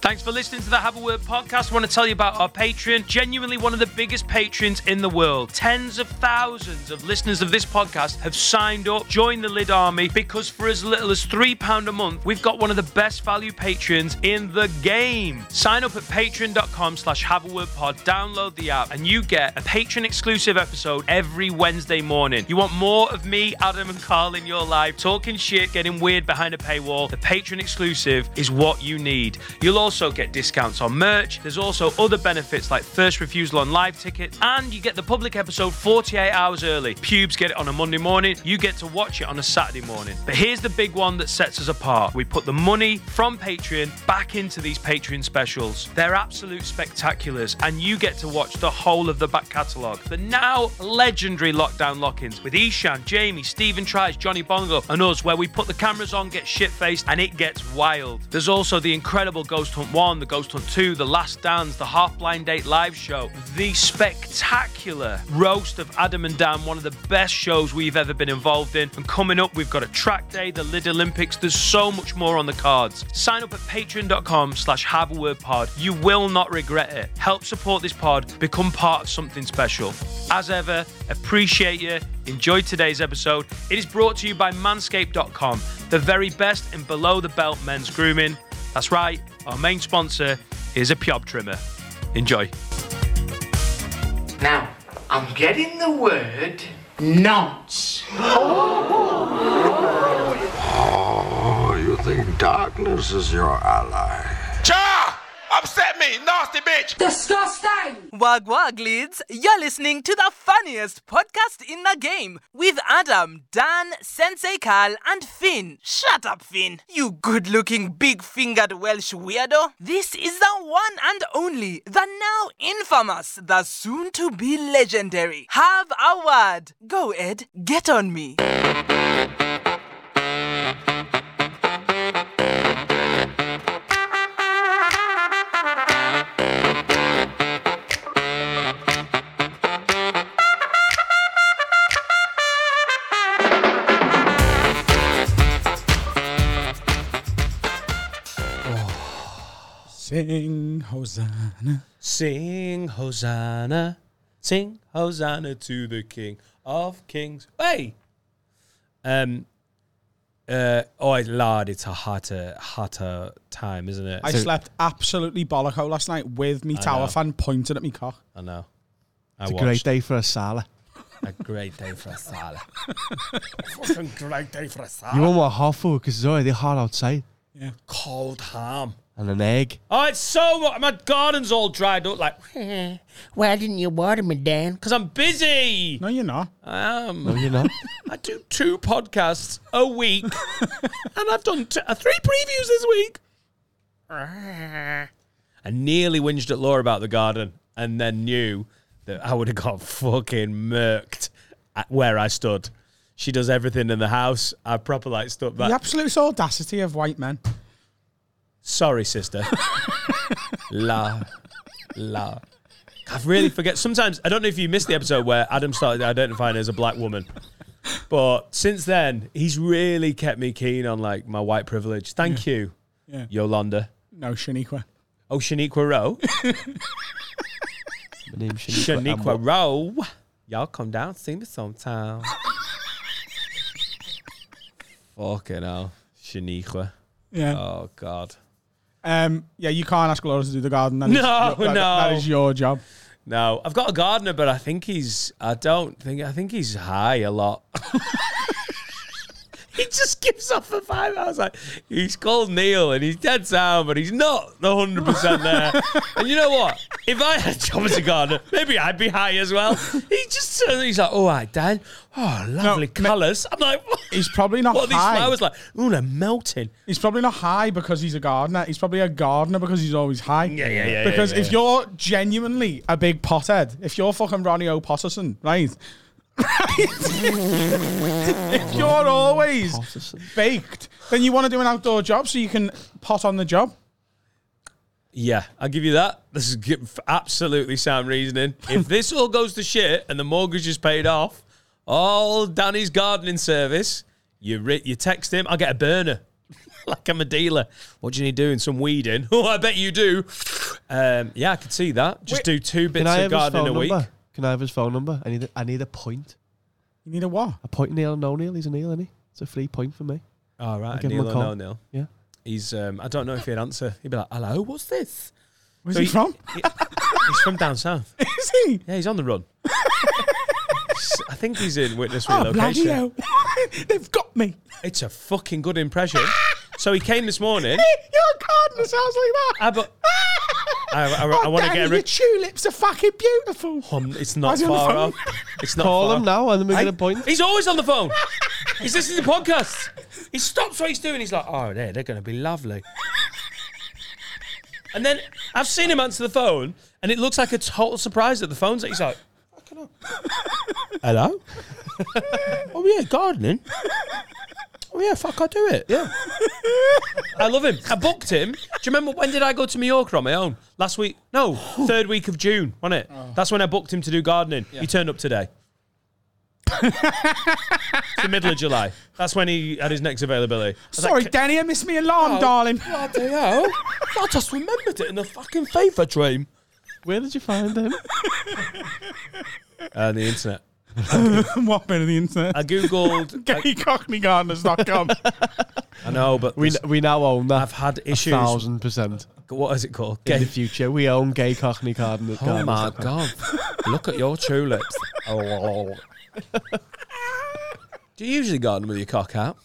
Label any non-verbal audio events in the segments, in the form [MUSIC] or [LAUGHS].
Thanks for listening to the Have a Word podcast. I want to tell you about our Patreon. Genuinely one of the biggest patrons in the world. Tens of thousands of listeners of this podcast have signed up, joined the Lid Army, because for as little as £3 a month, we've got one of the best value patrons in the game. Sign up at patreon.com slash have a word pod, download the app, and you get a patron exclusive episode every Wednesday morning. You want more of me, Adam, and Carl in your life, talking shit, getting weird behind a paywall? The patron exclusive is what you need. You'll also get discounts on merch. There's also other benefits like first refusal on live tickets, and you get the public episode 48 hours early. Pubes get it on a Monday morning, you get to watch it on a Saturday morning. But here's the big one that sets us apart we put the money from Patreon back into these Patreon specials. They're absolute spectaculars, and you get to watch the whole of the back catalogue. The now legendary lockdown lock ins with Ishan, Jamie, Stephen Tries, Johnny Bongo, and us, where we put the cameras on, get shit faced, and it gets wild. There's also the incredible Ghost Hunt 1, the Ghost Hunt 2, the Last Dance, the Half Blind Date live show, the spectacular roast of Adam and Dan, one of the best shows we've ever been involved in. And coming up, we've got a track day, the Lid Olympics. There's so much more on the cards. Sign up at patreon.com slash have a word pod. You will not regret it. Help support this pod, become part of something special. As ever, appreciate you. Enjoy today's episode. It is brought to you by manscaped.com, the very best in below the belt men's grooming. That's right, our main sponsor is a Piob trimmer. Enjoy. Now, I'm getting the word nonce. Oh, you think darkness is your ally? Cha! Upset me, nasty bitch! Disgusting! Wag wag leads, you're listening to the funniest podcast in the game with Adam, Dan, Sensei Carl, and Finn. Shut up, Finn, you good looking big fingered Welsh weirdo. This is the one and only, the now infamous, the soon to be legendary. Have a word. Go, Ed, get on me. Sing Hosanna. Sing Hosanna, sing Hosanna to the King of Kings. Hey, um, uh, oh lad, it's a hotter, hotter time, isn't it? I slept absolutely bolloco last night with me tower fan pointed at me cock. I know. I It's a watched great day for a Salah. a great day for a Salah. Fucking great day for a You want what hot food because it's already hot outside. Cold ham. And [LAUGHS] an egg. Oh, it's so much. My garden's all dried up. Like, [LAUGHS] Why didn't you water me, Dan? cause I'm busy. No, you're not. I am. No, you're not. I do two podcasts a week, and I've done t- uh, three previews this week. I nearly whinged at Laura about the garden, and then knew that I would have got fucking murked at where I stood. She does everything in the house. I proper like stuck back. The absolute audacity of white men. Sorry, sister. la, la. I really forget. Sometimes I don't know if you missed the episode where Adam started identifying as a black woman, but since then he's really kept me keen on like my white privilege. Thank you, Yeah. Yolanda. No, Shaniqua. Oh, Shaniqua [LAUGHS] Rowe. My [LAUGHS] name's Shaniqua. I'm Shaniqua Rowe. Y'all come down, see me [LAUGHS] sometime. Fucking hell, Shaniqua. Yeah. Oh God. Um, yeah, you can't ask Laura to do the garden. That is No, your- that- that no. is your job. No, I've got a gardener, but I think he's. I don't think. I think he's high a lot. [LAUGHS] he just gives off a vibe. I was like, he's called Neil, and he's dead sound, but he's not the hundred percent there. and you know what? If I had a job as a gardener, maybe I'd be high as well. He just turns. He's like, all right, Dan. Oh, lovely ma- colours. I'm like, [LAUGHS] what? He's probably not what are these high. flowers like? Ooh, they're melting. He's probably not high because he's a gardener. He's probably a gardener because he's always high. Yeah, yeah, yeah, Because yeah, if you're genuinely a big pothead, if you're fucking Ronnie O'Potterson, right? [LAUGHS] Right? if you're always Potterson. baked, then you want to do an outdoor job so you can pot on the job. Yeah, I'll give you that. This is gi- f- absolutely sound [LAUGHS] reasoning. If this all goes to shit and the mortgage is paid off, all Danny's gardening service, you re- you text him, I'll get a burner. [LAUGHS] like I'm a dealer. What do you need doing? Some weeding? [LAUGHS] Oh, I bet you do. Um, yeah, I could see that. Just do two Can bits I of have his gardening phone a week. number? Can I have his phone number? I need a, I need a point. You need a what? A point Neil, no Neil. He's a Neil, isn't he? It's a free point for me. All right, give him Neil a call. O'Neill. Yeah. He's. Um, I don't know if he'd answer. He'd be like, "Hello, what's this?" Where's So he you- [LAUGHS] from? He's from down south. Is he? [LAUGHS] Yeah, he's on the [LAUGHS] run. I think he's in witness Oh, bloody relocation. [LAUGHS] hell. They've got me. It's a fucking good impression. so he came this [LAUGHS] morning. Your gardener sounds like that. I, [LAUGHS] bu- I, I, I Oh, want to Danny, get Your rid. tulips are fucking beautiful. Um, it's not Why's he on the far phone? off. It's not Call far. him now and then we Hey, get a point. He's always on the phone. he's listening to podcasts. He stops what he's doing. He's like, oh, they're, they're going to be lovely. and then I've seen him answer the phone, and it looks like a total surprise that the phone's He's like, "Fucking hell." hello? oh, yeah, [LAUGHS] gardening. Oh, yeah, fuck, I do it. Yeah. I love him. I booked him. Do you remember when did I go to Mallorca on my own? Last week? No, third week of June, wasn't it? That's when I booked him to do gardening. He turned up today the middle of July. That's when he had his next availability. Sorry, Danny, I missed me alarm, Oh, darling. Bloody hell. I just remembered it in a fucking favour dream. Where did you [LAUGHS] find him? And Uh, the internet. [LAUGHS] what bit of the internet? I [LAUGHS] googled. I, [LAUGHS] GaryCockneyGardeners.com. I know, but we, we, we now own that. I've had issues. thousand percent. What is it called? In the Gay- future, we own gay Cockney gardeners. Oh my god! Look at your tulips. Oh. Do you usually garden with your cock out?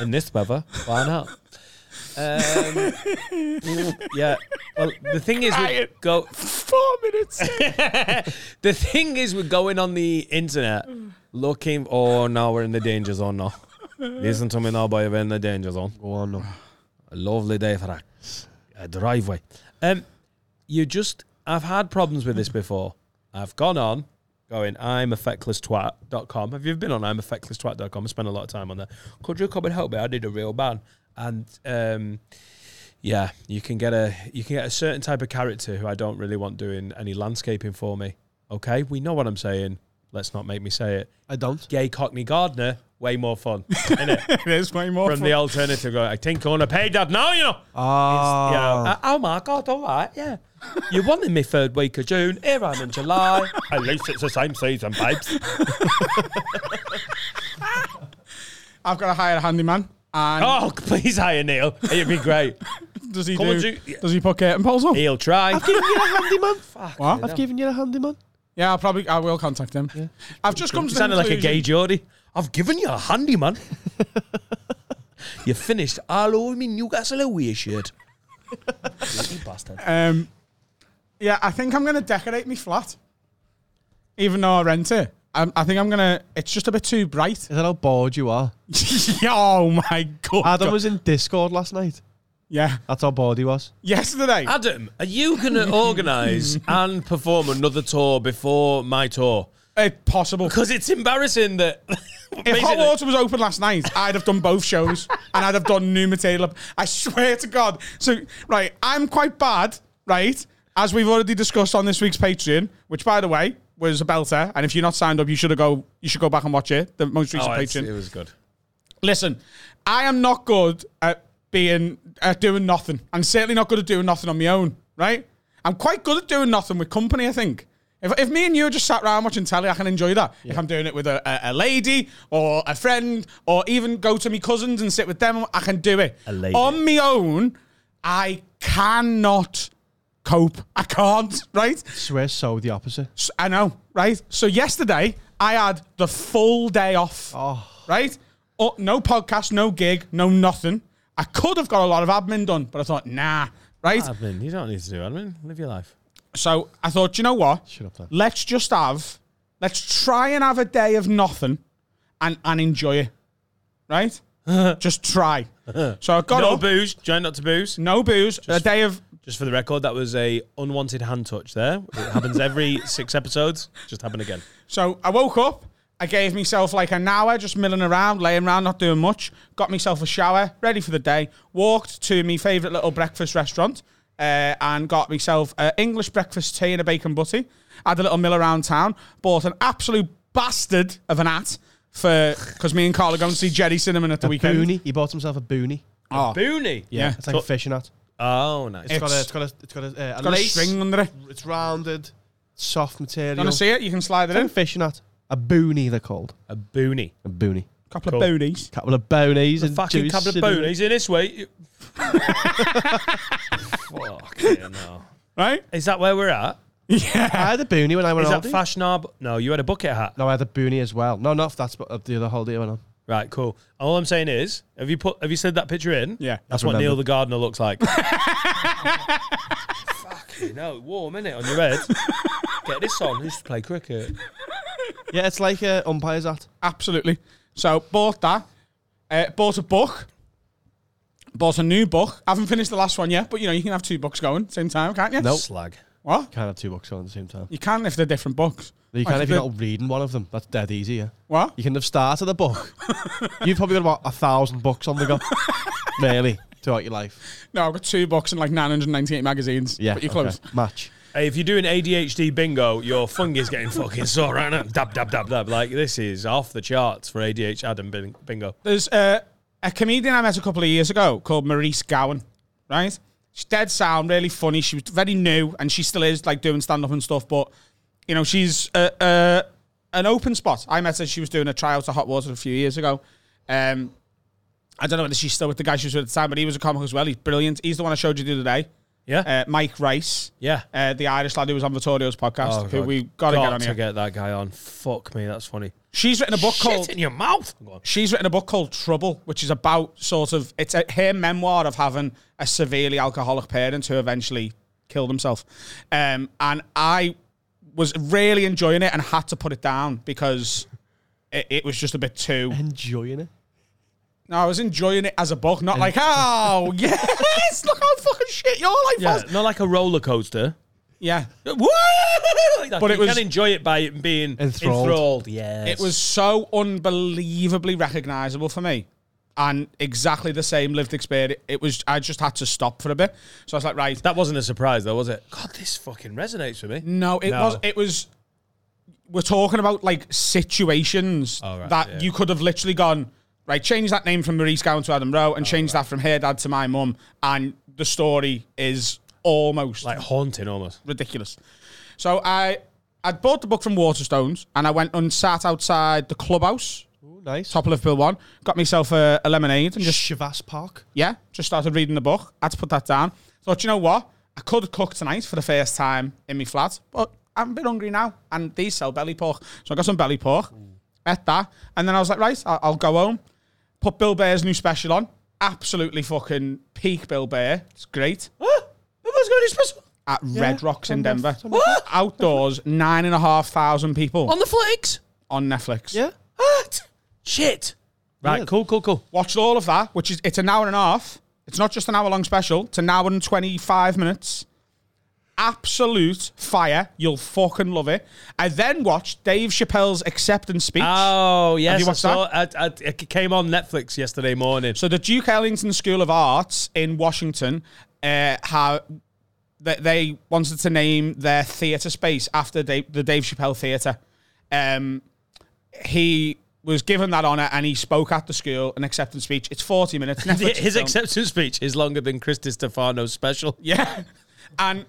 In this weather, why not? Um, yeah. Well, the thing is, we go Four [LAUGHS] minutes. The thing is, we're going on the internet looking. Oh, now we're in the danger zone [LAUGHS] now. Listen to me now, boy. We're in the danger zone. Go on, now. A lovely day for a, a driveway. Um, you just. I've had problems with this before. I've gone on going, I'm a feckless twat.com. Have you ever been on I'm a feckless twat.com? I spend a lot of time on there. Could you come and help me? I need a real ban. And um, yeah, you can get a you can get a certain type of character who I don't really want doing any landscaping for me. Okay, we know what I'm saying. Let's not make me say it. I don't. Gay Cockney gardener, way more [LAUGHS] fun, isn't it? There's way more. From the alternative, going, I think I want to pay that now, you know. Oh, Yeah. oh my God, all right, yeah. You wanted me third week of June, here I'm in July. At least it's the same season, babes. I've got to hire a handyman. And Oh, please hire Neil. It'd be great. does he come do? and do- Does he put curtain poles up? He'll try. I've given you [LAUGHS] a handyman. What? I've given you a handyman. Yeah, I'll probably. I will contact him. I've [LAUGHS] just come to You the sounded like a conclusion- gay Geordie. I've given you a handy man. [LAUGHS] you finished all over me Newcastle away shirt. you bastard. Um, yeah, I think I'm gonna decorate my flat, even though I rent it. Um, I, I think I'm gonna. It's just a bit too bright. [LAUGHS] Is that how bored you are? oh my god! Adam Ah, was in Discord last night. yeah, That's how bored he was. yesterday. Adam, are you going [LAUGHS] to organise and perform another tour before my tour? It's possible. Because it's embarrassing that. [LAUGHS] If Hot basically- Water was open last night, I'd have done both shows and I'd have done new material. I swear to God. So, right, I'm quite bad, right? As we've already discussed on this week's Patreon, which by the way was a belter, and if you're not signed up, you should go. You should go back and watch it. The most recent Oh, it's- Patreon. it was good. Listen, I am not good at being at doing nothing. I'm certainly not good at doing nothing on my own, right? I'm quite good at doing nothing with company, I think. If, if me and you just sat around watching telly, I can enjoy that. If I'm doing it with a, a, a lady or a friend or even go to me cousins and sit with them, I can do it. A lady. On my own, I cannot cope. I can't, [LAUGHS] right? Swear so the opposite. S- I know, right? So yesterday I had the full day off. Right? Oh, no podcast, no gig, no nothing. I could have got a lot of admin done, but I thought, nah, right? Admin, you don't need to do admin. Live your life. So I thought, you know what? Shut up, then. Let's just have, let's try and have a day of nothing and, and enjoy it. Right? just try. So I got No up, booze. Try not to booze. no booze, a day of Just for the record, that was a unwanted hand touch there. It happens every [LAUGHS] six episodes. Just happened again. So I woke up. I gave myself like an hour just milling around, laying around, not doing much. Got myself a shower, ready for the day. Walked to my favourite little breakfast restaurant uh, and got myself an English breakfast tea and a bacon butty. Had a little mill around town. Bought an absolute bastard of an hat for because me and Carl are going to see Jerry Cinnamon at the a weekend. boonie. He bought himself a boonie. Ah. Oh, Boonie. Yeah, it's like a So- fishing hat. Oh, nice. It's got a, It's- it's got a, it's got a, uh, got a lace. string under it. It's rounded, soft material. Gonna see it? You can slide it It's like in. a fishing hat. A boonie, they're called. A boonie. A boonie. Couple Cool. of boonies. Couple of boonies and Fucking Jewish couple of cinnamon. boonies in this way. Fucking hell. Right? [LAUGHS] Is that where we're at? I had a boonie when I went Is on that holiday. fashion knob? No, you had a bucket hat. no, I had a boonie as well. No, not that's but the other holiday I went on. Right, cool. All I'm saying is, have you put have you slid that picture in? Yeah. That's I've what Neil the remembered. gardener looks like. Fucking no, warm, innit, on your head. Get this on. Who's to play cricket? Yeah, it's like a umpire's hat. Absolutely. So bought that. Uh, bought a book. Bought a new book. haven't finished the last one yet, but you know you can have two books going same time, can't you? No, Slag. What? can't have two books on at the same time. You can if they're different books. You can Like, if you're the- not reading one of them. That's dead easy, yeah. What? You can have started a book. You've probably got about a thousand books on the go, nearly, throughout your life. No, I've got two books and like 998 magazines. Yeah. But you're okay. close. Match. Hey, if you're doing ADHD bingo, your fungus getting fucking sore right now. Dab, dab, dab, dab. Like, this is off the charts for ADH Adam bin- bingo. There's uh, a comedian I met a couple of years ago called Maurice Gowan, right? She's dead sound, really funny. She was very new, and she still is like doing stand up and stuff. But you know, she's uh, uh, an open spot. I met her; she was doing a tryout to Hot Water a few years ago. Um, I don't know whether she's still with the guy she was with at the time, but he was a comic as well. He's brilliant. He's the one I showed you the other day, Yeah? uh, Mike Rice, yeah. uh, the Irish lad who was on Vittorio's podcast, Oh, who God. we got to get on to here. get that guy on. Fuck me, that's funny. She's written a book called Shit in your mouth. Go [LAUGHS] on. she's written a book called Trouble, which is about sort of it's a, her memoir of having a severely alcoholic parent who eventually killed himself. Um, and I was really enjoying it and had to put it down because it, it was just a bit too. Enjoying it. No, I was enjoying it as a book, not like oh [LAUGHS] yes, look how fucking shit your life Yeah, was. not like a roller coaster. Yeah, [LAUGHS] Like that. But it you was- can enjoy it by it being enthralled. Enthralled. Yes. it was so unbelievably recognizable for me and exactly the same lived experience it was i just had to stop for a bit so i was like right That wasn't a surprise, though, was it? God, this fucking resonates with me. No, it No. was. It was. We're talking about like situations Oh, right, that yeah. you could have literally gone right. Change that name from Maurice Gowan to Adam Oh, Rowe, and change that from her dad to my mum, and the story is almost Like haunting almost. ridiculous. So I I bought the book from Waterstones, and I went and sat outside the clubhouse, Ooh, nice. top of Liverpool one, got myself a, a lemonade, and just Shavas Park. yeah, just started reading the book. I had to put that down. Thought, you know what? I could cook tonight for the first time in my flat, but I'm a bit hungry now, and these sell belly pork. So I got some belly pork, ate that, and then I was like, right, I'll, I'll go home. Put Bill Bear's new special on. Absolutely fucking peak Bill Bear. It's great. At Red Rocks in Denver. Outdoors, nine and a half thousand people On the flicks. on Netflix. Yeah. What? Shit. Right, Yeah. cool, cool, cool. Watched all of that, which is it's an hour and a half. It's not just an hour long special. It's an hour and twenty five minutes. Absolute fire. You'll fucking love it. I then watched Dave Chappelle's acceptance speech. Oh, yes. you watched I saw- I- I- it came on Netflix yesterday morning. So the Duke Ellington School of Arts in Washington, uh, how they, they wanted to name their theatre space after Dave, the Dave Chappelle Theatre. Um, he was given that honour and he spoke at the school an acceptance speech. It's forty minutes. Netflix His film. acceptance speech is longer than Chris Stefano's special. Yeah. And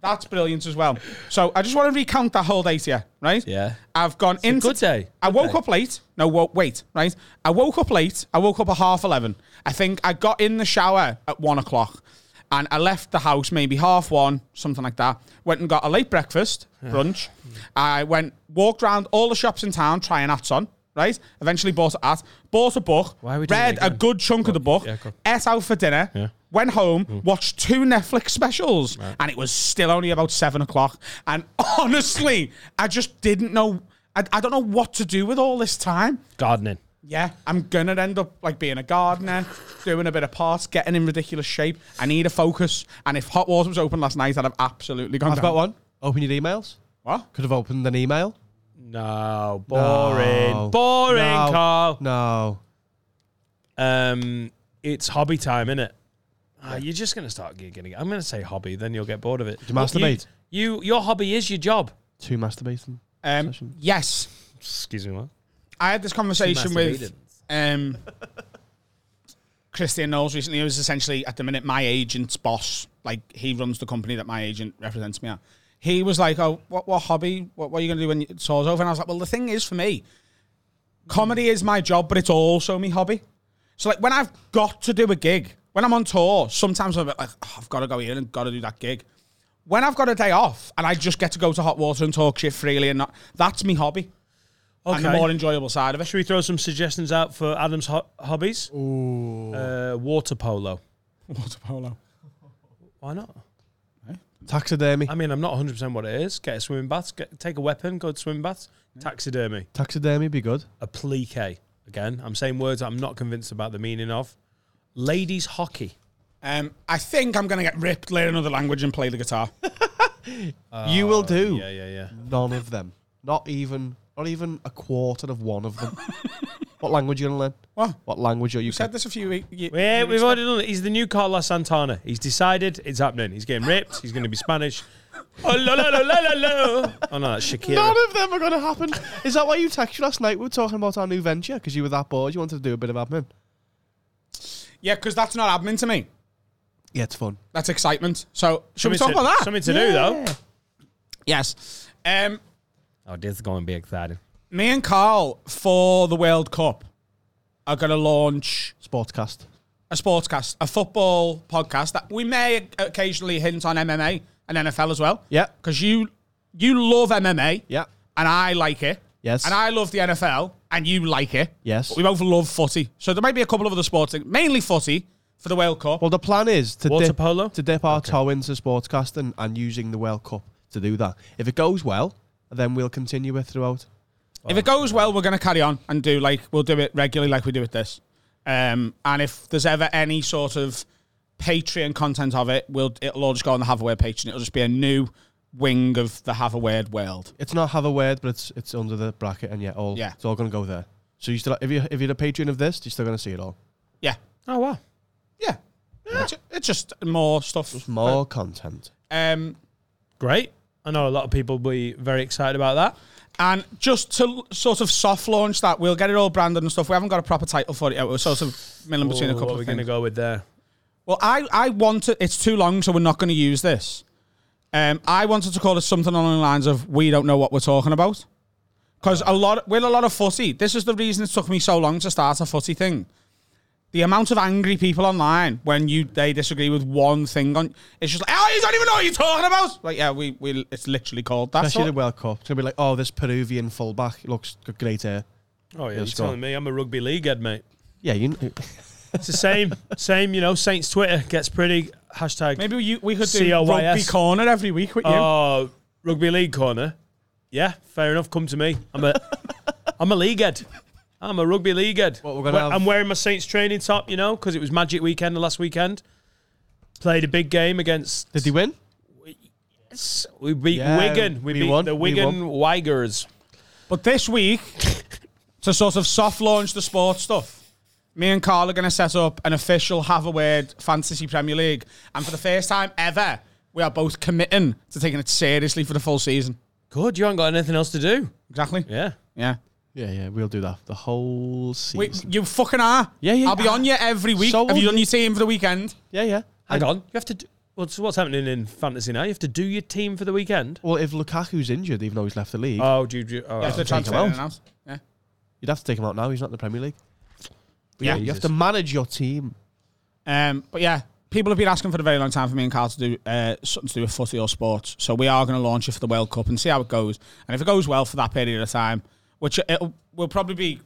that's brilliant as well. So I just want to recount that whole day to you, right? Yeah. I've gone a into good day. I Good woke day. up late. No, wo- wait, right? I woke up late. I woke up at half eleven. I think I got in the shower at one o'clock, and I left the house maybe half one, something like that. Went and got a late breakfast, brunch. I went walked around all the shops in town trying hats on. Right. Eventually bought a hat, bought a book, Why are we doing read that a again? good chunk of the book, yeah, go on. ate out for dinner, went home, Mm. watched two Netflix specials, and it was still only about seven o'clock. And [LAUGHS] honestly, I just didn't know. I, I don't know what to do with all this time. Gardening. Yeah, I'm gonna end up like being a gardener, doing a bit of parts, getting in ridiculous shape. I need a focus. And if Hot Water was open last night, I'd have absolutely gone. I've down. got one. Open your emails. What? Could have opened an email. No, boring. No. Boring, no. Carl. No. Um, it's hobby time, innit? Ah, you're just gonna start giggling. again. I'm gonna say hobby, then you'll get bored of it. you masturbate? You, you- your hobby is your job. Two masturbating. Um, Session. yes, Excuse me, what? I had this conversation with um, Christian Knowles recently, who is essentially at the minute my agent's boss. Like he runs the company that my agent represents me at. He was like, "Oh, what, what hobby? What, what are you going to do when it's all over?" And I was like, "Well, the thing is for me, comedy is my job, but it's also my hobby. So like when I've got to do a gig, when I'm on tour, sometimes I'm a bit like, oh, I've got to go here and got to do that gig. When I've got a day off and I just get to go to hot water and talk shit freely and not, that's my hobby and the Okay. more enjoyable side of it. Should we throw some suggestions out for Adam's ho- hobbies? Ooh. Uh, water polo. [LAUGHS] Water polo. Why not? Taxidermy. I mean, I'm not 100% what it is. Get a swimming bath, get, take a weapon, go to swimming baths. Taxidermy. Taxidermy be good. Applique. Again, I'm saying words I'm not convinced about the meaning of. Ladies hockey. Um, I think I'm going to get ripped, learn another language, and play the guitar. [LAUGHS] Uh, you will do Yeah, yeah, yeah. none of them. Not even not even a quarter of one of [LAUGHS] them. what language are you gonna learn? What? What language are you? Said this a few weeks. Yeah, we've already done it. He's the new Carlos Santana. He's decided it's happening. He's getting ripped. He's going to be Spanish. [LAUGHS] Oh, la, la, la, la, la, la. oh no, that's Shakira. None of them are going to happen. Is that why you texted last night? We were talking about our new venture because you were that bored. You wanted to do a bit of admin. Yeah, because that's not admin to me. Yeah, it's fun. That's excitement. So should we Something talk to- about that? Something to do, though. Yes. Um, Oh, this is going to be exciting. me and Carl for the World Cup are going to launch Sportscast. a sportscast, a football podcast that we may occasionally hint on MMA and NFL as well. Yeah. because you you love MMA. Yeah. and I like it. Yes. and I love the NFL, and you like it. Yes. but we both love footy. So there might be a couple of other sports, mainly footy for the World Cup. Well, the plan is to Water dip, polo? to dip our toe into sportscasting and using the World Cup to do that. If it goes well, then we'll continue it throughout. if it goes well, we're going to carry on and do like we'll do it regularly, like we do with this. Um, and if there's ever any sort of Patreon content of it, we'll it'll all just go on the Have a Word Patreon. It'll just be a new wing of the Have a Word world. It's not have a word, but it's it's under the bracket, and yeah, all Yeah. it's all going to go there. So you still, if you if you're a patron of this, you're still going to see it all. Yeah, Oh, wow. yeah. It's, it's just more stuff. More content. Um, Great. I know a lot of people will be very excited about that. And just to l- sort of soft launch that, we'll get it all branded and stuff. We haven't got a proper title for it yet. We're sort of milling between a Ooh, couple what are of we going to things. Oh, go with there? Well, I, I wanted, it's too long, so we're not going to use this. Um, I wanted to call it something along the lines of, we don't know what we're talking about. Because a lot, with a lot of footy, this is the reason it took me so long to start a footy thing. The amount of angry people online when you they disagree with one thing on, it's just like, oh, you don't even know what you're talking about. Like, yeah, we, we it's literally called that. Especially the World Cup. It's going to be like, oh, this Peruvian fullback looks got great hair. Oh, yeah, Let's you're go. telling me I'm a rugby league head, mate. Yeah, you. kn- It's the same, [LAUGHS] same, you know, Saints Twitter gets pretty. Hashtag Maybe you, we could do COYS. rugby corner every week with you. Oh, rugby league corner. Yeah, fair enough. Come to me. I'm a, [LAUGHS] I'm a leaguehead. I'm a rugby leaguehead. What, we're gonna We- have- I'm wearing my Saints training top, you know, because it was Magic Weekend the last weekend. Played a big game against. Did he win? We beat Yeah, Wigan. We, we beat won, the we Wigan Wigers. But this week, [LAUGHS] to sort of soft launch the sports stuff, me and Carl are going to set up an official Have a Word Fantasy Premier League. And for the first time ever, we are both committing to taking it seriously for the full season. Good, you haven't got anything else to do. Exactly. Yeah. Yeah. Yeah, yeah, we'll do that the whole We, season. you fucking are. Yeah, yeah, I'll be yeah. on you every week. So Have you will done your team for the weekend? yeah, yeah. Hang on. You have to. Do, what's, what's happening in fantasy now? You have to do your team for the weekend. Well, if Lukaku's injured, even though he's left the league, Oh, do you. Do, oh, Yes, the take him transfer out. announced. Yeah. you'd have to take him out now. He's not in the Premier League. Yeah. You have to manage your team. Um, but yeah, people have been asking for a very long time for me and Carl to do uh, something to do with footy or sports. So we are going to launch it for the World Cup and see how it goes. And if it goes well for that period of time, which it'll, will probably be,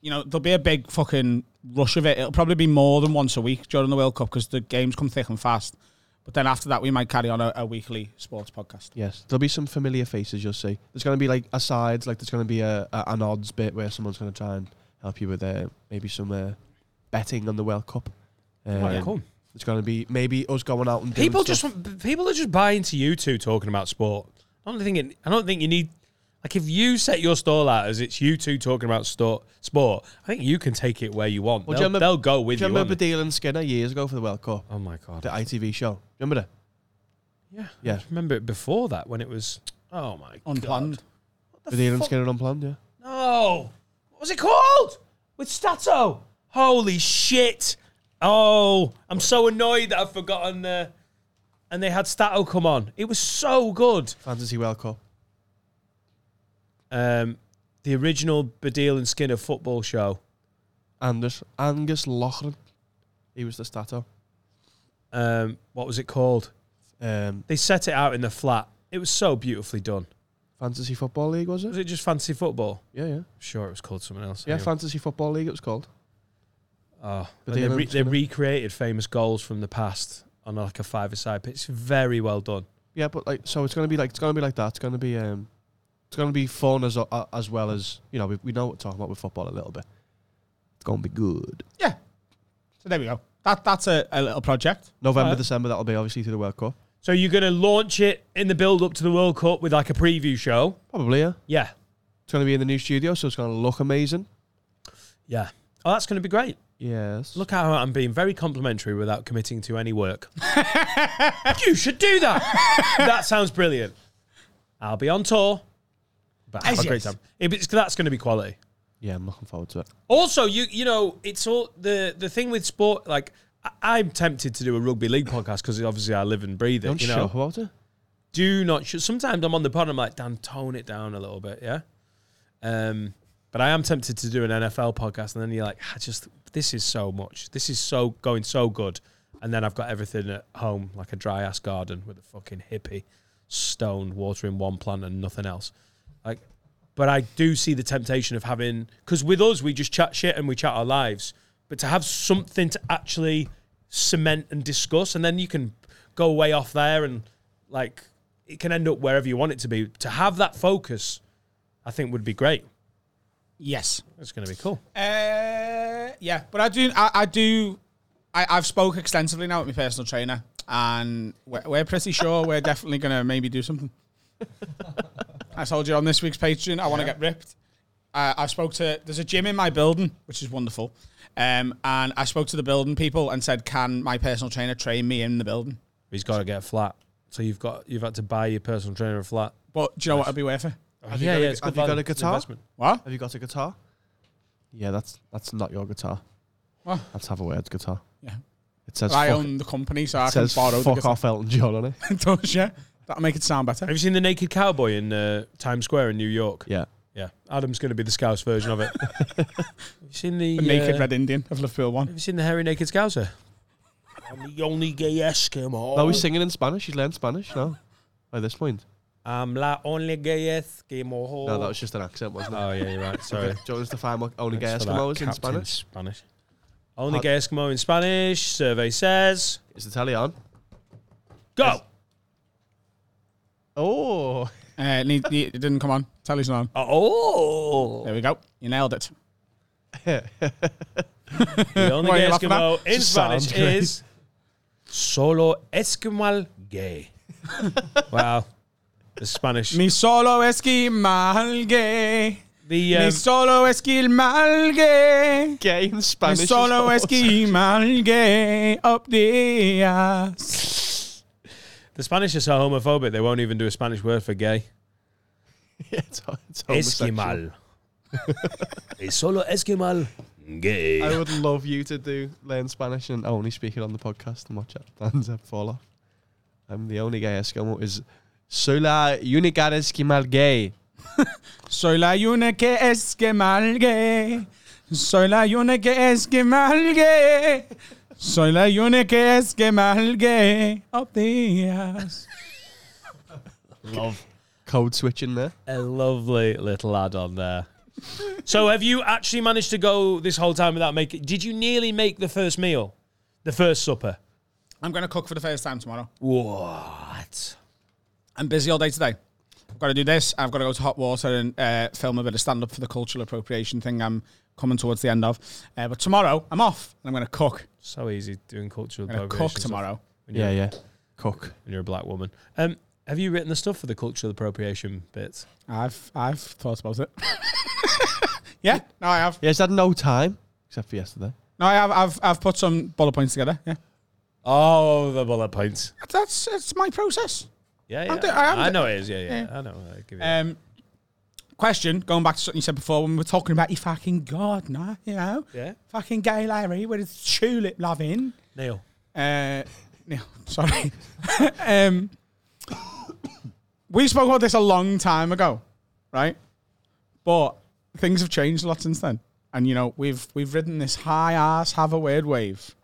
you know, there'll be a big fucking rush of it. It'll probably be more than once a week during the World Cup because the games come thick and fast. But then after that, we might carry on a, a weekly sports podcast. Yes, there'll be some familiar faces you'll see. There's going to be like asides, like there's going to be a, a an odds bit where someone's going to try and help you with uh, maybe some uh, betting on the World Cup. Um, yeah, cool. It's going to be maybe us going out and doing People stuff. just want, people are just buying to you two talking about sport. I don't think it, I don't think you need like if you set your stall out as it's you two talking about sto- sport. I think you can take it where you want. Well, do they'll, remember- they'll go Do with you you. remember won't they? Deal and Skinner years ago for the World Cup? oh my god! The ITV show. Remember that? yeah, I Yeah. just remember it before that when it was. Oh my Unplanned. With Deal and Skinner unplanned, yeah. god! No, what was it called? With Stato. Holy shit! Oh, I'm so annoyed that I've forgotten the. And they had Stato come on. It was so good. Fantasy World Cup. Um, the original Badil and Skinner football show. Anders Angus Lochran. He was the stato. Um, what was it called? Um, They set it out in the flat. It was so beautifully done. Fantasy Football League was Was it? it just fantasy football? Yeah, yeah, Sure, it was called something else. yeah. Anyway. Fantasy Football League. It was called. Oh, But and they, they re- don't- they recreated famous goals from the past on like a five-a-side pitch. It's very well done. Yeah, but like, so it's gonna be like it's gonna be like that. It's gonna be um, it's gonna be fun as uh, as well as you know we, we know what we're talking about with football a little bit. It's gonna be good. Yeah. So there we go. That that's a, a little project. Uh, November, December, that'll be obviously through the World Cup. So you're going to launch it in the build-up to the World Cup with like a preview show? Probably yeah. Yeah, It's gonna be in the new studio, so it's gonna look amazing. yeah. Oh, that's going to be great. Yes. Look how I'm being very complimentary without committing to any [LAUGHS] work. you should do that. that sounds brilliant. I'll be on tour. But have a great time. It- it's- that's going to be quality. Yeah, I'm looking forward to it. Also, you you know, it's all the the thing with sport. Like, I, I'm tempted to do a rugby league podcast because obviously I live and breathe it. Don't you shut know, up about it. do not. Sh- Sometimes I'm on the pod. I'm like, Dan, tone it down a little bit. Yeah. Um, but I am tempted to do an NFL podcast, and then you're like, I just this is so much. This is so going so good, and then I've got everything at home like a dry ass garden with a fucking hippie stone watering one plant and nothing else. Like, but I do see the temptation of having because with us we just chat shit and we chat our lives, but to have something to actually cement and discuss, and then you can go way off there and like it can end up wherever you want it to be. To have that focus, I think would be great. Yes. That's going to be cool. Uh, yeah, but I do. I, I do. I, I've spoke extensively now with my personal trainer, and we're, we're pretty sure we're definitely gonna maybe do something. I told you on this week's Patreon, I want to get ripped. Uh, I spoke to. There's a gym in my building, which is wonderful. Um, and I spoke to the building people and said, "Can my personal trainer train me in the building?" He's got to get a flat, so you've got you've had to buy your personal trainer a flat. Oh, But do you know what it'd be worth it? Have you got a- have you got a guitar? What? Have you got a guitar? Yeah, that's that's not your guitar. What? Let's have a word guitar. Yeah. It says I fuck, own the company, so I it can says borrow. fuck the [LAUGHS] off Elton John on it. guitar. Does, yeah, that'll make it sound better. Have you seen the Naked Cowboy in uh, Times Square in New York? [LAUGHS] yeah. Yeah. Adam's going to be the Scouse version [LAUGHS] of it. have you seen the, The naked uh, red Indian of Liverpool one. Have you seen the hairy naked Scouser? I'm the only gay Eskimo. No, he's singing in Spanish. He's learned Spanish now. By this point. I'm la only gay Eskimo. No, that was just an accent, wasn't it? Oh yeah, you're right. Sorry. Do you want us to find what only gay Thanks for Eskimos that, in Captain Spanish? Spanish. Only Pardon? gay Eskimo in Spanish. Survey says Is the telly on? go. Oh. [LAUGHS] Uh, need, need- it didn't come on. Telly's not on. Oh, There we go. You nailed it. the only Why are gay you laughing Eskimo at? in Just Spanish sounds great. is solo Esquimal gay. wow, the Spanish. Mi solo esquimalgue. the Mi um, solo esquimalgue. Gay in Mi Spanish. is solo always- esquimalgue. Up the ass. the Spanish are so homophobic they won't even do a Spanish word for gay. [LAUGHS] Yeah, it's, it's homosexual. Esquimal. [LAUGHS] Es solo Esquimal gay. I would love you to do learn Spanish and only speak it on the podcast and watch it. Dan's head fall off. I'm the only gay Eskimo is Soy la única Esquimal gay. Soy la única esquimalgue. Soy la única esquimalgue. Soy la única esquimalgue. Up the ass. Code switching there. A lovely little ad on there. so, have you actually managed to go this whole time without making? Did you nearly make the first meal, the first supper? I'm going to cook for the first time tomorrow. What? I'm busy all day today. I've got to do this. I've got to go to hot water and uh, film a bit of stand up for the cultural appropriation thing I'm coming towards the end of. Uh, but tomorrow I'm off and I'm going to cook. So easy doing cultural I'm going to appropriation. cook tomorrow. When you're, Yeah, yeah. Cook. When you're a black woman. Um, have you written the stuff for the cultural appropriation bits? I've I've thought about it. [LAUGHS] yeah, no, I have. Yeah, is that no time? Except for yesterday. No, I have. I've I've put some bullet points together. Yeah, Oh, the bullet points. that's it's my process. Yeah, yeah. do- I am I do- know it is. Yeah, yeah. I know. I give you that. Um, Question, going back to something you said before when we were talking about your fucking gardener, you know? Yeah. Fucking gay Larry with his tulip loving. Neil. Uh, [LAUGHS] no, sorry. [LAUGHS] um, we spoke about this a long time ago, right? But things have changed a lot since then, and you know we've we've ridden this high ass have a weird wave.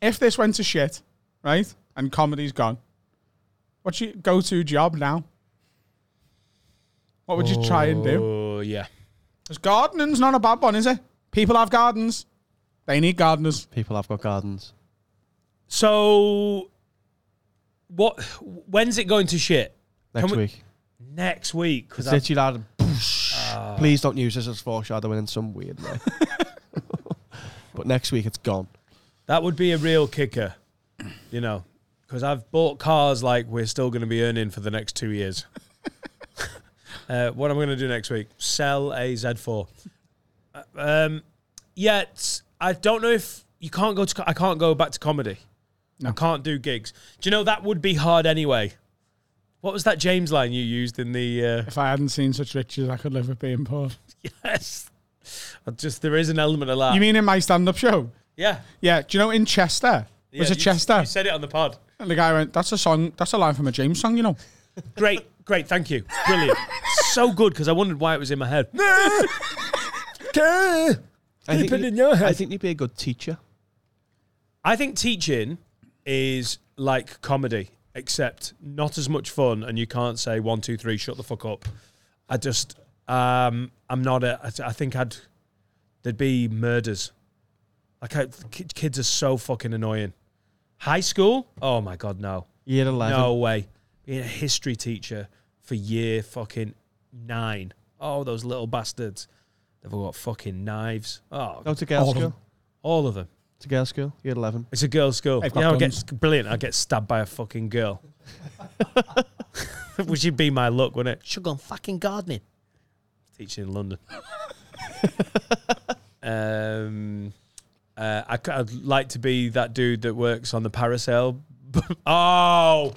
If this went to shit, right, and comedy's gone, what's your go to job now? What would you try and do? Oh yeah. Because gardening's not a bad one, is it? People have gardens. They need gardeners. People have got gardens. So, what? When's it going to shit? Next we- week. Next week. Because It's literally loud. Ah. Please don't use this as foreshadowing in some weird [LAUGHS] way. but next week it's gone. That would be a real kicker, you know, because I've bought cars like we're still going to be earning for the next two years. [LAUGHS] uh, what I'm going to do next week: sell a Z4. Uh, Um, yet I don't know if you can't go to. co- I can't go back to comedy. I can't do gigs. Do you know that would be hard anyway? What was that James line you used in the? Uh, If I hadn't seen such riches, I could live with being poor. yes, I just there is an element of that. You mean in my stand-up show? yeah? Yeah. Do you know in Chester? yeah was you- it Chester? You said it on the pod. and the guy went, "That's a song. That's a line from a James song, you know." Great, great, thank you. Brilliant. so good because I wondered why it was in my [LAUGHS] head. I Keep think, it you- in your I head. think you'd be a good teacher. I think teaching is like comedy, except not as much fun, and you can't say one, two, three, shut the fuck up. I just, um, I'm not a. I, th- I think I'd there'd be murders. Like I, ki- kids are so fucking annoying. High school? Oh my god, no. Year 11. No way. Being a history teacher for year fucking nine. Oh, those little bastards. They've all got fucking knives. Oh, Go to girls' All of school. them. all of them. To girls' school, year 11. It's a girl's school. They've got Yeah, I guns. get brilliant. I get stabbed by a fucking girl. [LAUGHS] Which would be my luck, wouldn't it? Should go on fucking gardening. Teaching in [LAUGHS] London. um, uh, I, would like to be that dude that works on the parasail. [LAUGHS] oh,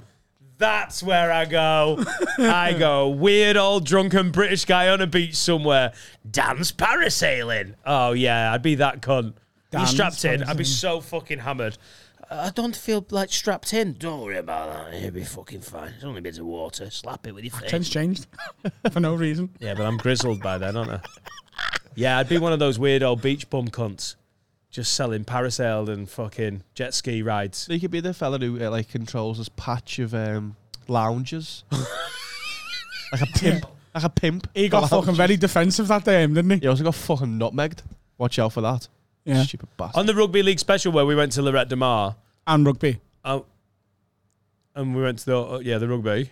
that's where I go. I go weird old drunken British guy on a beach somewhere. Dan's parasailing. Oh yeah, I'd be that cunt. you Dan's strapped in. I'd be parasailing. so fucking hammered. I don't feel like strapped in. Don't worry about that. It'll be fucking fine. It's only a bit of water. Slap it with your Trends changed [LAUGHS] for no reason. yeah, but I'm grizzled by then, aren't I? Yeah, I'd be one of those weird old beach bum cunts, just selling parasail and fucking jet ski rides. So you could be the fella who uh, like controls this patch of um, lounges. [LAUGHS] like a pimp. Like a pimp. He got for fucking lounges. very defensive that day, didn't he? He also got fucking nutmegged. Watch out for that. Yeah. Stupid bastard. On the rugby league special where we went to Lorette de Mar, And rugby. uh, and we went to the uh, yeah the rugby.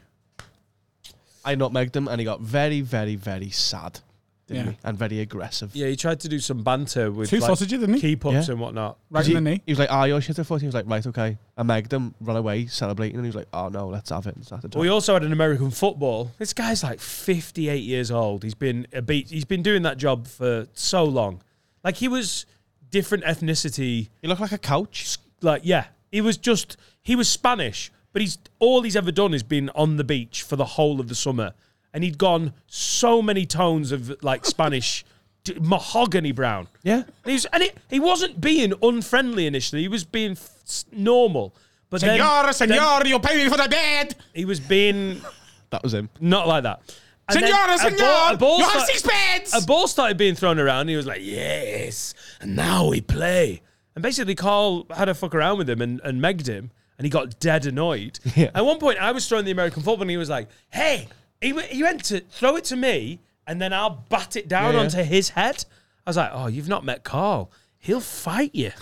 I nutmegged him and he got very, very, very sad. Didn't Yeah. he? And very aggressive. Yeah, he tried to do some banter with Two like, sausages, didn't he? keep ups Yeah. and whatnot. Right he, in the knee. he was like, "Ah, you're shit at foot." He was like, "Right, okay." I megged him, run away, celebrating, and he was like, "Oh no, let's have it." And started We talking. also had an American football. This guy's like 58 years old. He's been a beat. He's been doing that job for so long. Like he was different ethnicity. He looked like a couch. like yeah he was just he was spanish but he's all he's ever done is been on the beach for the whole of the summer and he'd gone so many tones of like spanish d- mahogany brown Yeah. and he was and it, he wasn't being unfriendly initially he was being f- s- normal but then, Senora, then senor, you pay me for the bed. he was being That was him. not like that And then Senora, a ball- senor, a ball you have start- six beds. a ball started being thrown around. And he was like, "Yes," and now we play. And basically, Carl had a fuck around with him and, and megged him, and he got dead [LAUGHS] annoyed. Yeah. At one point, I was throwing the American football, and he was like, "Hey," he, w- he went to throw it to me, and then I'll bat it down Yeah, yeah. onto his head. I was like, "Oh, you've not met Carl. He'll fight you."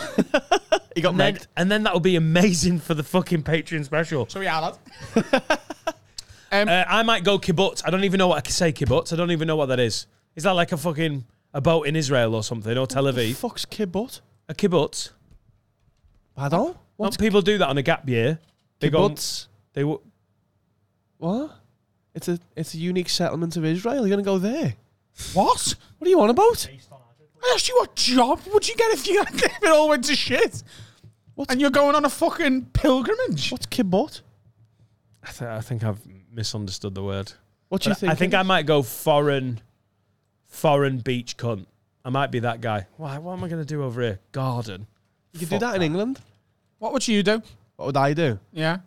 He got And then, megged. and then that'll be amazing for the fucking Patreon special. so we are lad. Uh, I might go kibbutz. I don't even know what I can say kibbutz. I don't even know what that is. Is that like a fucking a boat in Israel or something or Tel Aviv? Fuck's kibbut. A kibbutz. Pardon? Don't What? people do that on a gap year? They Kibbutz? go. They w- What? It's a it's a unique settlement of Israel. You're gonna go there. What? What are you on about? I asked you what job would you get if you if it [LAUGHS] all went to shit? What's- And you're going on a fucking pilgrimage. What's kibbut? I, th- I think I've misunderstood the word. What do you think? I think I might go foreign, foreign beach cunt. I might be that guy. Why? What am I going to do over here? Garden. you could do that in England. What would you do? What would I do Yeah.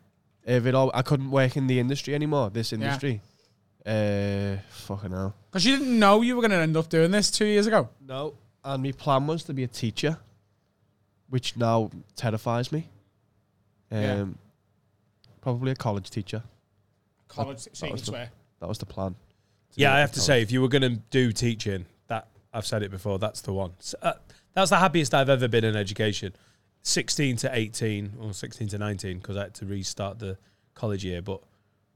if it all? I couldn't work in the industry anymore. This industry. Uh, fucking hell. Because you didn't know you were going to end up doing this two years ago. No. And my plan was to be a teacher, which now terrifies me. Um, Yeah. Probably a college teacher. College, so you was can the- swear. That was the plan. Yeah, I have to say, if you were going to do teaching, that I've said it before, that's the one. S- uh, that's the happiest I've ever been in education. 16 to 18 or 16 to 19 because I had to restart the college year. But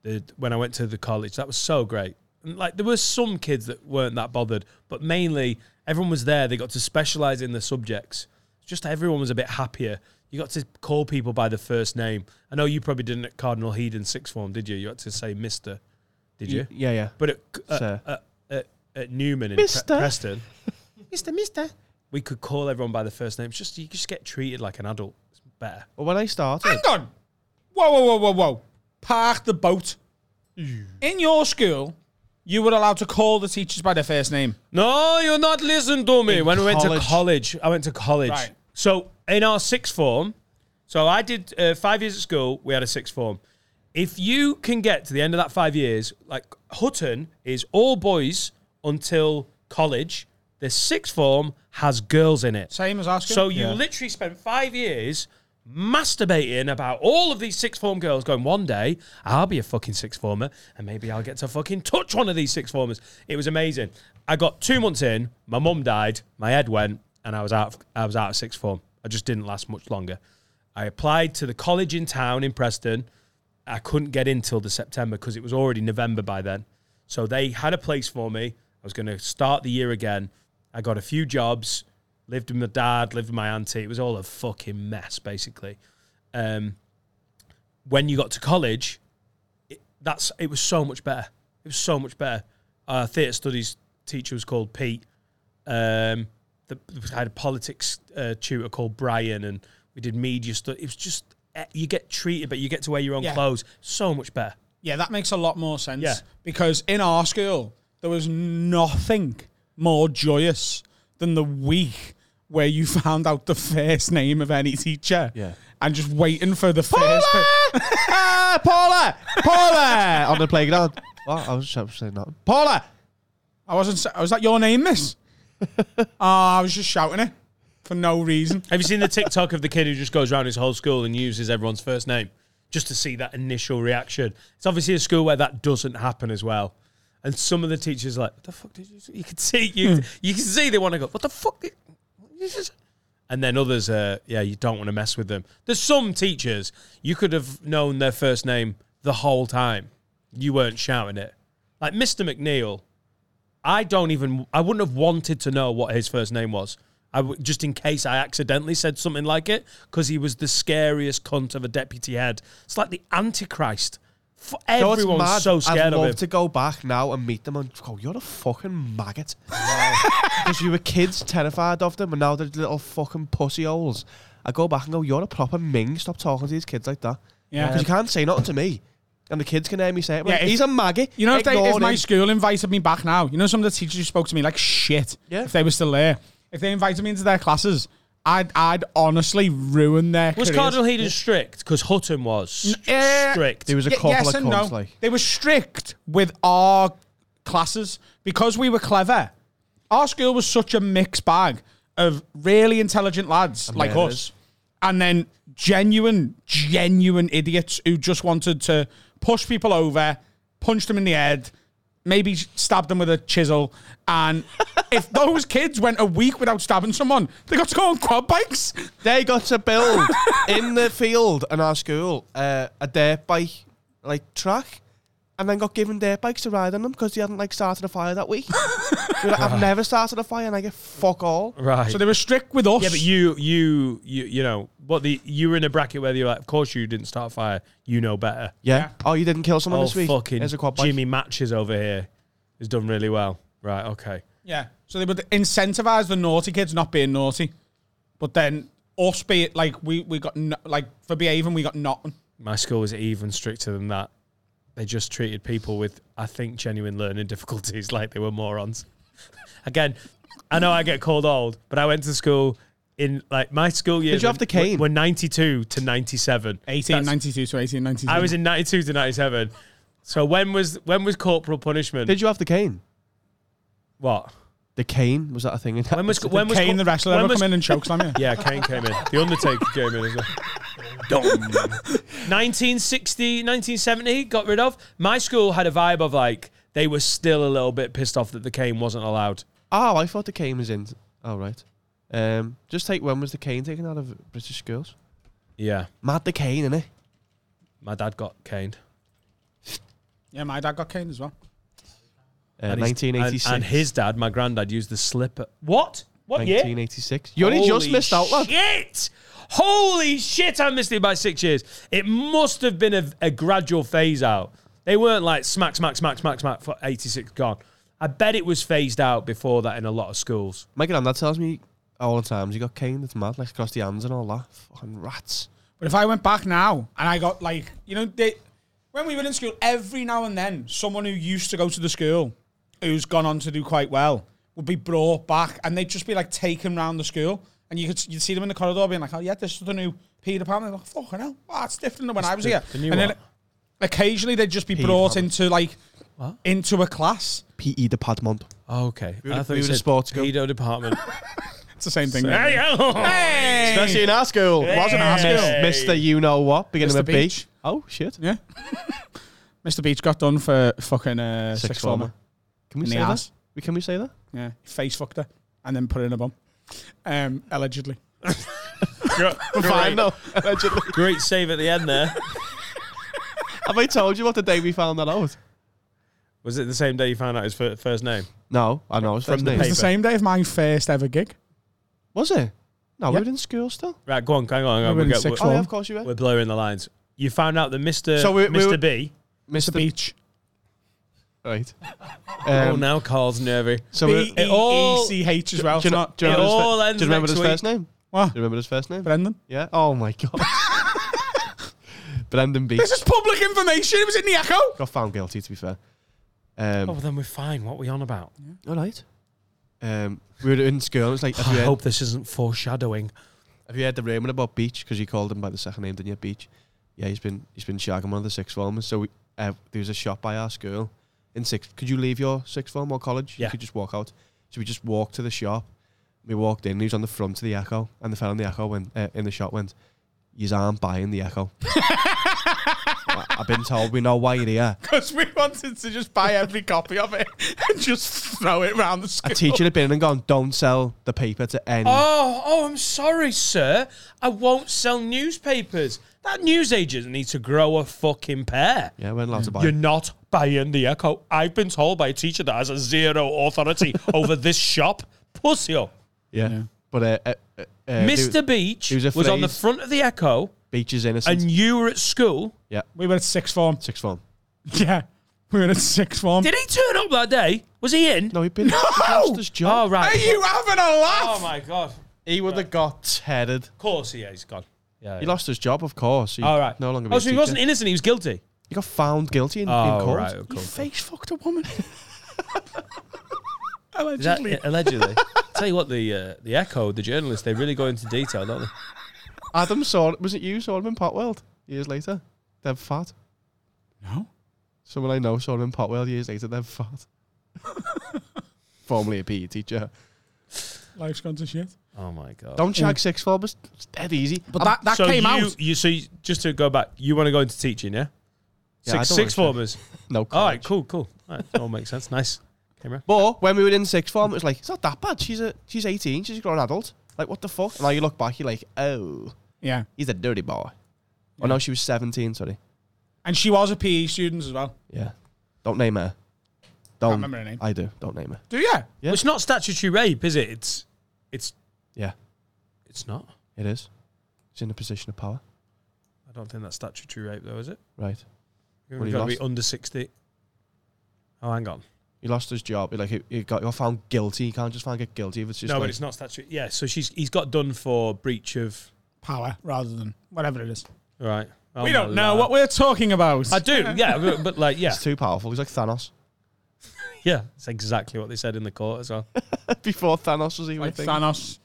the, when I went to the college, that was so great. And like there were some kids that weren't that bothered, but mainly everyone was there. They got to specialize in the subjects. Just everyone was a bit happier. You got to call people by the first name. I know you probably didn't at Cardinal Heed in sixth form, did you? You had to say Mister, did you? Yeah, yeah. But at, at, Sir. at, at, uh, at Newman in Pre- Mister. Preston, Mister, Mister, we could call everyone by the first name. It's just you just get treated like an adult. It's better. But when I started, Hang on. Whoa, whoa, whoa, whoa, whoa. Park the boat. In your school, you were allowed to call the teachers by their first name. No, you're not listening to me. In when we went college. to college, I went to college. Right. So in our sixth form, so I did uh, five years at school. We had a sixth form. If you can get to the end of that five years, like Hutton is all boys until college. The sixth form has girls in it. Same as our school. So you literally spent five years masturbating about all of these sixth form girls going, one day I'll be a fucking sixth former and maybe I'll get to fucking touch one of these sixth formers. It was amazing. I got two months in, my mum died, my head went, and I was out of, I was out of sixth form. I just didn't last much longer. I applied to the college in town in Preston. I couldn't get in till the September because it was already November by then. So they had a place for me. I was going to start the year again. I got a few jobs, lived with my dad, lived with my auntie. It was all a fucking mess, basically. Um, when you got to college, it, that's it was so much better. It was so much better. Our theatre studies teacher was called Pete. Um, the, I had a politics uh, tutor called Brian, and we did media stuff. It was just eh, you get treated, but you get to wear your own Yeah. clothes. So much better. Yeah, that makes a lot more sense. Yeah. Because in our school, there was nothing more joyous than the week where you [LAUGHS] found out the first name of any teacher. Yeah. And just waiting for the first. [LAUGHS] Ah, Paula! Paula! [LAUGHS] on the playground. What? I was just saying that. Paula! I wasn't. s- Was that your name, [LAUGHS] miss? Oh, I was just shouting it for no reason. Have you seen the TikTok of the kid who just goes around his whole school and uses everyone's first name just to see that initial reaction? It's obviously a school where that doesn't happen as well. And some of the teachers are like, what the fuck did you say? You can see Hmm. you you can see they want to go, what the fuck did what did you say?" and then others uh yeah, you don't want to mess with them. There's some teachers you could have known their first name the whole time. You weren't shouting it. Like Mr. McNeil, I don't even. I wouldn't have wanted to know what his first name was. I w- just in case I accidentally said something like it because he was the scariest cunt of a deputy head. It's like the Antichrist. F No, it's everyone's mad. so scared I'd of love him. to go back now and meet them and go, you're a fucking maggot. [LAUGHS] Because you were kids terrified of them and now they're little fucking pussy holes. I go back and go, you're a proper ming. Stop talking to these kids like that. Yeah. Um, Because you can't say nothing to me. And the kids can hear me say it. Yeah, Like, if- He's a maggot. You know, if, they, Ignore if my him." school invited me back now, you know, some of the teachers who spoke to me like shit. Yeah. If they were still there, if they invited me into their classes, I'd I'd honestly ruin their. Was careers. Cardinal Heaton strict? Because Hutton was s- Uh, strict. There was a Y- couple yes of and cunts, no. like. They were strict with our classes because we were clever. Our school was such a mixed bag of really intelligent lads like murderers. us, and then genuine, genuine idiots who just wanted to push people over, punch them in the head, maybe stab them with a chisel. [LAUGHS] And if those kids went a week without stabbing someone, they got to go on quad bikes. They got to build in the field in our school uh, a dirt bike like track, and then got given dirt bikes to ride on them because they hadn't like started a fire that week. They're like, I've never started a fire, and I get fuck all. Ah. right. So they were strict with us. yeah, but you, you, you, you know what? The you were in a bracket where you were like, of course you didn't start a fire. You know better. Yeah. Oh, you didn't kill someone Oh this week. fucking Here's a quad bike. Jimmy matches over here has done really well. Right. Okay. Yeah. So they would incentivize the naughty kids not being naughty, but then us be it like we we got no, like for behaving we got nothing. My school was even stricter than that. they just treated people with, I think, genuine learning [LAUGHS] difficulties like they were morons. [LAUGHS] Again, I know I get called old, but I went to school in like my school years. you have were- the cane? Were ninety two to ninety seven. 1892 to 1893. I was in ninety two to ninety seven. So when was when was corporal punishment? Did you have the cane? what? The cane was that a thing? In When [LAUGHS] was when was Kane, cor- the wrestler, when ever was- come [LAUGHS] in and chokeslam you? Yeah, Kane came in. The Undertaker came in as well. 1960, 1970, got rid of. My school had a vibe of like they were still a little bit pissed off that the cane wasn't allowed. Oh, I thought the cane was in. All right. Um, just take when was the cane taken out of British schools? Yeah, Mad the cane, innit? my dad got caned. Yeah, my dad got Kane as well. Uh, his- 1986. And, and his dad, my granddad, used the slipper. What? What year? 1986. You only just Holy missed out, lad. Shit! Holy shit! I missed it by six years. It must have been a, a gradual phase out. They weren't like smack, smack, smack, smack, smack for eighty six gone. I bet it was phased out before that in a lot of schools. My granddad tells me all the times he got cane. It's mad, like across the hands and all that. Fucking rats. But if I went back now and I got like, you know, they, when we were in school, every now and then someone who used to go to the school, who's gone on to do quite well, would be brought back and they'd just be like taken round the school. And you could you'd see them in the corridor being like, oh, yeah, this is the new Peter Pan. They're like, fucking hell, that's different than when I was here. the new and what? occasionally they'd just be brought into like, into a class. P.E. E the Padmont. Oh, okay. were- we were the sports girl. pedo [LAUGHS] department. It's the same thing. Hey, really. oh. Especially in our school. Wasn't our school. Mr. You Know What, beginning Mr. with B. Beach. Oh, shit. Yeah. Mr. Beach got done for fucking uh, six, former. Can we In the say that? arse. We- Can we say that? Yeah, face fucked her and then put her in a bomb. Um, allegedly. We're fine, though. Allegedly. Great save at the end there. [LAUGHS] Have I told you what the day we found that out? Was it the same day you found out his fir- first name? No, I know. It's From from the the It's the same day of my first ever gig. Was it? No, we were in school still. Right, go on, hang on. Hang on. We were in We're, sixth Oh, Form. yeah, of course you were. we're blurring the lines. You found out that Mr. So we- we Mr. were- B. Mr. Beach. [LAUGHS] Right. Oh, Um, now Carl's nervy. So we B do E it all- E C H as well. you know- do you remember it his fir- all do you ends remember next his week. first name? What? Do you remember his first name? Brendan? Yeah. Oh [LAUGHS] my god. Brendan Beach This is public information. It was in the Echo. got found guilty. To be fair. Um, Oh, well, then we're fine. What are we on about? All right. Um, we were in school. and It's like, have you, Oh, [LAUGHS] I heard, hope this isn't foreshadowing. have you heard the rumor about Beach? Because you called him by the second name, didn't you? Beach. Yeah, he's been he's been shagging one of the sixth formers. So we, uh, there was a shop by our school in sixth. Could you leave your sixth form or college? Yeah. You could just walk out. So we just walked to the shop. We walked in. He was on the front of the Echo, and the fella in the Echo went uh, in the shop went. You aren't buying the [LAUGHS] Echo. I- I've been told we know why you're here. Because we wanted to just buy every copy of it [LAUGHS] and just throw it round the A school. teacher had been in and gone, don't sell the [LAUGHS] paper to any. Oh, oh, I'm sorry, sir. I won't sell newspapers. That newsagent needs to grow a fucking pair. Yeah, we're not allowed to buy You're it. not buying the Echo. I've been told by a teacher that has a zero [LAUGHS] authority over this shop. Pussy up. Yeah. But uh, uh, uh, uh, Mr. Beach he was was, on the afraid. front of the Echo, Beach is innocent. and you were at school. We were at sixth form. Sixth form. Yeah. We were at sixth form. Did he turn up that day? Was he in? No, he'd been. No! He lost his job. Oh, right. Are you having a Oh, laugh? my God. Of He would have got headed. course he is. God. Yeah. He lost his job, of course. He All right. No longer. oh, be a so he teacher. wasn't innocent. He was guilty. Oh, He got found guilty in, in court. Face fucked a woman. Allegedly. [LAUGHS] Allegedly. [LAUGHS] allegedly. Tell you what, the uh, the Echo, the journalist, they really go into detail, don't they? Adam saw. Was it you saw him in Potwell years later? They're fat. No. Someone I know saw him in Potwell years later. They're fat. [LAUGHS] Formerly a PE teacher. Life's gone to shit. Um, Oh my god. Don't shag six formers. It's dead easy. But that, that so came you, out. You so you, just to go back, you want to go into teaching, yeah? Yeah, I six don't six wanna formers. No. All college. right, cool, cool. All right, that all makes sense. Nice. Camera. But when we were in sixth form, it was like it's not that bad. She's a she's eighteen. She's a grown adult. Like what the fuck? And now you look back, you're like, oh, Yeah. he's a dirty boy. Oh no, she was seventeen. Sorry. And she was a PE student as well. Yeah. Don't name her. Don't. remember her name. I do. Don't name her. Do you? [LAUGHS] Yeah. It's not statutory rape, is it? It's it's Yeah, it's not. it is. She's in a position of power. I don't think that's statutory rape though, is it? Right. You've Well, he got to be lost. under sixty. Oh, hang on. He lost his job. He, Like he, he got, he got found guilty. You can't just find get guilty if it's just. no, like- but it's not statutory. Yeah, so she's he's got done for breach of. Power rather than whatever it is. All right. Oh we don't know what we're talking about. I do, yeah, but, but like, yeah, It's too powerful. He's like Thanos. [LAUGHS] yeah, it's exactly what they said in the court as well. Do Before Thanos was even a like thing. Thanos.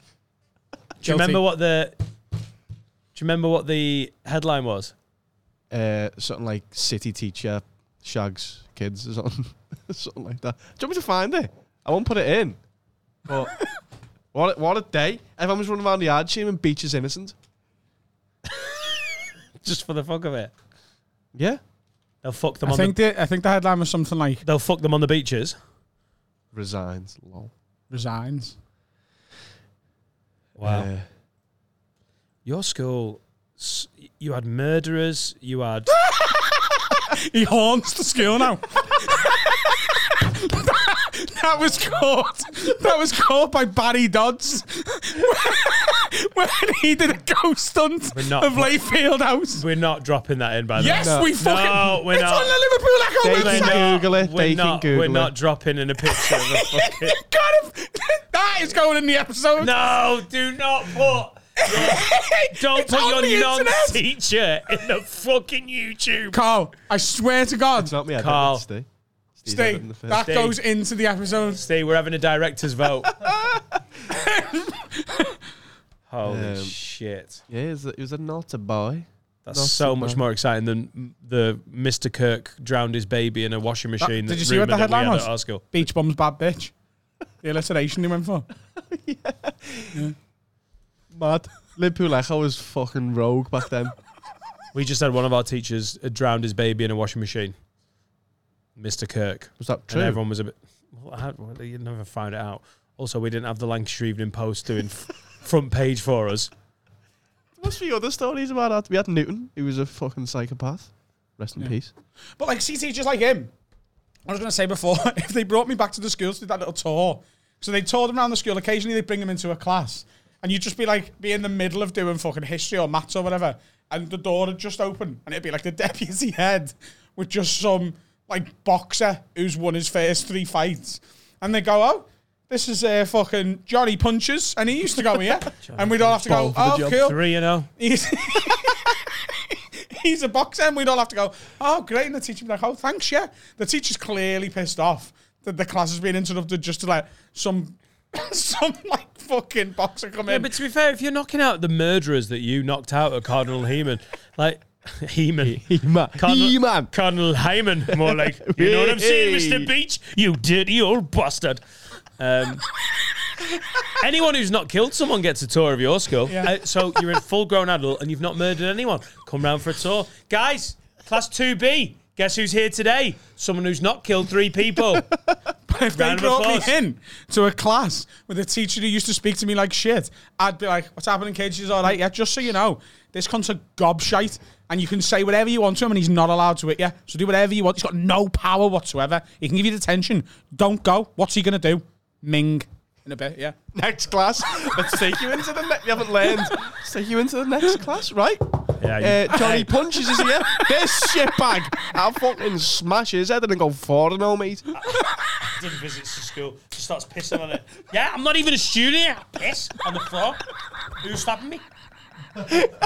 you remember what the? Do you remember what the headline was? [LAUGHS] Uh, something like City Teacher Shags Kids or something. [LAUGHS] something like that. Do you want me to find it? I won't put it in. [LAUGHS] But what, a- what a day. Everyone was running around the yard shooting and Beach is innocent. Just for the fuck of it, Yeah. they'll fuck them I on. think the, the, I think the headline was something like they'll fuck them on the beaches. Resigns. Lol. resigns. Wow, Uh, your school, s- you had murderers, you had [LAUGHS] He haunts the school now. [LAUGHS] that was caught. That was caught by Barry Dodds [LAUGHS] when he did a ghost hunt We're not- of Layfield House. We're not dropping that in, by the Yes, way. we fucking. No, we're it's not. on the Liverpool They Echo can website. [LAUGHS] Google it. We're They can not, Google We're not it. dropping in a picture of a fucking. you got him. [LAUGHS] That is going in the episode. [LAUGHS] No, do not put. Don't It's put on the your non internet. teacher in the fucking YouTube. Carl, I swear to God, It's not me. I Carl. Carl. It's Steve. Steve's editing Steve, the film. that Steve. goes into the episode. Steve, we're having a director's [LAUGHS] vote. Holy Um, shit. Yeah, is it was a not a boy. That's not so too much bad. more exciting than the Mr. Kirk drowned his baby in a washing machine. did that you see what the rumoured that we headline had was? At our school. Beach bum's bad bitch. The alliteration he went for. Mad. Liverpool Echo was fucking rogue back then. We just had one of our teachers uh, drowned his baby in a washing machine. Mr. Kirk. Was that And true? everyone was a bit. Well, I had, well, you never found it out. Also, we didn't have the Lancashire Evening Post doing f- front page for us. Must be other stories about that. We had Newton, who was a fucking psychopath. Rest in peace. But like, see teachers like him. I was going to say before, [LAUGHS] if they brought me back to the school to do that little tour, so they toured them around the school. Occasionally, they would bring them into a class, and you'd just be like, be in the middle of doing fucking history or maths or whatever, and the door had just opened, and it'd be like the [LAUGHS] deputy head with just some like boxer who's won his first three fights, and they go, oh. This is uh, fucking Johnny Punches, and he used to go [LAUGHS] here, and we'd all have to go. Ball for the Oh, job. cool. Three, you know. He's, [LAUGHS] he's a boxer, and we'd all have to go, oh, great. And the teacher would be like, oh, thanks, yeah. The teacher's clearly pissed off that the class has been interrupted just to let some, [COUGHS] some like, fucking boxer come Yeah, in. but to be fair, if you're knocking out the murderers that you knocked out at Cardinal Heeman, like [LAUGHS] Heeman, He-Man. Cardinal, He-Man. Cardinal Heyman, more like you know what I'm saying, Mister Beach, you dirty old bastard. Um, anyone who's not killed someone gets a tour of your school. Yeah. Uh, so you're a full-grown adult and you've not murdered anyone. Come round for a tour, guys. Class two B. Guess who's here today? Someone who's not killed three people. if they round of brought applause. me in to a class with a teacher who used to speak to me like shit, I'd be like, what's happening, kids? She's all right, yeah. Just so you know, this cunt's a gobshite, and you can say whatever you want to him, and he's not allowed to it, yeah. So do whatever you want. He's got no power whatsoever. He can give you detention. Don't go. What's he gonna do? Ming in a bit, [LAUGHS] yeah. Next class. Let's take you into the next. You haven't learned. Let's take you into the next class, right? Yeah, you- Uh, Johnny Punches is here. this shitbag. I'll fucking smash his head and then go four and oh, mate. does visits to school, just starts pissing on it. Yeah, I'm not even a student. here. I piss on the floor. Who's stopping me?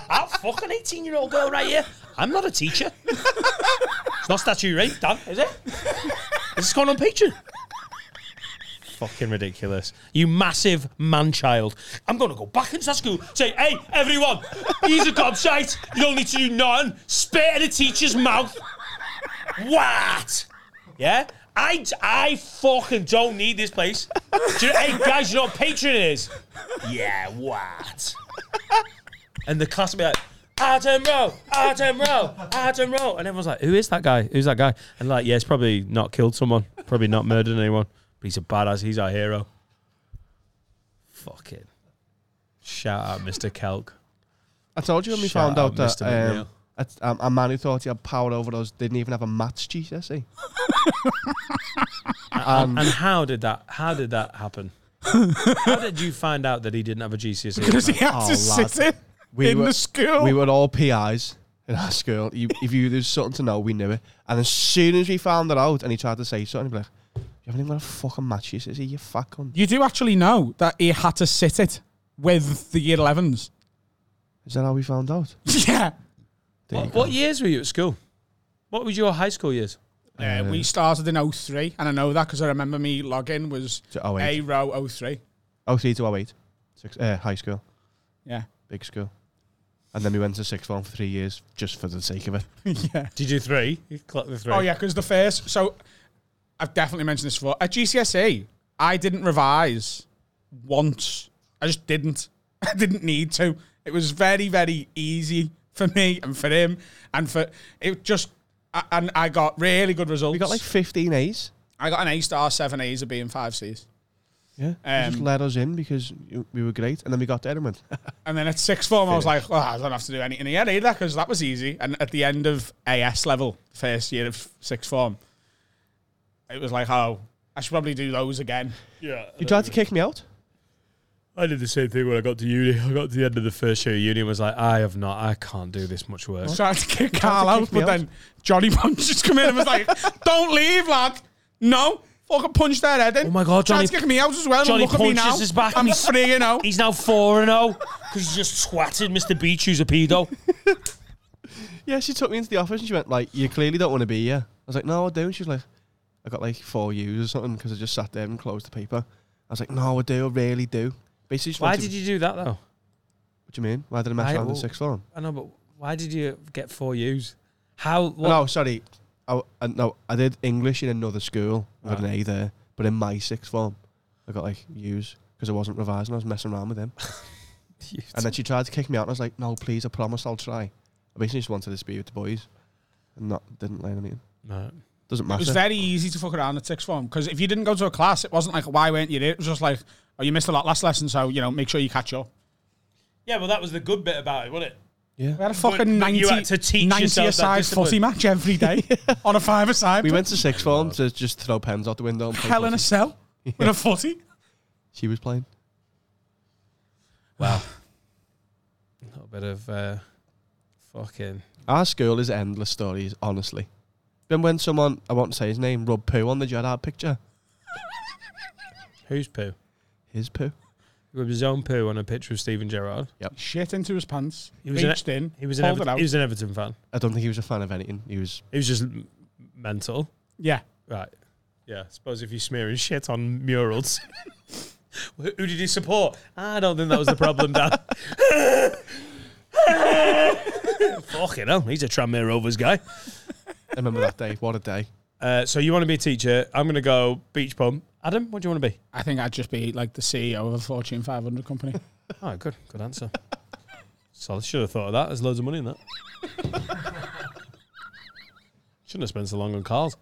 I'll fuck an 18 year old girl right here. I'm not a teacher. It's not statue rape, Dan, is it? Is this going on Patreon? Fucking ridiculous. You massive man child. I'm going to go back into that school, say, hey, everyone, he's a gobshite. You don't need to do nothing. Spit in a teacher's mouth. What? Yeah? I, I fucking don't need this place. Do you, hey, guys, you know what Patreon is? Yeah, what? and the class would be like, Adam Rowe, Adam Rowe, Adam Rowe. And everyone's like, who is that guy? Who's that guy? And like, yeah, it's probably not killed someone, probably not murdered anyone, but he's a badass. He's our hero. Fucking. Shout out, Mr. Kelk. I told you when we Shout found out, out, that Mr. McNeil. um, that's- um, a man who thought he had power over us didn't even have a maths GCSE. and how did that? How did that happen? how did you find out that he didn't have a [LAUGHS] GCSE? Because he had Oh, to lad. sit in, We in were- the school. We were all PIs in our school. You, if you there's something to know, we knew it. And as soon as we found it out, and he tried to say something, he'd be like, "You haven't even got a fucking match." He says, "You fuck cunt." you do actually know that he had to sit it with the year 11s. Is that how we found out? [LAUGHS] yeah. There you What, go. what years were you at school? What was your high school years? Uh, Um, we started in 03, and I know that because I remember me login was To 08. A row 03. Oh, three to 08. Six, uh, high school, Yeah. big school. And then we went to sixth form for three years just for the sake of it. yeah. Did you three? You clocked the three. Oh, yeah, because the first, so I've definitely mentioned this before. At GCSE, E, I didn't revise once. I just didn't. [LAUGHS] I didn't need to. It was very, very easy for me and for him. And for it just, I, and I got really good results. We got like 15 A's. I got an A star, seven A's, a B, and five C's. Yeah. Um, they just let us in because you- we were great. And then we got there and went, And then at sixth form, I was like, oh, I don't have to do anything yet either because that was easy. And at the end of AS level, first year of sixth form, it was like, oh, I should probably do those again. yeah. You tried to kick me out? I did the same thing when I got to uni. [LAUGHS] I got to the end of the first year of uni and was like, I have not, I can't do this much work. Tried to kick Carl kick out, me but out. then Johnny Punch just come in and [LAUGHS] was like, don't leave, lad. No. Fucking punch their head in. Oh my God, Tried Johnny- to kick me out as well. Johnny and look at me punches now. his back I'm and he's- free, [LAUGHS] you know. He's now 4 and 0 because he just twatted Mr. Beach, who's a pedo. Yeah, she took me into the office and she went, like, you clearly don't want to be here. I was like, no, I do. And she was like, I got like four U's or something because I just sat there and closed the paper. I was like, no, I do. I really do. Basically, just Why wanted- did you Oh. do that though? What do you mean? Why did I mess I- around in well- sixth form? I know, but why did you get four U's? How? What, No, sorry. I, I, no, I did English in another school. I got an A there. But in my sixth form, I got like U's because I wasn't revising. I was messing around with them. and then she tried to kick me out. And I was like, no, please, I promise I'll try. I basically just wanted to be with the boys and not didn't learn anything. No. Doesn't It was matter. very easy to fuck around at sixth form because if you didn't go to a class, it wasn't like, why weren't you there? It was just like, oh, you missed a lot last lesson, so, you know, make sure you catch up. Yeah, well, that was the good bit about it, wasn't it? We had a But- fucking but 90, you had to teach 90 yourself that aside discipline. footy match [LAUGHS] every day on a five aside. we went to sixth form to just throw pens out the window. And play hell in a footy. cell with a footy. she was playing. Wow. a little bit of uh, fucking. Our school is endless stories, honestly. Then when someone, I won't say his name, rubbed poo on the Gerard picture, Who's poo? his poo. He rubbed his own poo on a picture of Stephen Gerrard. Shit into his pants. He He was reached an, in. He was an, pulled Ever- it out. he was an Everton fan. I don't think he was a fan of anything. He was He was just m- mental. yeah. Right. Yeah. I suppose if you're smearing shit on murals. [LAUGHS] Who who did he support? I don't think that was the problem, Dan. [LAUGHS] Fucking hell, he's a Tranmere Rovers guy. I remember that day. What a day. Uh, so you want to be a teacher? I'm going to go beach bum. Adam, what do you want to be? I think I'd just be like the CEO of a Fortune 500 company. Oh, good, good answer. Solid. Should have thought of that. There's loads of money in [LAUGHS] that. Shouldn't have spent so long on cars.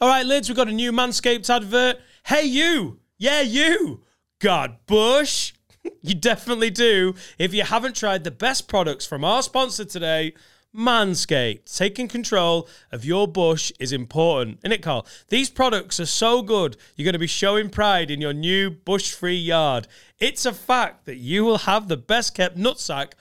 All right, lads, we've got a new Manscaped advert. Hey, you! Yeah, you! God, Bush! [LAUGHS] You definitely do. If you haven't tried the best products from our sponsor today, Manscaped. Taking control of your bush is important, isn't it, Carl? These products are so good, you're going to be showing pride in your new bush free yard. It's a fact that you will have the best kept nutsack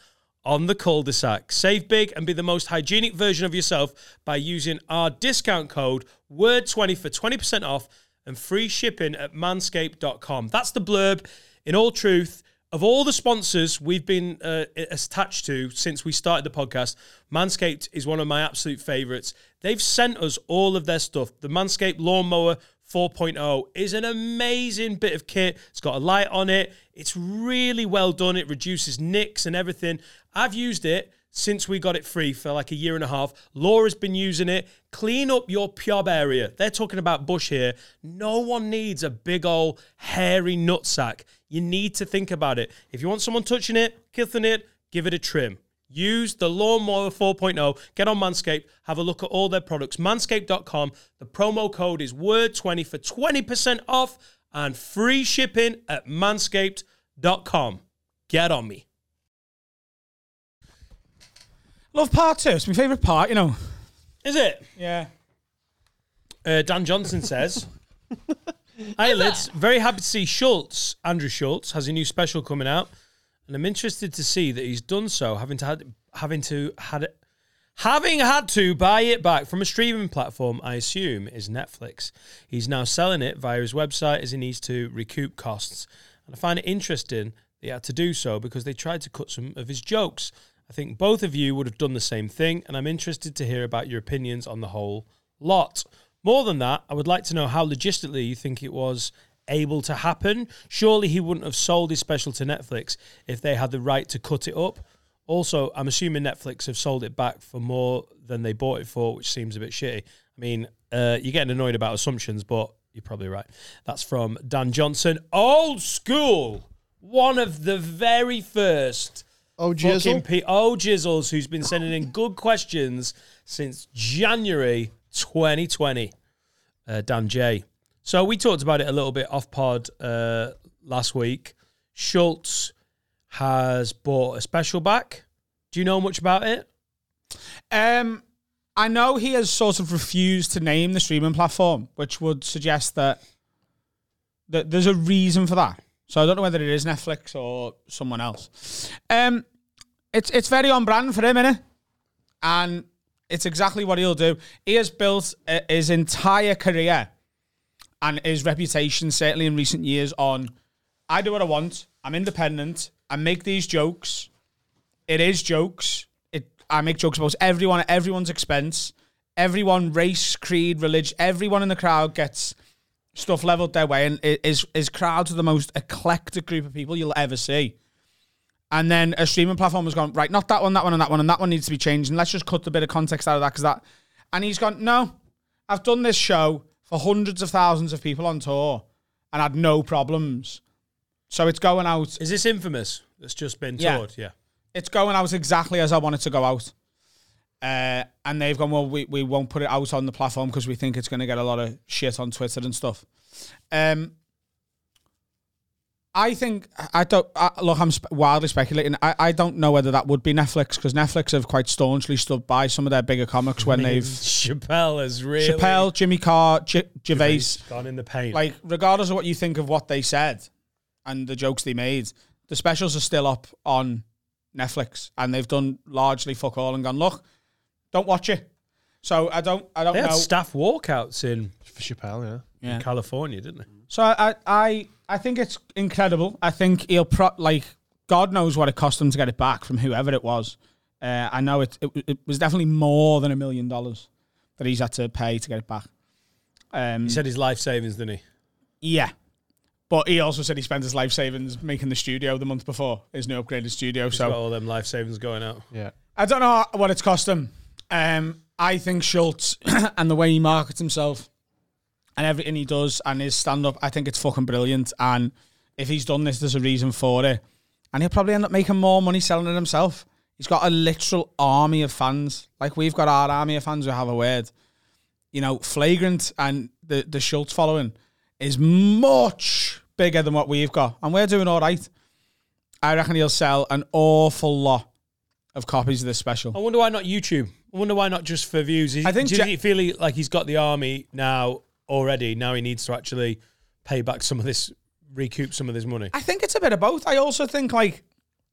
on the cul-de-sac. Save big and be the most hygienic version of yourself by using our discount code WORD20 for 20% off and free shipping at manscaped.com. That's the blurb in all truth of all the sponsors we've been uh, attached to since we started the podcast. Manscaped is one of my absolute favorites. They've sent us all of their stuff. The Manscaped lawnmower 4.0 is an amazing bit of kit. It's got a light on it. It's really well done. It reduces nicks and everything. I've used it since we got it free for like a year and a half. Laura's been using it. Clean up your pub area. They're talking about bush here. No one needs a big old hairy nutsack. You need to think about it. If you want someone touching it, kissing it, give it a trim. Use the Lawnmower 4.0. Get on Manscaped. Have a look at all their products. Manscaped.com. The promo code is WORD20 for 20% off and free shipping at manscaped.com. Get on me. Love part two. It's my favourite part, you know. Is it? Yeah. Uh, Dan Johnson says, Hi, lads. Very happy to see Schultz. Andrew Schultz has a new special coming out, and I'm interested to see that he's done so, having to had, having to had it, having had to buy it back from a streaming platform. I assume is Netflix. He's now selling it via his website as he needs to recoup costs, and I find it interesting that he had to do so because they tried to cut some of his jokes. I think both of you would have done the same thing, and I'm interested to hear about your opinions on the whole lot. More than that, I would like to know how logistically you think it was able to happen. Surely he wouldn't have sold his special to Netflix if they had the right to cut it up. Also, I'm assuming Netflix have sold it back for more than they bought it for, which seems a bit shitty. I mean, uh, you're getting annoyed about assumptions, but you're probably right. That's from Dan Johnson. Old school. One of the very first Oh, fucking P- old jizzles who's been sending in good questions since January 2020. Uh, Dan J. So we talked about it a little bit off pod uh, last week. Schultz has bought a special back. Do you know much about it? Um, I know he has sort of refused to name the streaming platform, which would suggest that that there's a reason for that. So I don't know whether it is Netflix or someone else. Um, it's it's very on brand for him, innit? And it's exactly what he'll do. He has built uh, his entire career and his reputation, certainly in recent years, on I do what I want. I'm independent. I make these jokes. It is jokes. It I make jokes about everyone at everyone's expense. Everyone, race, creed, religion, everyone in the crowd gets stuff leveled their way, and i- his his crowds are the most eclectic group of people you'll ever see. And then a streaming platform has gone right, not that one, that one, and that one, and that one needs to be changed, and let's just cut a bit of context out of that because that. And he's gone, no, I've done this show for hundreds of thousands of people on tour, and had no problems. So it's going out Is this infamous? That's just been Yeah. toured. Yeah. it's going out exactly as I want it to go out. Uh, and they've gone, well, we, we won't put it out on the platform because we think it's going to get a lot of shit on Twitter and stuff. Um, I think, I don't, I, look, I'm sp- wildly speculating. I, I don't know whether that would be Netflix because Netflix have quite staunchly stood by some of their bigger comics when they've. Chappelle has really Chappelle, Jimmy Carr, J- Gervais, gone in the paint. like regardless of what you think of what they said and the jokes they made, the specials are still up on Netflix and they've done largely fuck all and gone look, don't watch it. So I don't, I don't they had know. staff walkouts in For Chappelle, yeah. Yeah. California, didn't they? so I, I, I think it's incredible. I think he'll pro like God knows what it cost them to get it back from whoever it was. Uh, I know it, it, it was definitely more than a million dollars that he's had to pay to get it back. Um, He said his life savings, didn't he? Yeah. But he also said he spent his life savings making the studio the month before his new upgraded studio. He's got So all them life savings going out. Yeah. I don't know what it's cost him. Um, I think Schultz [COUGHS] and the way he markets himself and everything he does and his stand up, I think it's fucking brilliant. And if he's done this, there's a reason for it. And he'll probably end up making more money selling it himself. He's got a literal army of fans. Like we've got our army of fans who have a word. You know, Flagrant and the, the Schultz following is much bigger than what we've got. And we're doing all right. I reckon he'll sell an awful lot of copies of this special. I wonder why not YouTube. I wonder why not just for views. Is, I think do you Ja- think- feel he- like he's got the army now already. Now he needs to actually pay back some of this, recoup some of this money. I think it's a bit of both. I also think like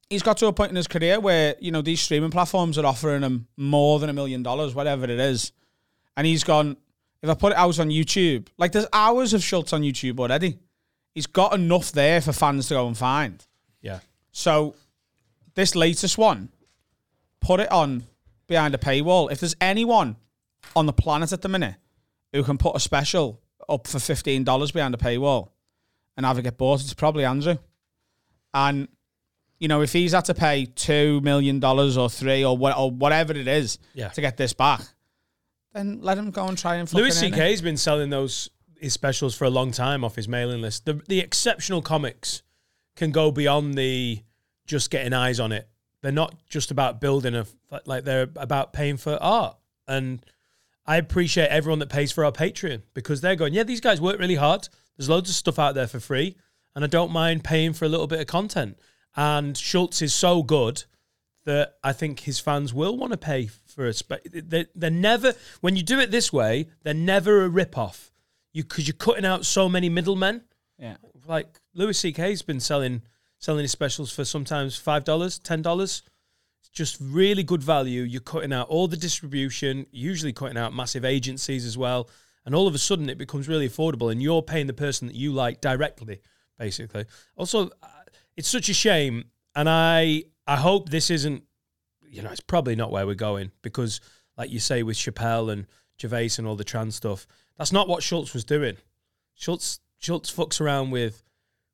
he's got to a point in his career where you know these streaming platforms are offering him more than a million dollars, whatever it is, and he's gone. If I put it out on YouTube, like there's hours of Schultz on YouTube already. He's got enough there for fans to go and find. Yeah. So this latest one, put it on behind a paywall. If there's anyone on the planet at the minute who can put a special up for fifteen dollars behind a paywall and have it get bought, it's probably Andrew. And you know, if he's had to pay two million dollars or three or what or whatever it is Yeah. to get this back, then let him go and try and. Louis fucking earn CK it. has been selling those his specials for a long time off his mailing list. The the exceptional comics can go beyond the just getting eyes on it. They're not just about building a like they're about paying for art. And I appreciate everyone that pays for our Patreon because they're going, yeah, these guys work really hard. There's loads of stuff out there for free, and I don't mind paying for a little bit of content. And Schultz is so good that I think his fans will want to pay for a spe- they, they're never when you do it this way they're never a rip off you because you're cutting out so many middlemen Yeah. like Louis CK's been selling selling his specials for sometimes five dollars ten dollars it's just really good value you're cutting out all the distribution usually cutting out massive agencies as well and all of a sudden it becomes really affordable and you're paying the person that you like directly basically also uh, it's such a shame and I I hope this isn't you know, it's probably not where we're going because, like you say, with Chappelle and Gervais and all the trans stuff, that's not what Schultz was doing. Schultz Schultz fucks around with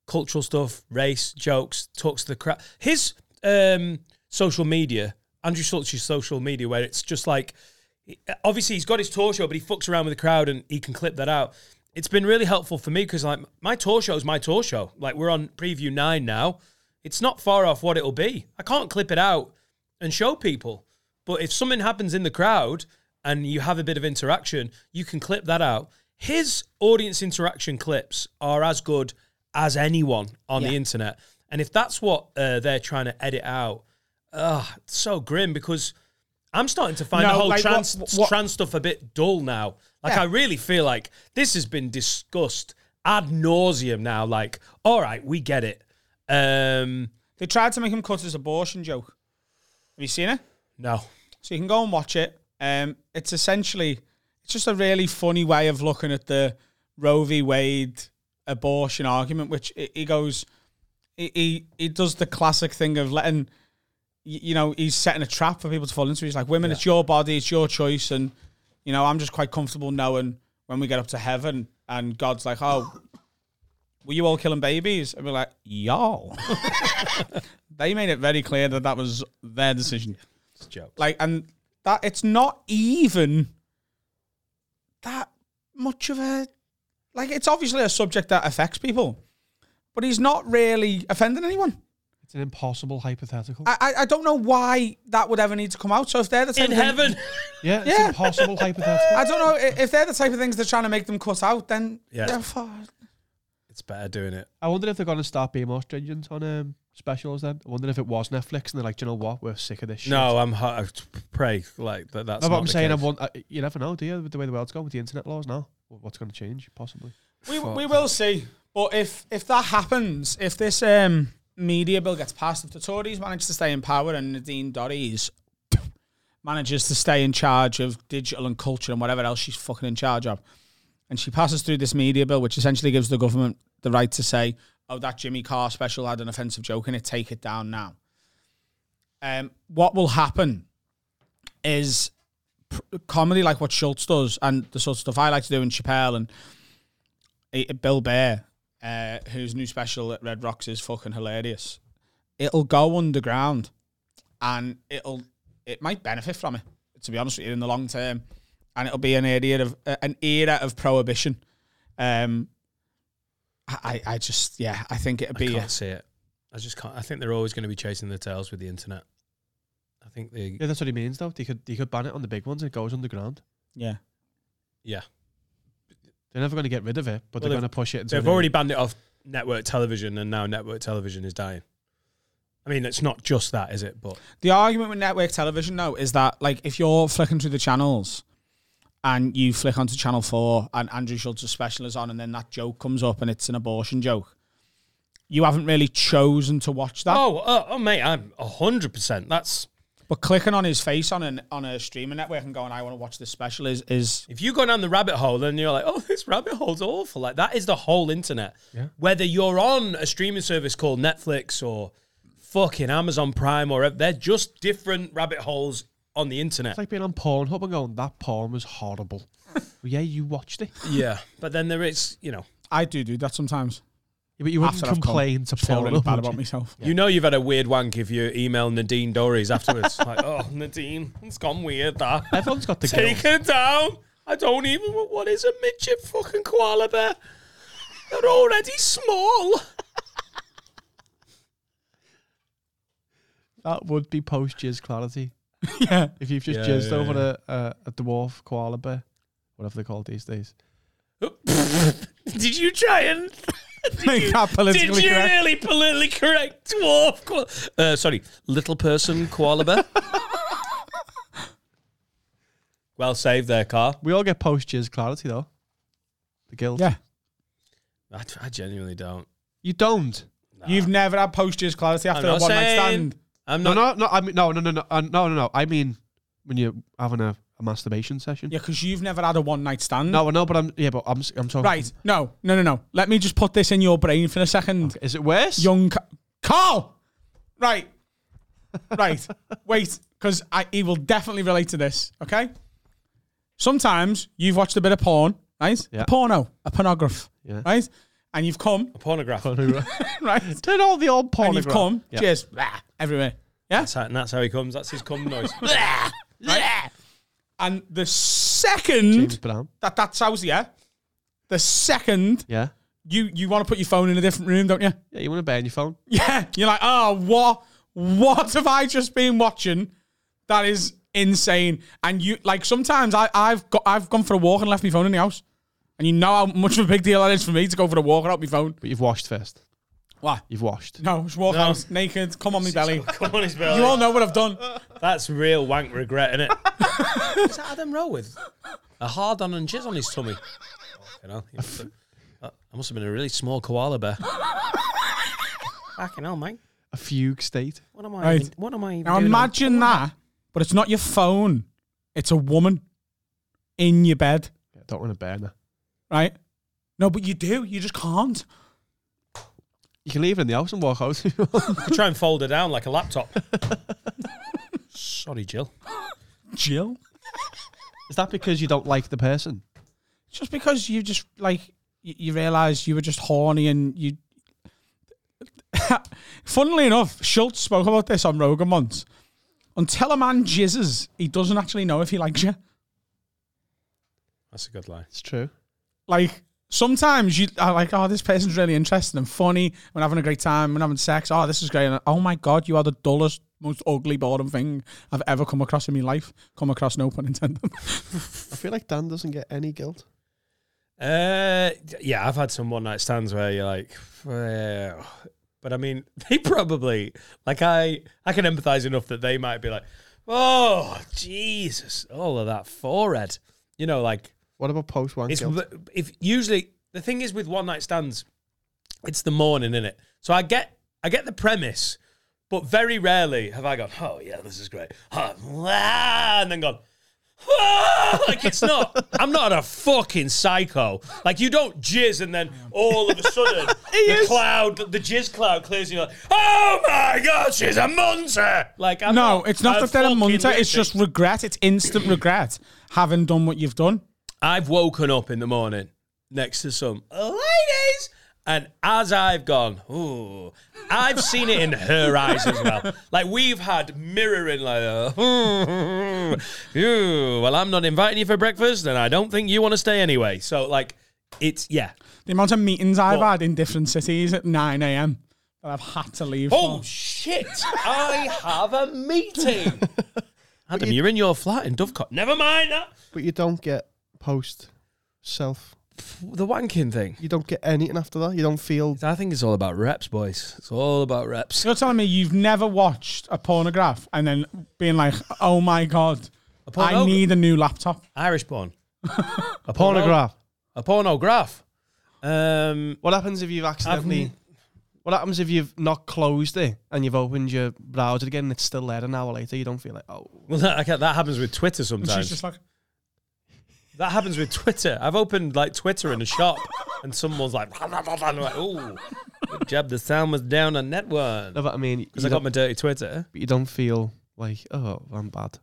cultural stuff, race jokes, talks to the crowd. His um, social media, Andrew Schultz's social media, where it's just like, obviously he's got his tour show, but he fucks around with the crowd and he can clip that out. It's been really helpful for me because like my tour show is my tour show. Like we're on preview nine now. It's not far off what it'll be. I can't clip it out and show people. But if something happens in the crowd and you have a bit of interaction, you can clip that out. His audience interaction clips are as good as anyone on the internet. And if that's what uh, they're trying to edit out, ugh, it's so grim because I'm starting to find No, the whole like, trans, what- what- trans stuff a bit dull now. Like, I really feel like this has been discussed ad nauseum now. Like, all right, we get it. Um, They tried to make him cut his abortion joke. Have you seen it? no. So you can go and watch it. Um, it's essentially it's just a really funny way of looking at the Roe v. Wade abortion argument, which he- he goes, he he, he does the classic thing of letting, y- you know, he's setting a trap for people to fall into. He's like, women, it's your body, it's your choice, and you know, I'm just quite comfortable knowing when we get up to heaven and God's like, oh, were you all killing babies? And we're like, y'all. [LAUGHS] they made it very clear that that was their decision It's jokes. like and that it's not even that much of a like it's obviously a subject that affects people but he's not really offending anyone It's an impossible hypothetical. i i, I don't know why that would ever need to come out so if they're the type in of thing- heaven. yeah, it's yeah. [LAUGHS] impossible hypothetical. i don't know i- if they're the type of things they're trying to make them cut out then Yeah. yeah, fuck. It's better doing it. I wonder if they're going to start being more stringent on um, specials then. I wonder if it was Netflix and they're like, "Do you know what? We're sick of this shit. No, I'm hot. I pray like that. That's No, not but I'm the saying, I case. want, I, you never know, do you? With the way the world's going with the internet laws now, Wh- what's going to change possibly? we, we will see but if if that happens if this um media bill gets passed if the tories manage to stay in power and nadine dorries [CLEARS THROAT] manages to stay in charge of digital and culture and whatever else she's fucking in charge of. And she passes through this media bill, which essentially gives the government the right to say, oh, that Jimmy Carr special had an offensive joke in it, take it down now. Um, what will happen is pr- comedy like what Schultz does and the sort of stuff I like to do in Chappelle and eh, Bill Bear, uh, whose new special at Red Rocks is fucking hilarious. It'll go underground and it'll it might benefit from it to be honest with you in the long term and it'll be an area of uh, an era of prohibition um I, I I just yeah I think it'd I be can't see it. I just can't. I think they're always going to be chasing their tails with the internet. I think they. Yeah, that's what he means though. They could, they could ban it on the big ones and it goes underground. yeah Yeah, They're never going to get rid of it, but Well, they're they've- going to push it. Into they've an already banned it off network television, and now network television is dying. I mean, it's not just that, is it? But The argument with network television, though, is that like if you're flicking through the channels and you flick onto channel four and Andrew Schultz's special is on, and then that joke comes up and it's an abortion joke, you haven't really chosen to watch that. oh, oh, oh mate, I'm hundred percent. That's But clicking on his face on an on a streaming network and going, "I want to watch this special," is is if you go down the rabbit hole and you're like, oh, [LAUGHS] this rabbit hole's awful. Like that is the whole internet. Whether you're on a streaming service called Netflix or fucking Amazon Prime or they're just different rabbit holes on the internet. It's like being on Pornhub and going, that porn [LAUGHS] was horrible. well, yeah, you watched it. Yeah, Yeah, but then there is, you know, I do do that sometimes. but you wouldn't After I've come, complain to Feel really Pornhub. bad would about you? myself. you know, you've had a weird wank if you email Nadine Dorries afterwards. [LAUGHS] like, oh, Nadine, it's gone weird. That [LAUGHS] Everyone's got the take guilt. her down. I don't even. What is a midget fucking koala bear? They're already small. That would be post jizz clarity. [LAUGHS] yeah, If you've just Yeah, jizzed yeah, over yeah. A, a, a dwarf koala bear, whatever they're called these days. Did you try and? make that [LAUGHS] politically Did you correct. really politically correct dwarf? Koala, uh, sorry, little person koala bear. [LAUGHS] well saved there, car. We all get post jizz clarity though. The guilt. Yeah, I, I genuinely don't. You don't. you've never had posters clarity after a not one night saying- stand. I'm No, not. no, no. I mean, no, no, no, no, uh, no, no, no. I mean, when you're having a, a masturbation session. Yeah, because you've never had a one night stand. No, I know, but I'm. Yeah, but I'm. s- I'm talking. Right. No, no, no, no. Let me just put this in your brain for a second. Is it worse? [LAUGHS] Young Ca- Carl. Right. Right. Wait. because he will definitely relate to this. Okay. Sometimes you've watched a bit of porn, right? Yeah. A porno, a pornograph, Yeah. right? And you've [LAUGHS] come, [LAUGHS] [LAUGHS] Pornograph. right? Turn all the old porn. And you've come, Yeah. cheers, blah, everywhere. Yeah. That's how, and that's how he comes. That's his cum [LAUGHS] noise. And the second James Brown. that that sounds yeah, the second Yeah. you you want to put your phone in a different room, don't you? Yeah, you want to burn your phone? Yeah. You're like, oh, what? What have I just been watching? That is insane. And you like sometimes I I've got I've gone for a walk and left my phone in the house, and you know how much of a big deal that is for me to go for a walk without my phone. But you've washed first. Why? You've washed. No, just walk out naked. Come on, my belly. [LAUGHS] Come on, his belly. [LAUGHS] You all know what I've done. That's real wank regret, innit? Is that Adam Rowe with a hard on and jizz on his [LAUGHS] tummy? Oh, You know, he must have, uh, that must have been a really small koala bear. Fucking hell, mate. A fugue state. What am I? Right. Even, what am I? Even Now doing imagine that, but it's not your phone. It's a woman in your bed. Yeah, don't want to burn her. right? No, but you do. You just can't. You can leave it in the house and walk out. [LAUGHS] on? Could try and fold her down like a [LAUGHS] laptop. Sorry, Jill. Jill. Is that because you don't like the person? Just because you just like you, you realize you were just horny and you. [LAUGHS] Funnily enough, Schultz spoke about this on Rogan once. Until a man jizzes, he doesn't actually know if he likes you. That's a good lie. It's true. Like sometimes you are like, oh, this person's really interesting and funny. We're having a great time. We're having sex. Oh, this is great. And, oh my god, you are the dullest, most ugly, boredom thing I've ever come across in my life. Come across, no pun intended. [LAUGHS] I feel like Dan doesn't get any guilt. Uh, yeah, I've had some one night stands where you're like, well, but I mean, [LAUGHS] they probably like I I can empathise enough that they might be like, oh Jesus, all of that forehead, you know, like What about post one it's guilt? if usually the thing is with one night stands, it's the morning in it. So I get I get the premise, but very rarely have I gone, oh yeah, this is great, [LAUGHS] Oh, wow, and then gone. "Ah!" like it's not. I'm not a fucking psycho. Like you don't jizz and then all of a [LAUGHS] sudden the cloud, the jizz cloud clears. And you're like, oh my god, she's a munter. Like I'm No, it's not that they're a fucking munter. It's lunatic. just regret. It's instant regret having done what you've done. I've woken up in the morning next to some ladies, and as I've gone, ooh, I've seen it in her eyes as well. Like we've had mirroring, like, uh, ooh, well, I'm not inviting you for breakfast, and I don't think you want to stay anyway. So, like, it's yeah. The amount of meetings I've What? had in different cities at 9 a.m. that I've had to leave. Oh for. shit! I have a meeting. [LAUGHS] Adam, you're in your flat in Dovecot. Never mind that. but you don't get post self. The wanking thing. You don't get anything after that. You don't feel. I think it's all about reps, boys. It's all about reps. You're telling me you've never watched a pornograph and then being like, oh my God, I porno- need a new laptop. Irish [LAUGHS] porn. a Pornograph. A pornograph. Um, What happens if you've accidentally? I've- what happens if you've not closed it and you've opened your browser again and it's still there an hour later? You don't feel like oh, well, that, okay, that happens with Twitter And sometimes. she's just like, that happens with Twitter. I've opened like Twitter in a shop, and someone's like, "Rah, rah, rah, rah," and I'm like, "Oh, good job. The sound was down on that one." no, but I mean, you Because I got don't, my dirty Twitter. but you don't feel like oh, I'm bad,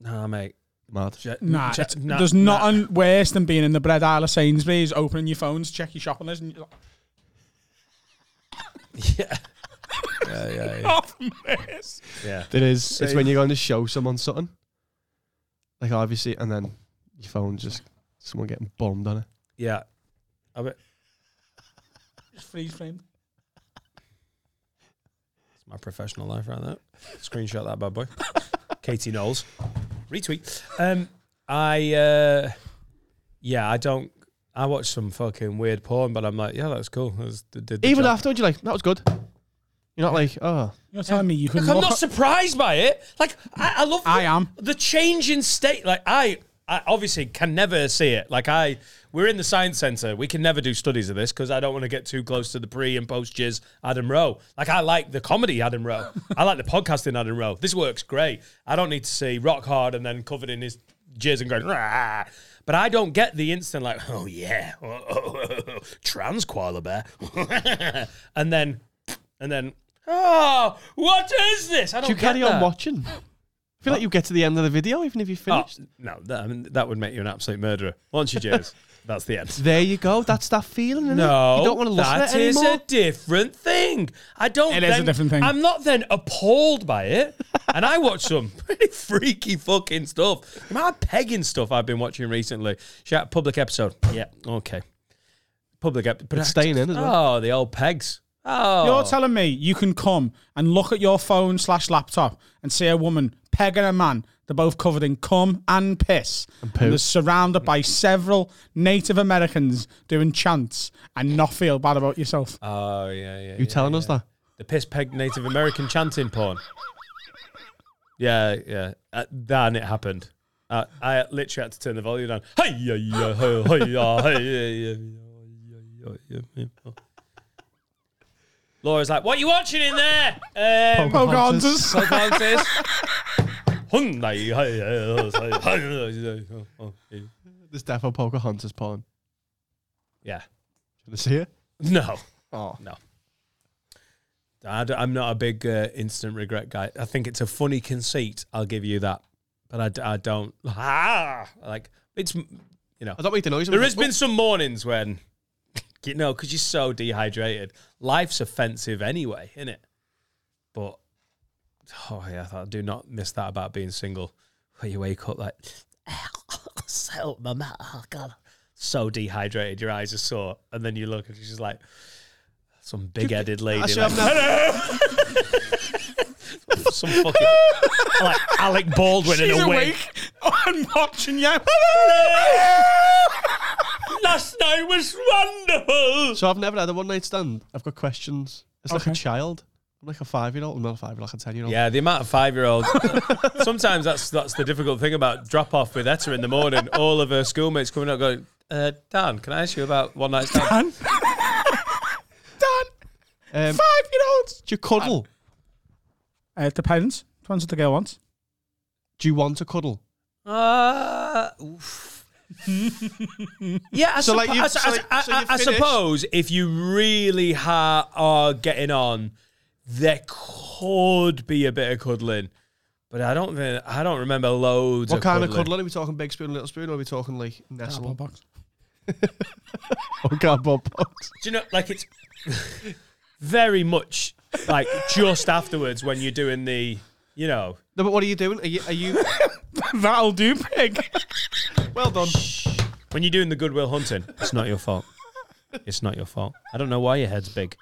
Nah, mate. mad. J- nah, j- it's- nah, there's nah. nothing worse than being in the bread aisle of Sainsbury's, opening your phones, check your shopping list, and you're like, [LAUGHS] Yeah. yeah, yeah, yeah. oh, [LAUGHS] miss. yeah. It is. It's when you're going to show someone something, like obviously, and then your phone just someone getting bombed on it. Yeah. I bet- Just freeze frame. It's my professional life right there. Screenshot that bad boy. [LAUGHS] Katie Knowles. Retweet. Um, I, uh, yeah, I don't, I watch some fucking weird porn, but I'm like, yeah, that's cool. That's, did, did the Even job. afterwards, you're like, that was good. You're not like oh, You're telling me you can Look, I'm look not at- surprised by it. Like, I, I love. The, I am. the change in state. Like, I, I obviously can never see it. Like, I, we're in the science center. We can never do studies of this because I don't want to get too close to the pre and post jizz Adam Rowe. Like, I like the comedy Adam Rowe. I like the podcasting Adam Rowe. This works great. I don't need to see rock hard and then covered in his jizz and going. Rah. But I don't get the instant like, oh yeah, [LAUGHS] trans koala bear, [LAUGHS] and then and then, oh, what is this? I don't do you get carry on that. watching? feel like you get to the end of the video even if you Oh, finished. no, that, I mean, that would make you an absolute murderer. Once you [LAUGHS] jizz, that's the end. There you go. That's that feeling. Isn't No, it? you don't want to listen that to it is anymore. a different thing. I don't. It is a then- different thing. I'm not then appalled by it, [LAUGHS] and I watch some pretty freaky fucking stuff. The amount of pegging stuff I've been watching recently. Shout public [LAUGHS] episode. Yeah, okay. Public episode, but It's staying in as well. Oh, the old pegs. Oh, You're telling me you can come and look at your phone slash laptop and see a woman pegging a man. They're both covered in cum and piss. And, they're surrounded by several Native Americans doing chants and not feel bad about yourself. [LAUGHS] oh yeah, yeah. you telling us that? The piss peg Native American chanting porn. Yeah, yeah. Uh, then it happened. Uh, I literally had to turn the volume down. Hey, yeah, yeah, hey, oh, hey, yeah, hey, yeah, yeah, yeah, yeah, yeah, yeah, yeah. Laura's like, "What you watching in there?" Um, Pocahontas. Pocahontas. Hyundai, hey, hey, hey, hey, oh, hey, hey, hey. There's defo Pocahontas porn. yeah. Can I see it? No. Oh. No. I am not a big uh, instant regret guy. I think it's a funny conceit. I'll give you that. But I d- I, don't. [LAUGHS] Ah, like, it's, m- you know. I don't make the noise. There has been some mornings when, [LAUGHS] you know, because you're so dehydrated, life's offensive anyway, isn't it? But, oh, yeah, I do not miss that about being single. Where you wake up like, [LAUGHS] so, my ma- oh, God. So dehydrated, your eyes are sore. And then you look and she's like, some big headed lady. [LAUGHS] Oh, Actually, like, I've never- some fucking like Alec Baldwin in a wig. Oh, I'm watching you. [LAUGHS] Last night was wonderful. So I've never had a one night stand. I've got questions. It's like Okay. a child. I'm like a five year old. I'm not a five year old. Like a ten year old. Yeah, the amount of five year olds. [LAUGHS] sometimes that's that's the difficult thing about drop off with Etta in the morning. All of her schoolmates coming up going, uh, Dan, can I ask you about one night [LAUGHS] stand? Dan. [LAUGHS] Dan. Um, Five year olds. do you cuddle? Uh, it depends. Depends what the girl wants. Do you want to cuddle? Uh, oof. yeah, I, So, suppo- like, you- I, so, I- like, I- so you've I finished? suppose if you really ha- are getting on, there could be a bit of cuddling, but I don't. thi- I don't remember loads. What of kind cuddling. of cuddling? Are we talking big spoon, little spoon, or are we talking like nestle? box. Oh, cardboard box. Do you know? Like it's very much like just afterwards when you're doing the, you know, No, but what are you doing? Are you? Are you That'll do, pig. [LAUGHS] well done. when you're doing the Goodwill Hunting. It's not your fault. It's not your fault. I don't know why your head's big.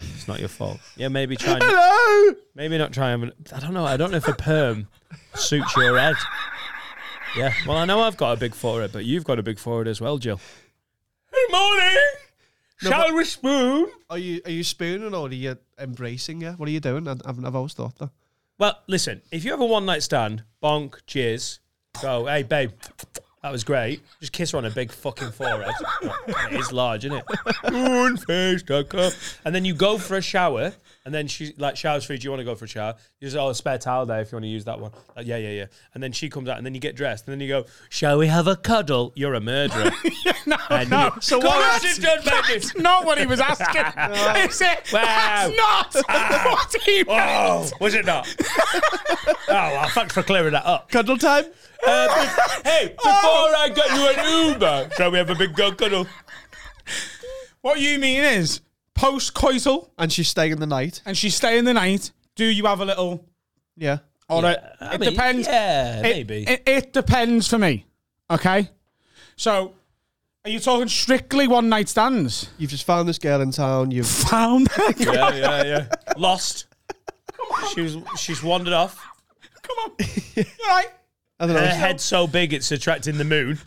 It's not your fault. Yeah, maybe try. And, Hello. Maybe not try and I don't know. I don't know if a perm suits your head. Yeah. Well, I know I've got a big forehead, but you've got a big forehead as well, Jill. Good morning. Shall we spoon? Are you? Are you spooning or are you embracing? Yeah. What are you doing? I, I've, I've always thought that. Well, listen. If you have a one night stand, bonk, cheers, go. Hey, babe, that was great. Just kiss her on a big fucking forehead. it is large, isn't it? Moonface.com. And then you go for a shower, and then she like showers free. Do you want to go for a shower? You just oh, a spare towel there if you want to use that one. Like, yeah, yeah, yeah. And then she comes out, and then you get dressed, and then you go, shall we have a cuddle? You're a murderer. [LAUGHS] No, And no. you- So Come what? on, that's- sit down, baby. That's not what he was asking. [LAUGHS] Is it? Wow. That's not [LAUGHS] what he oh, meant. was it not? oh, well, thanks for clearing that up. Cuddle time. Uh, be- [LAUGHS] hey, Oh. before I got you an Uber, shall we have a big go cuddle? [LAUGHS] What you mean is post coital, And she's staying the night. and she's staying the night. Do you have a little? Yeah. All right. it depends. Yeah, It- It, it depends for me. Okay. So, are you talking strictly one [LAUGHS] night stands? You've just found this girl in town. You've Found. yeah, yeah, yeah. Lost. She was. She's wandered off. Come on. You're right. I don't Her know. head's so big it's attracting the moon.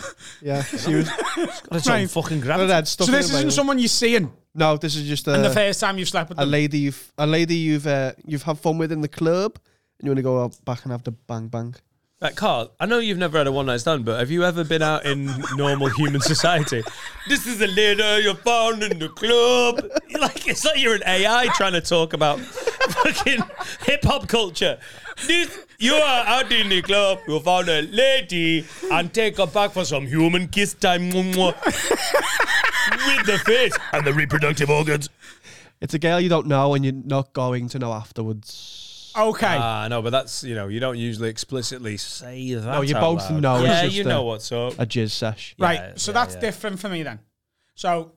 Yeah. She was. It's own fucking Her gravity. head stuck So in this her isn't brain. someone you're seeing No, this is just the Uh, a, first time you've slept with a them. lady you've a lady you've uh, you've had fun with in the club, and you want to go out back and have the bang bang. Like, Carl, I know you've never had a one night stand, but have you ever been out in normal human society? This is a lady you found in the club. You're Like, it's like you're an AI trying to talk about fucking hip hop culture. This, you are out in the club, you found a lady, and take her back for some human kiss time. mwah, mwah, With the face and the reproductive organs. It's a girl you don't know, and you're not going to know afterwards. Okay. Ah, no, but that's you know you don't usually explicitly say that. you out both loud. know it's Yeah, just you a- know what's up. A jizz sesh. Yeah, right. so yeah, that's yeah. different for me then. So,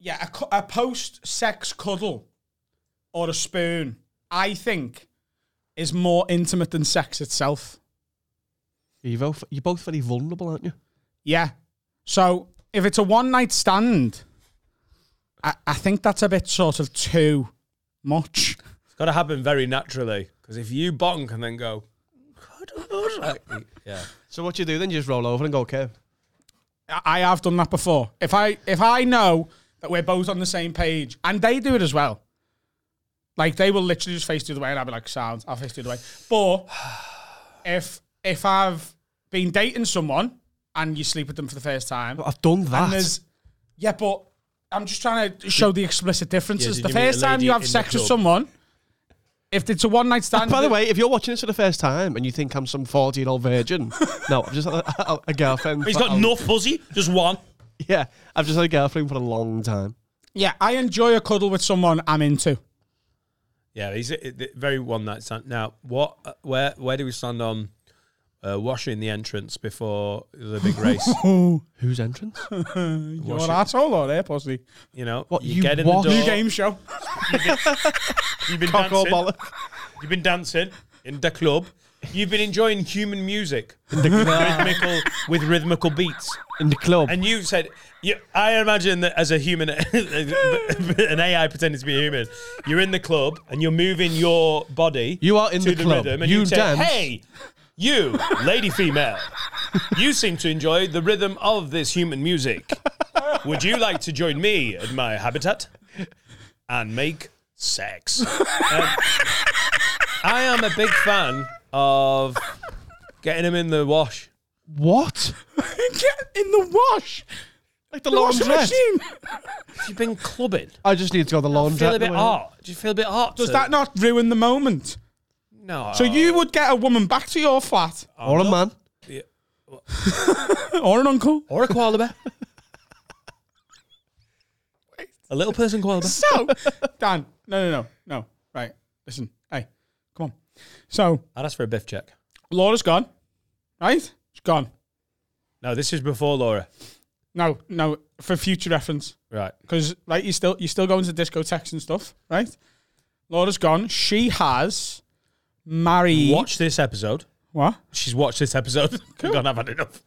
yeah, a, cu- a post sex cuddle or a spoon, I think, is more intimate than sex itself. You're both, you're both very vulnerable, aren't you? Yeah. So if it's a one night stand, I, I think that's a bit sort of too much. It's got to happen very naturally because if you bonk and then go, good, all right. [LAUGHS] yeah, So what you do then? You just roll over and go, okay. I I have done that before. If I if I know that we're both on the same page, and they do it as well, like they will literally just face the other way, and I'll be like, "Sounds, I'll face the other way." But [SIGHS] if if I've been dating someone and you sleep with them for the first time, I've done and that. there's yeah, but I'm just trying to show the explicit differences. did the you meet first a time lady you in have the sex with club? someone, if it's a one night stand, By the way, if you're watching this for the first time and you think I'm some 40 year [LAUGHS] old virgin, no, I've just had a, a, a girlfriend. he's for got a- enough pussy, just one. Yeah, I've just had a girlfriend for a long time. yeah, I enjoy a cuddle with someone I'm into. Yeah, he's a, a- very one night stand. Now, what? uh, Where? Where do we stand on uh, washing the entrance before the big [LAUGHS] race? [LAUGHS] Whose entrance? You're an asshole or there, pussy. you know, What, you, you get in the wash- door. New game show. You've been Cock or dancing. bollock? You've been dancing in the club. You've been enjoying human music with, rhythmical, with rhythmical beats. In the club. And you said, you, I imagine that as a human, [LAUGHS] an AI pretending to be a human, you're in the club and you're moving your body. You are in to the club. rhythm, and you, You say, dance. Hey, you, lady female, you seem to enjoy the rhythm of this human music. Would you like to join me at my habitat and make sex? Um, I am a big fan of getting him in the wash. what? [LAUGHS] Get in the wash. Like the, Washing laundrette. machine. You've been clubbing. I just need to go to the laundrette. Feel a bit now. hot. Do you feel a bit hot? Does that not ruin the moment? No. So you Oh. would get a woman back to your flat Or a man. or an uncle. Oh. or a koala [LAUGHS] bear. a little person koala bear. So, Dan, no, no, no, no. Right, listen. Hey, come on. So I'd ask for a biff check. Laura's gone, right? She's gone. No, this is before Laura. No, no. For future reference, Right. because like you still you still going to discotheques and stuff, right? Laura's gone. She has married. Watch this episode. What? She's watched this episode. [LAUGHS] God, I've had enough.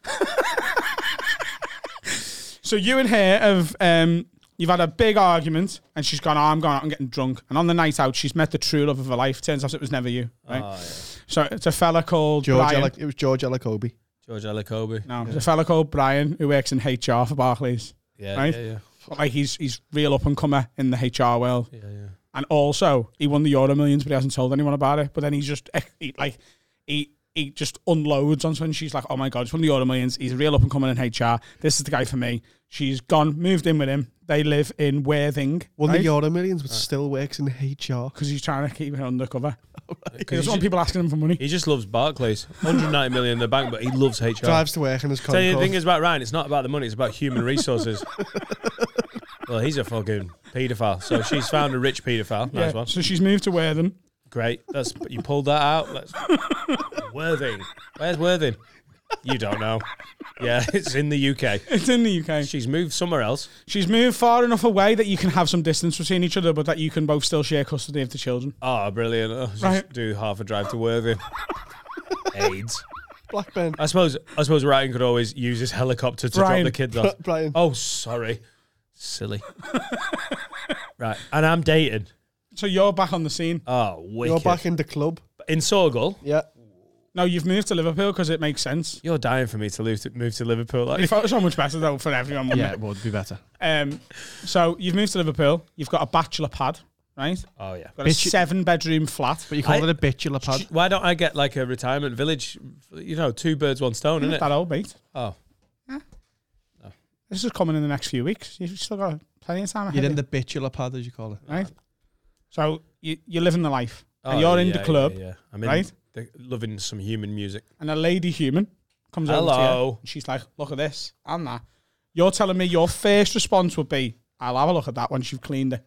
So you and her have um, you've had a big argument, and she's gone. Oh, I'm going out and getting drunk. And on the night out, she's met the true love of her life. Turns out it was never you, right? So it's a fella called George Brian. Alec- it was George Alacobi. George Alacobi. no, it's a fella called Brian who works in HR for Barclays. Yeah, Right? yeah, yeah. But, Like he's he's real up and comer in the HR world. Yeah, yeah. And also he won the Euro Millions, but he hasn't told anyone about it. But then he's just eh, he, like he he just unloads on someone. She's like, oh my god, he's won the Euro Millions. He's real up and coming in HR. This is the guy for me. She's gone, moved in with him. They live in Worthing. One of the Euro Millions, but still works in HR. because he's trying to keep her undercover. He doesn't want people asking him for money. He just loves Barclays. 190 million in the bank, but he loves HR. Drives to work in his Tell you the Concord. thing is about Ryan, it's not about the money, it's about human [LAUGHS] resources. well, he's a fucking paedophile. So she's found a rich paedophile. Nice Yeah, one. So she's moved to Worthing. Great. That's you pulled that out. Let's [LAUGHS] Worthing. Where's Worthing? You don't know. Yeah, [LAUGHS] it's in the UK. [LAUGHS] It's in the UK. She's moved somewhere else. She's moved far enough away that you can have some distance between each other, but that you can both still share custody of the children. Oh, brilliant. I'll just Right. do half a drive to Worthing. AIDS. [LAUGHS] Blackburn. I suppose I suppose Ryan could always use his helicopter to Brian. drop the kids off. [LAUGHS] Brian. Oh, sorry. Silly. right. And I'm dating. So you're back on the scene. Oh, wicked. You're back in the club. in Sorgal. Yeah. No, you've moved to Liverpool because it makes sense. You're dying for me to lose, move to Liverpool. Like, It felt so much better though for everyone. wouldn't it? would be better. Um, so you've moved to Liverpool. You've got a bachelor pad, right? oh yeah. Got a Bitch- seven-bedroom flat. But you call I- it a bitula pad. Why don't I get like a retirement village? You know, two birds, one stone, isn't it? That old mate. Oh, This is coming in the next few weeks. You've still got plenty of time ahead. You're in of the bitula pad, as you call it. you, right? So you, you're living the life. oh and you're in yeah, the club. Yeah, yeah. I'm in right? the, loving some human music. and a lady human comes over to you. Hello. And she's like, look at this and that. You're telling me your first response would be, Oh, I'll have a look at that once you've cleaned it.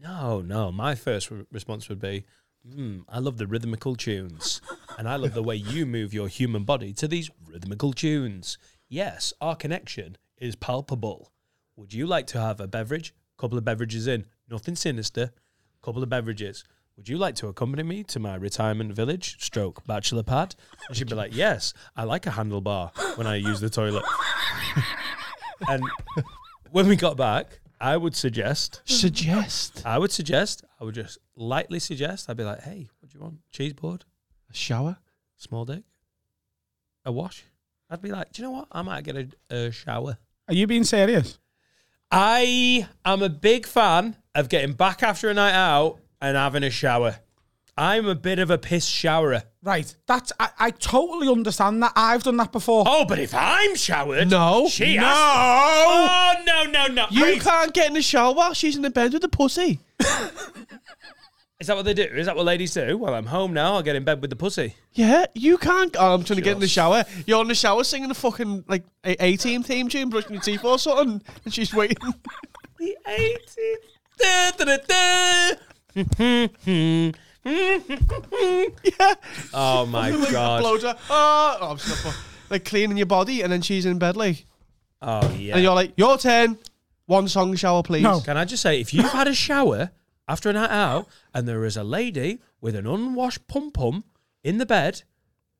No, no. My first re- response would be, "Hmm, I love the rhythmical tunes, [LAUGHS] and I love the way you move your human body to these rhythmical tunes. Yes, our connection is palpable. Would you like to have a beverage? Couple of beverages in, nothing sinister. Couple of beverages. Would you like to accompany me to my retirement village, stroke bachelor pad? And she'd be like, Yes, I like a handlebar when I use the toilet. [LAUGHS] and when we got back, I would suggest Suggest I would suggest, I would just lightly suggest, I'd be like, hey, what do you want? Cheese board, a shower. small dick, a wash. I'd be like, do you know what? I might get a, a shower. Are you being serious? I am a big fan of getting back after a night out and having a shower. I'm a bit of a piss showerer. Right. That's I, I totally understand that. I've done that before. Oh, but if I'm showered, No. she No. has- Oh no, no, no! You Wait, can't get in the shower while she's in the bed with the pussy. is that what they do? Is that what ladies do? Well, I'm home now. I'll get in bed with the pussy. Yeah, you can't. Oh, I'm trying to get in the shower. You're in the shower singing the fucking like A A team theme tune, brushing your teeth or something, and she's waiting. [LAUGHS] The [LAUGHS] [LAUGHS] 18th. yeah, Oh my god. blows her. Oh, oh, I'm just gonna fu- like cleaning your body, and then she's in bed like, Oh and yeah. you're like, your turn. One song shower, please. No. Can I just say, if you've had a shower after a night out and there is a lady with an unwashed pum pum in the bed,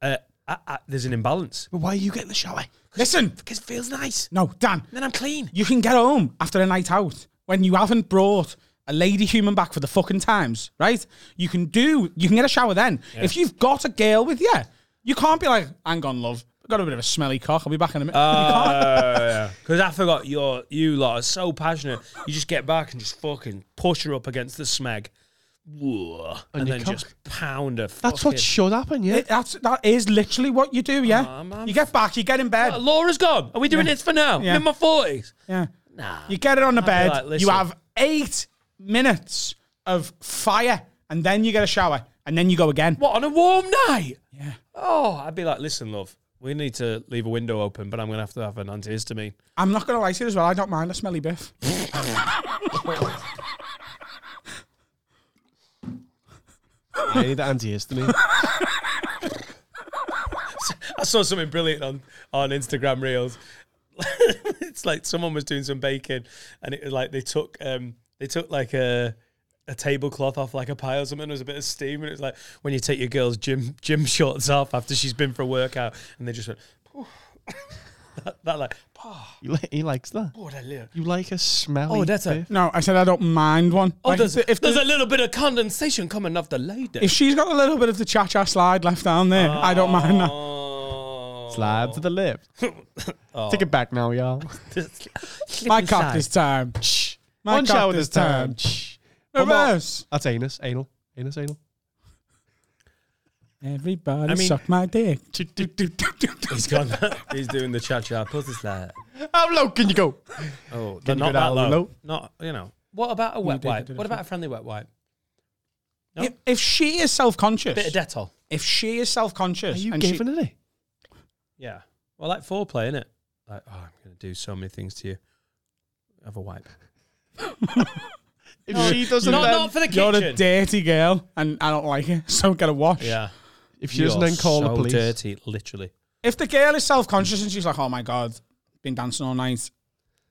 uh, I, I, there's an imbalance. But why are you getting the shower? Listen. Because it feels nice. No, Dan. Then I'm clean. You can get home after a night out when you haven't brought a lady human back for the fucking times, right? You can do. You can get a shower then. If you've got a girl with you, you can't be like, "Hang on, love, I've got a bit of a smelly cock. I'll be back in a minute." [LAUGHS] you can't. Uh, [LAUGHS] Because I forgot you're you lot are so passionate. You just get back and just fucking push her up against the smeg. Whoa. And, your then cock. just pound her. That's fucking- what should happen, [LAUGHS] yeah. It- that's that is literally what you do. Yeah, I'm- I'm- you get back, you get in bed. Uh, Laura's gone. Are we doing this for now? Yeah. I'm in my forties. yeah, Nah. you get it on the bed. like, you listen. have eight minutes of fire, and then you get a shower, and then you go again. What on a warm night? Yeah. Oh, I'd be like, listen, love, we need to leave a window open, but I'm gonna have to have an antihistamine. [LAUGHS] I'm not gonna lie to you as well. I don't mind a smelly biff. I need an antihistamine. I saw something brilliant on on Instagram Reels. [LAUGHS] it's like someone was doing some baking, and it was like they took um they took like a a tablecloth off like a pie or something. There was a bit of steam, and it was like when you take your girl's gym gym shorts off after she's been for a workout, and they just went. [LAUGHS] that, that like, You li- he likes that. oh, that little- You like a smelly. oh, that's a bit. No, I said I don't mind one. oh, Like, there's, if there's the- a little bit of condensation coming off the lady. if she's got a little bit of the cha cha slide left down there, I don't mind that. Oh. [LAUGHS] slab to the lip. Take it back now, y'all. My cock this time. My One cock shower this time. One more. Reverse. That's anus, anal, anus, anal. Everybody I mean- suck my dick. He's gone. [LAUGHS] He's doing the cha cha pussy slide. How low can you go? Oh, they're you not go that down low. low? Not you know. What about a wet did- wipe? did it What about a friendly wet wipe? If, if she is self Bit of conscious, Dettol. if she is self conscious, Are you and she, giving it? Yeah. Well, like foreplay, innit? Like, oh, I'm gonna do so many things to you. Have a wipe. If she doesn't, Not, then, not for the you're a kitchen. dirty girl, and I don't like it, so get a wash. yeah. if she doesn't, then call so the police. dirty, literally. If the girl is self conscious and she's like, "Oh my god, been dancing all night,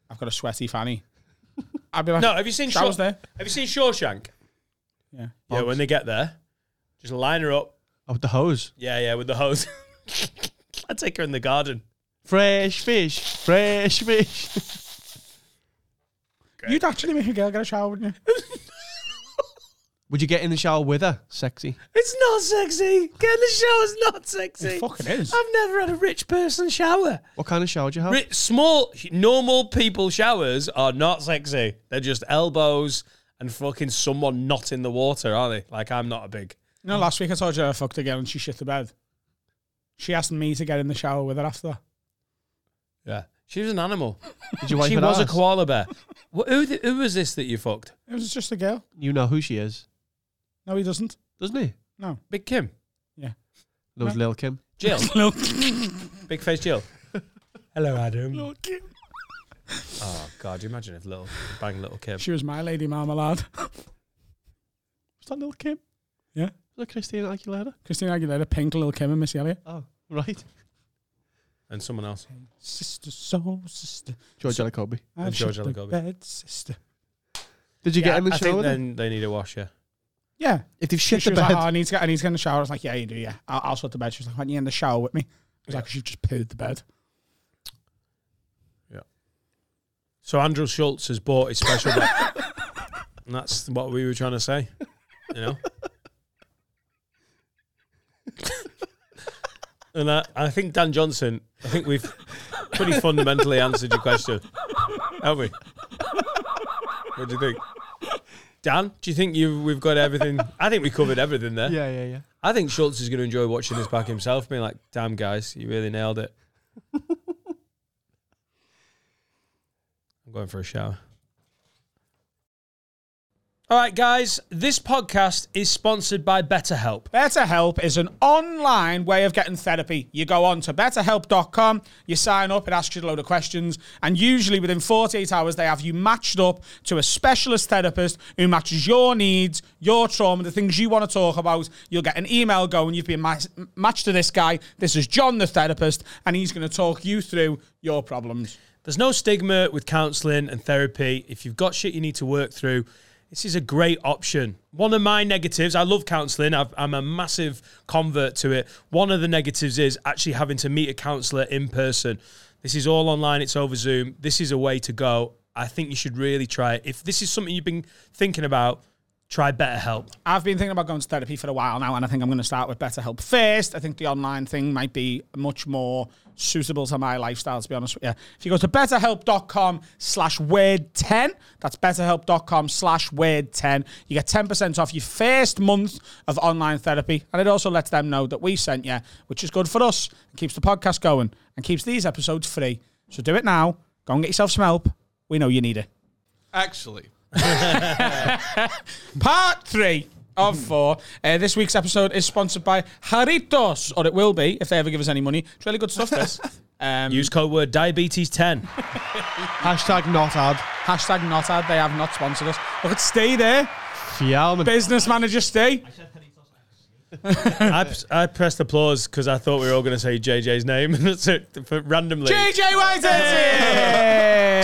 I've got a sweaty fanny," [LAUGHS] I'd be like, No, have you seen Showers Shaw- there? Have you seen Shawshank? Yeah. Yeah. When they get there, just line her up. Oh, the hose. Yeah, yeah, with the hose. [LAUGHS] I take her in the garden. Fresh fish, fresh fish. [LAUGHS] You'd actually make a girl get a shower, wouldn't you? Would you get in the shower with her? Sexy. It's not sexy. Getting a shower is not sexy. It fucking is. I've never had a rich person shower. What kind of shower do you have? Rich, small, normal people showers are not sexy. They're just elbows and fucking someone not in the water, aren't they? Like I'm not a big. You know, last week I told you I fucked a girl and she shit the bed. She asked me to get in the shower with her after. that. Yeah, she was an animal. Did you wipe she her was a ass? koala bear. Wh- who, th- who was this that you fucked? It was just a girl. You know who she is, No, [LAUGHS] he doesn't. doesn't he? No. Big Kim, That was Lil Kim. [LAUGHS] Jill, Look. big face Jill. Hello, Adam. Kim. Oh God, you imagine if little bang little Kim. She was my lady marmalade. was that little Kim? Yeah. Was that Christina Aguilera? [LAUGHS] Christina Aguilera, Pink, Lil Kim, and Missy Elliott. Oh, right. and someone else. Sister, soul sister. George Jacoby. I've And George shut the Alagobi. Bed, sister. Did you get I, in the I show? think with then him? they need a wash. Yeah, Yeah. If they've She, shit she the was like, bed. oh, I need to get, I need to get in the shower. I was like, yeah, you do, yeah. I'll, I'll sweat the bed. She was like, why don't you in the shower with me? I was like, 'cause you've just pooed the bed. So Andrew Schultz has bought his special bed. [LAUGHS] and that's what we were trying to say. You know? [LAUGHS] and I, I think Dan Johnson, I think we've pretty fundamentally answered your question. Haven't we? What do you think? Dan, do you think you we've got everything? I think we covered everything there. Yeah, yeah, yeah. I think Schultz is going to enjoy watching this back himself, being like, damn, guys, you really nailed it. I'm going for a shower. All right, guys, this podcast is sponsored by BetterHelp. BetterHelp is an online way of getting therapy. You go on to betterhelp.com, you sign up, it asks you a load of questions, and usually within 48 hours, they have you matched up to a specialist therapist who matches your needs, your trauma, the things you want to talk about. You'll get an email going, you've been ma- matched to this guy. This is John, the therapist, and he's going to talk you through your problems. There's no stigma with counselling and therapy. If you've got shit you need to work through, this is a great option. One of my negatives, I love counselling. I've- I'm a massive convert to it. One of the negatives is actually having to meet a counsellor in person. This is all online, it's over Zoom. This is a way to go. I think you should really try it. If this is something you've been thinking about, try BetterHelp. I've been thinking about going to therapy for a while now, and I think I'm going to start with BetterHelp first. I think the online thing might be much more suitable to my lifestyle, to be honest with you. If you go to betterhelp.com slash word10, that's betterhelp.com slash word10, you get 10% off your first month of online therapy, and it also lets them know that we sent you, which is good for us, and keeps the podcast going, and keeps these episodes free. So do it now. Go and get yourself some help. We know you need it. Actually. Part three of four. Uh, this week's episode is sponsored by Jaritos, or it will be if they ever give us any money. It's really good stuff. This [LAUGHS] um, Use code word diabetes10. Hashtag not ad. hashtag not ad. They have not sponsored us. Look at Stay there, Fialman. business manager Stay. I, I pressed applause because I thought we were all going to say JJ's name [LAUGHS] so, for, randomly. JJ White.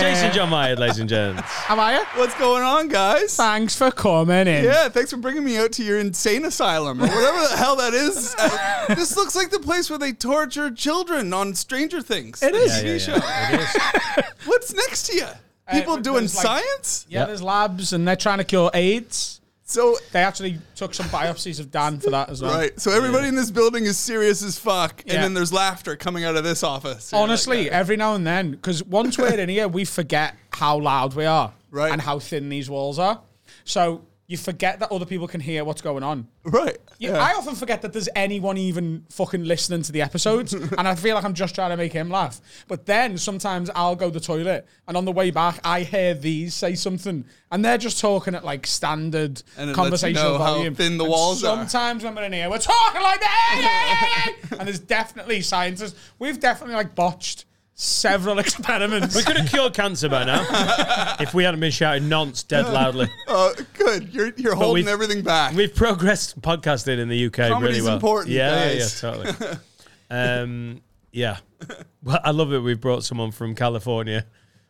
Jason, Jason John Mayer, ladies and gents. how are you? What's going on, guys? Thanks for coming in. Yeah, thanks for bringing me out to your insane asylum or whatever the hell that is. Uh, this looks like the place where they torture children on Stranger Things. It is. Yeah, yeah, yeah. It is. What's next to you? [LAUGHS] People but doing there's like- science? Yeah, there's labs and they're trying to cure AIDS. So They actually took some biopsies of Dan for that as well. right, so everybody in this building is serious as fuck, Yeah. and then there's laughter coming out of this office. You're like, Honestly, every now and then, because once we're [LAUGHS] in here, we forget how loud we are Right. and how thin these walls are. So you forget that other people can hear what's going on. right? You- I often forget that there's anyone even fucking listening to the [LAUGHS] episodes, and I feel like I'm just trying to make him laugh. But then sometimes I'll go to the toilet, and on the way back, I hear these say something, and they're just talking at like standard And it lets you conversational know how volume. thin the And walls are. sometimes when we're in here, we're talking like that, and there's definitely scientists. We've definitely like botched several [LAUGHS] experiments. We could have cured cancer by [LAUGHS] now if we hadn't been shouting nonce dead loudly. Oh, good. You're you're holding we've- everything back. We've progressed podcasting in the UK Comedy's really well. important, yeah, guys. yeah, yeah, [LAUGHS] totally. Um, yeah. Well, I love it. We've brought someone from California,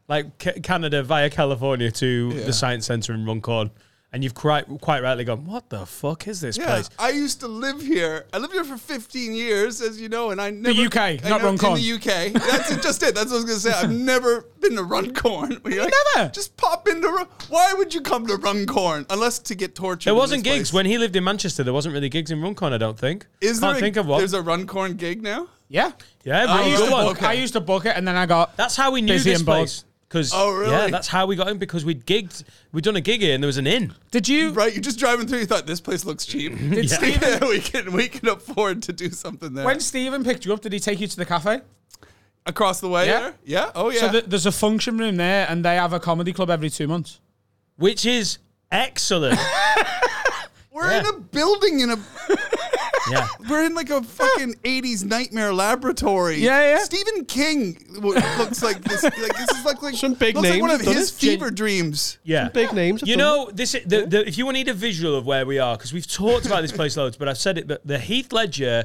like C- Canada via California to Yeah. the Science Centre in Runcorn. And you've quite, quite rightly gone, what the fuck is this Yeah, place? I used to live here. I lived here for 15 years, as you know, and I never UK, I not never- Runcorn. In the UK, that's it, just it. That's what I was gonna say. [LAUGHS] I've never been to Runcorn. [LAUGHS] We like, never? Just pop into. Run- Why would you come to Runcorn unless to get tortured? There in wasn't this gigs. place? When he lived in Manchester, there wasn't really gigs in Runcorn, I don't think. Is Can't there a, think of what. There's a Runcorn gig now. yeah, yeah, I really used good to one. book- Okay. I used to book it, and then I got That's how we knew Busy this and bored. place. Because Oh, really? yeah, that's how we got in because we'd gigged, we'd done a gig here and there was an inn. Did you? Right, you're just driving through. You thought this place [LAUGHS] looks cheap. [LAUGHS] Did Stephen- we can we can afford to do something there When Stephen picked you up, did he take you to the cafe? across the way. Yeah. there? yeah. Oh yeah. So th- there's a function room there, and they have a comedy club every two months. [LAUGHS] which is excellent. We're in a building in a Yeah. We're in like a fucking '80s nightmare laboratory. Yeah, yeah. Stephen King w- looks like this. Like this is like, like Some big looks like names one of have done his it. fever dreams. Yeah. Big names have You done know, this i- the, the, if you need a visual of where we are, because we've talked about this place [LAUGHS] loads, but I've said it. But the Heath Ledger,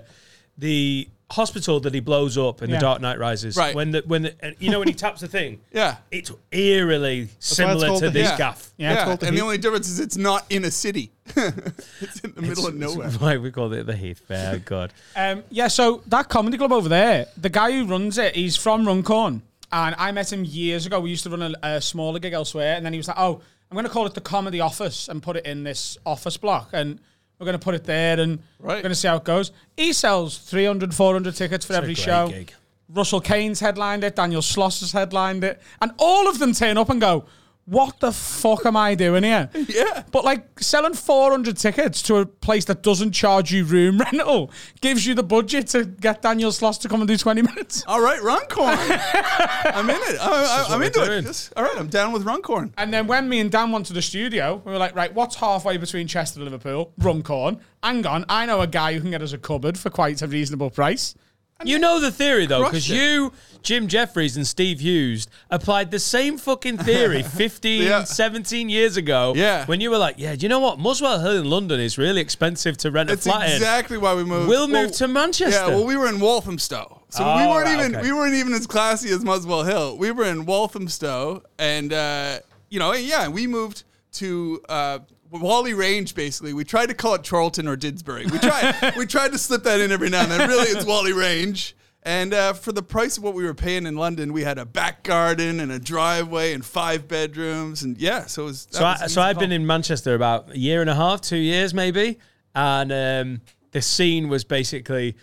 the hospital that he blows up in Yeah. The Dark Knight Rises, Right. When the when the, and you know when he taps the thing, [LAUGHS] Yeah. it's eerily similar called to the this Heath. gaff. Yeah, it's Yeah, called the and the Heat. only difference is it's not in a city. [LAUGHS] it's in the middle of nowhere. Why we call it the Heath? Oh God. Um, yeah, so that comedy club over there, the guy who runs it, he's from Runcorn. And I met him years ago. We used to run a, a smaller gig elsewhere. And then he was like, oh, I'm going to call it the comedy office and put it in this office block. And we're going to put it there and we're Right. going to see how it goes. He sells 300, 400 tickets for every great show. gig. Russell Kane's headlined it. Daniel Sloss has headlined it. And all of them turn up and go, what the fuck am I doing here? Yeah. But like selling 400 tickets to a place that doesn't charge you room [LAUGHS] rental gives you the budget to get Daniel Sloss to come and do 20 [LAUGHS] minutes. All right, Runcorn. I'm in it. I, I, I'm we're into it. doing. Just- all right, I'm down with Runcorn. And then when me and Dan went to the studio, we were like, right, what's halfway between Chester and Liverpool? Runcorn. Hang on, I know a guy who can get us a cupboard for quite a reasonable price. You know the theory though, because crushed it. you, Jim Jeffries, and Steve Hughes applied the same fucking theory [LAUGHS] 15, Yeah. 17 years ago. Yeah. When you were like, yeah, do you know what? Muswell Hill in London is really expensive to rent That's a flat exactly why we moved. We'll move to Manchester. Yeah, well, we were in Walthamstow, so we Oh, weren't right, even okay. we weren't even as classy as Muswell Hill. We were in Walthamstow, and uh, you know, yeah, we moved to uh, Wally Range. Basically, we tried to call it Charlton or Didsbury. [LAUGHS] We tried we tried to slip that in every now and then. Really, it's Wally Range. And uh, for the price of what we were paying in London, we had a back garden and a driveway and five bedrooms, and yeah, so it was. that So, I, was an so easy I've call. been in Manchester about a year and a half, two years maybe, and um, the scene was basically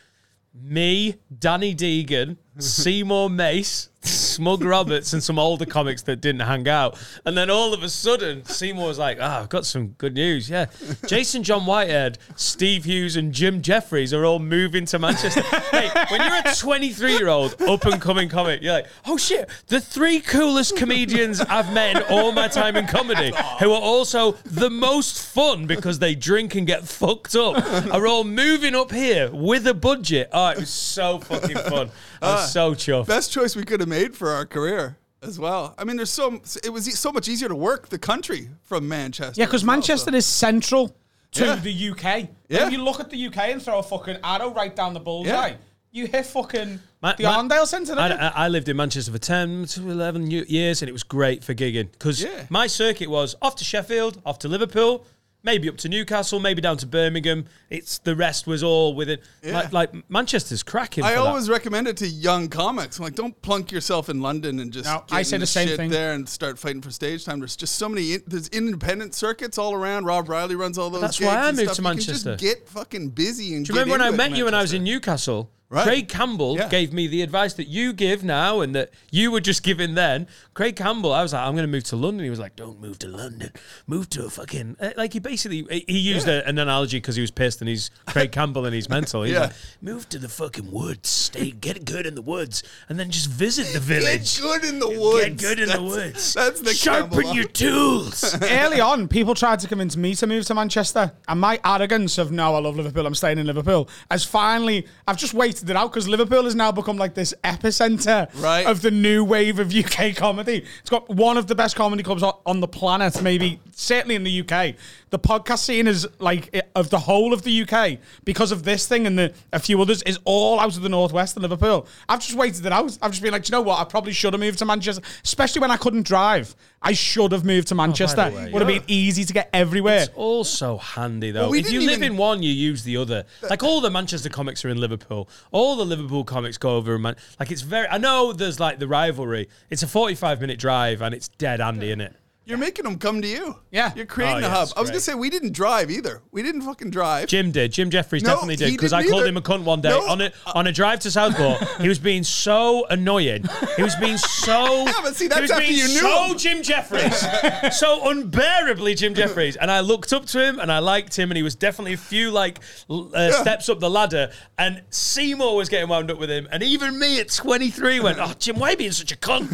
me, Danny [LAUGHS] Deegan, Seymour Mace, Smug Roberts, and some older comics that didn't hang out. And then all of a sudden, Seymour was like, "Ah, I've got some good news. [LAUGHS] Yeah, Jason John Whitehead, Steve Hughes, and Jim Jeffries are all moving to [LAUGHS] Manchester." hey, when you're a 23 year old up and coming comic, you're like, "Oh shit, the three coolest comedians I've met in all my time in comedy, who are also the most fun because they drink and get fucked up, are all moving up here with a budget." Oh, it was so fucking fun. I was so chuffed. best choice we could have made for our career as well. I mean, there's so it was e- so much easier to work the country from Manchester. Yeah, because as well, Manchester so- is central to Yeah. the UK. Yeah. If you look at the UK and throw a fucking arrow right down the bullseye, Yeah. you hit fucking Ma- the ma- Arndale Centre. I, don't you? I I lived in Manchester for 10 to 11 ye- years and it was great for gigging because Yeah. my circuit was off to Sheffield, off to Liverpool, maybe up to Newcastle, maybe down to Birmingham. It's the rest was all within. Like, like Manchester's cracking. for I that. always recommend it to young comics. I'm like, don't plunk yourself in London and just No, get I say in the same shit thing. there and start fighting for stage time. There's just so many. in- There's independent circuits all around. Rob Riley runs all those. that's gigs why I and moved stuff. to You can just Manchester. get fucking busy and. Do you remember when I met you when I was in Newcastle? Right. Craig Campbell Yeah. gave me the advice that you give now and that you were just giving then. Craig Campbell, I was like, I'm going to move to London. He was like, Don't move to London. Move to a fucking. eh, Like, he basically he- he used a- an analogy because he was pissed and [LAUGHS] he's Craig Campbell and he's mental. He's Yeah. like, Move to the fucking woods. Stay, get good in the woods and then just visit the village. Get good in the woods. Get good in the That's- woods. That's the Sharpen Campbell. your tools. early on, people tried to convince me to move to Manchester, and my arrogance of no, I love Liverpool, I'm staying in Liverpool, has finally I've just waited it out because Liverpool has now become like this epicenter Right. of the new wave of UK comedy. It's got one of the best comedy clubs on, on the planet, maybe certainly in the UK. The podcast scene is like i- of the whole of the UK because of this thing and the, a few others is all out of the northwest of Liverpool. I've just waited it out. I've just been like, "Do you know what? I probably should have moved to Manchester, especially when I couldn't drive. I should have moved to Manchester. way, Would have yeah. been easy to get everywhere. It's also handy though. Well, we if you didn't live even- in one, you use the other. Like all the Manchester comics are in Liverpool. All the Liverpool comics go over and man. Like it's very. I know there's like the rivalry. It's a 45 minute drive and it's dead handy in it. You're making them come to you. Yeah. You're creating Oh, a yeah, hub. it's I was gonna great. say we didn't drive either. We didn't fucking drive. Jim did. Jim Jeffries No, definitely did he because I didn't called either. him a cunt one day No, on a on a drive to Southport. he was being so annoying. He was being so. [LAUGHS] Yeah, but see, he that's was after being you knew so him. Jim Jeffries, so unbearably Jim Jeffries. And I looked up to him and I liked him, and he was definitely a few like l- uh, steps up the ladder. And Seymour was getting wound up with him, and even me at 23 went, "Oh, Jim, why are you being such a cunt?"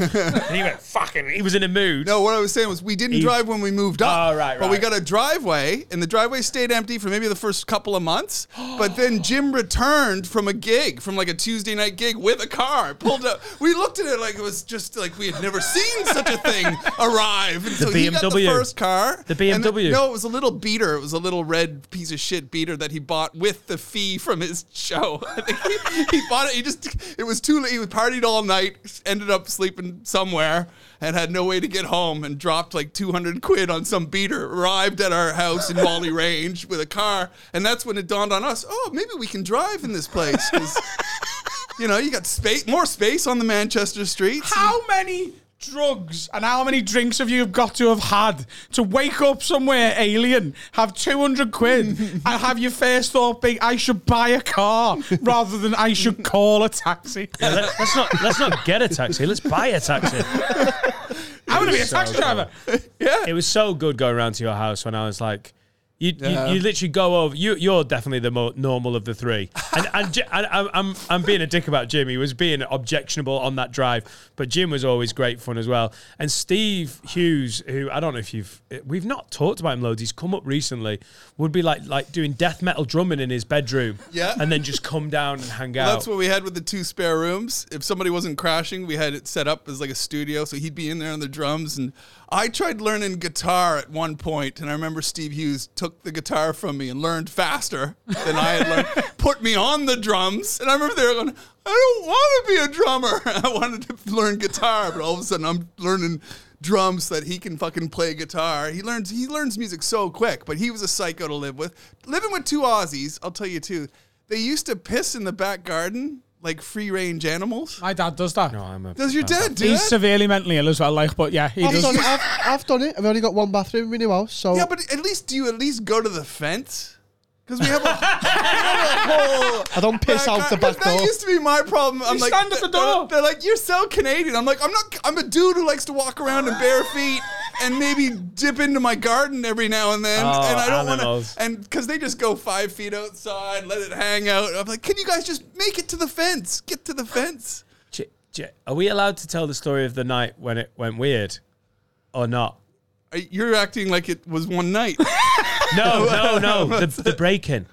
and he went, "Fucking," he was in a mood. No, what I was saying was we didn't Eve- drive when we moved up. Oh, right, But we right. got a driveway, and the driveway stayed empty for maybe the first couple of months. but then Jim returned from a gig, from like a Tuesday night gig with a car, pulled up. We looked at it like it was just like we had never seen such a [LAUGHS] thing arrive. And so he got the BMW. first car. The and then- BMW. no, it was a little beater. It was a little red piece of shit beater that he bought with the fee from his show. [LAUGHS] I think he, he bought it. He just it was too late. He was partied all night, ended up sleeping somewhere, and had no way to get home. And dropped like two hundred quid on some beater. Arrived at our house in Wally Range with a car, and that's when it dawned on us. Oh, maybe we can drive in this place. 'cause, You know, you got space, more space on the Manchester streets. How many drugs and how many drinks have you got to have had to wake up somewhere alien, have 200 [LAUGHS] quid, and have your first thought be, I should buy a car rather than I should call a taxi? Yeah, let, us not let's not get a taxi. Let's buy a taxi. I'm going to be a So taxi driver. It was so good going around to your house when I was like. You, Yeah. you, you literally go over. You you're definitely the more normal of the three, and and, Ji- and I'm, I'm I'm being a dick about Jim. He was being objectionable on that drive, but Jim was always great fun as well. And Steve Hughes, who I don't know if you've we've not talked about him loads. He's come up recently. Would be like like doing death metal drumming in his bedroom, Yeah. and then just come down and hang out. Well, That's what we had with the two spare rooms. If somebody wasn't crashing, we had it set up as like a studio, so he'd be in there on the drums. And I tried learning guitar at one point, and I remember Steve Hughes took the guitar from me and learned faster than I had learned. Put me on the drums, and I remember they were going, "I don't want to be a drummer. [LAUGHS] I wanted to learn guitar." But all of a sudden, I'm learning drums so that he can fucking play guitar. He learns he learns music so quick, but he was a psycho to live with. Living with two Aussies, I'll tell you too. They used to piss in the back garden like free range animals. My dad does that. No, I'm a- Does your dad do He's that? severely mentally ill as well, like, but yeah, he Oh, does. He- I've done, it. I've, I've done it. I've only got one bathroom in your house, so yeah, but at least do you at least go to the fence? Because we have a, we [LAUGHS] have a whole I don't piss out the gar- back That door. used to be my problem. I'm You like, stand at the they're- door. They're like, you're so Canadian. I'm like, I'm not. I'm a dude who likes to walk around in bare feet and maybe dip into my garden every now and then. Oh, and I don't want animals. to. And because they just go five feet outside, let it hang out. I'm like, can you guys just make it to the fence? Get to the fence. J- J- are we allowed to tell the story of the night when it went weird, or not? Uh, You're acting like it was one night. [LAUGHS] No, no, no. The, the break in.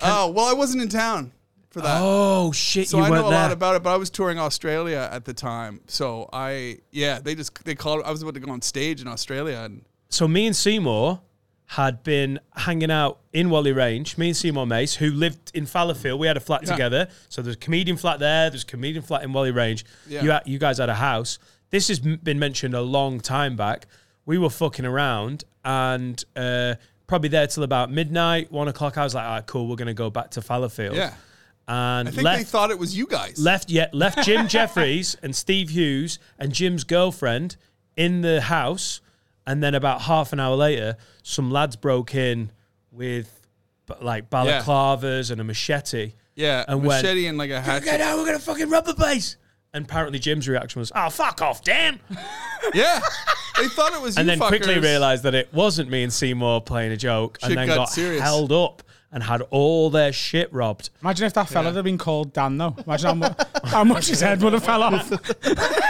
oh well, I wasn't in town for that. Oh shit! So you I weren't know a there. lot about it, but I was touring Australia at the time. So I, yeah, they just they called. I was about to go on stage in Australia, and so me and Seymour had been hanging out in Wally Range. Me and Seymour Mace, who lived in Fallowfield, we had a flat together. So there's a comedian flat there. There's a comedian flat in Wally Range. Yeah. You had, you guys had a house. This has m- been mentioned a long time back. We were fucking around and uh, probably there till about midnight, one o'clock. I was like, all right, cool. We're gonna go back to Fallowfield. yeah, and I think left. they thought it was you guys. left yeah, left [LAUGHS] Jim Jeffries and Steve Hughes and Jim's girlfriend in the house, and then about half an hour later, some lads broke in with b- like balaclavas and a machete. yeah, and went, machete and like a Okay, hatchet. now we're gonna fucking rob the place. And apparently Jim's reaction was, "Oh fuck off, [LAUGHS] damn!" yeah, they thought it was. And you then quickly fuckers. realised that it wasn't me and Seymour playing a joke, Shit and then got got, serious. held up and had all their shit robbed. Imagine if that fella had been called Dan, though. Imagine how, mu- [LAUGHS] how much his head would have fell off. [LAUGHS]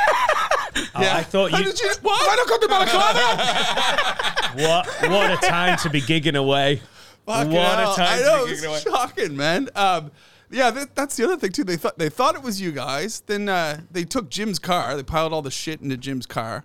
Yeah. I thought How you- did you. What? I don't got [LAUGHS] the [LAUGHS] What what a time to be gigging away. Fucking what hell. a time I know, to be gigging away. it's shocking, man. Um, yeah, that, that's the other thing too. They thought they thought it was you guys. Then uh, they took Jim's car. They piled all the shit into Jim's car,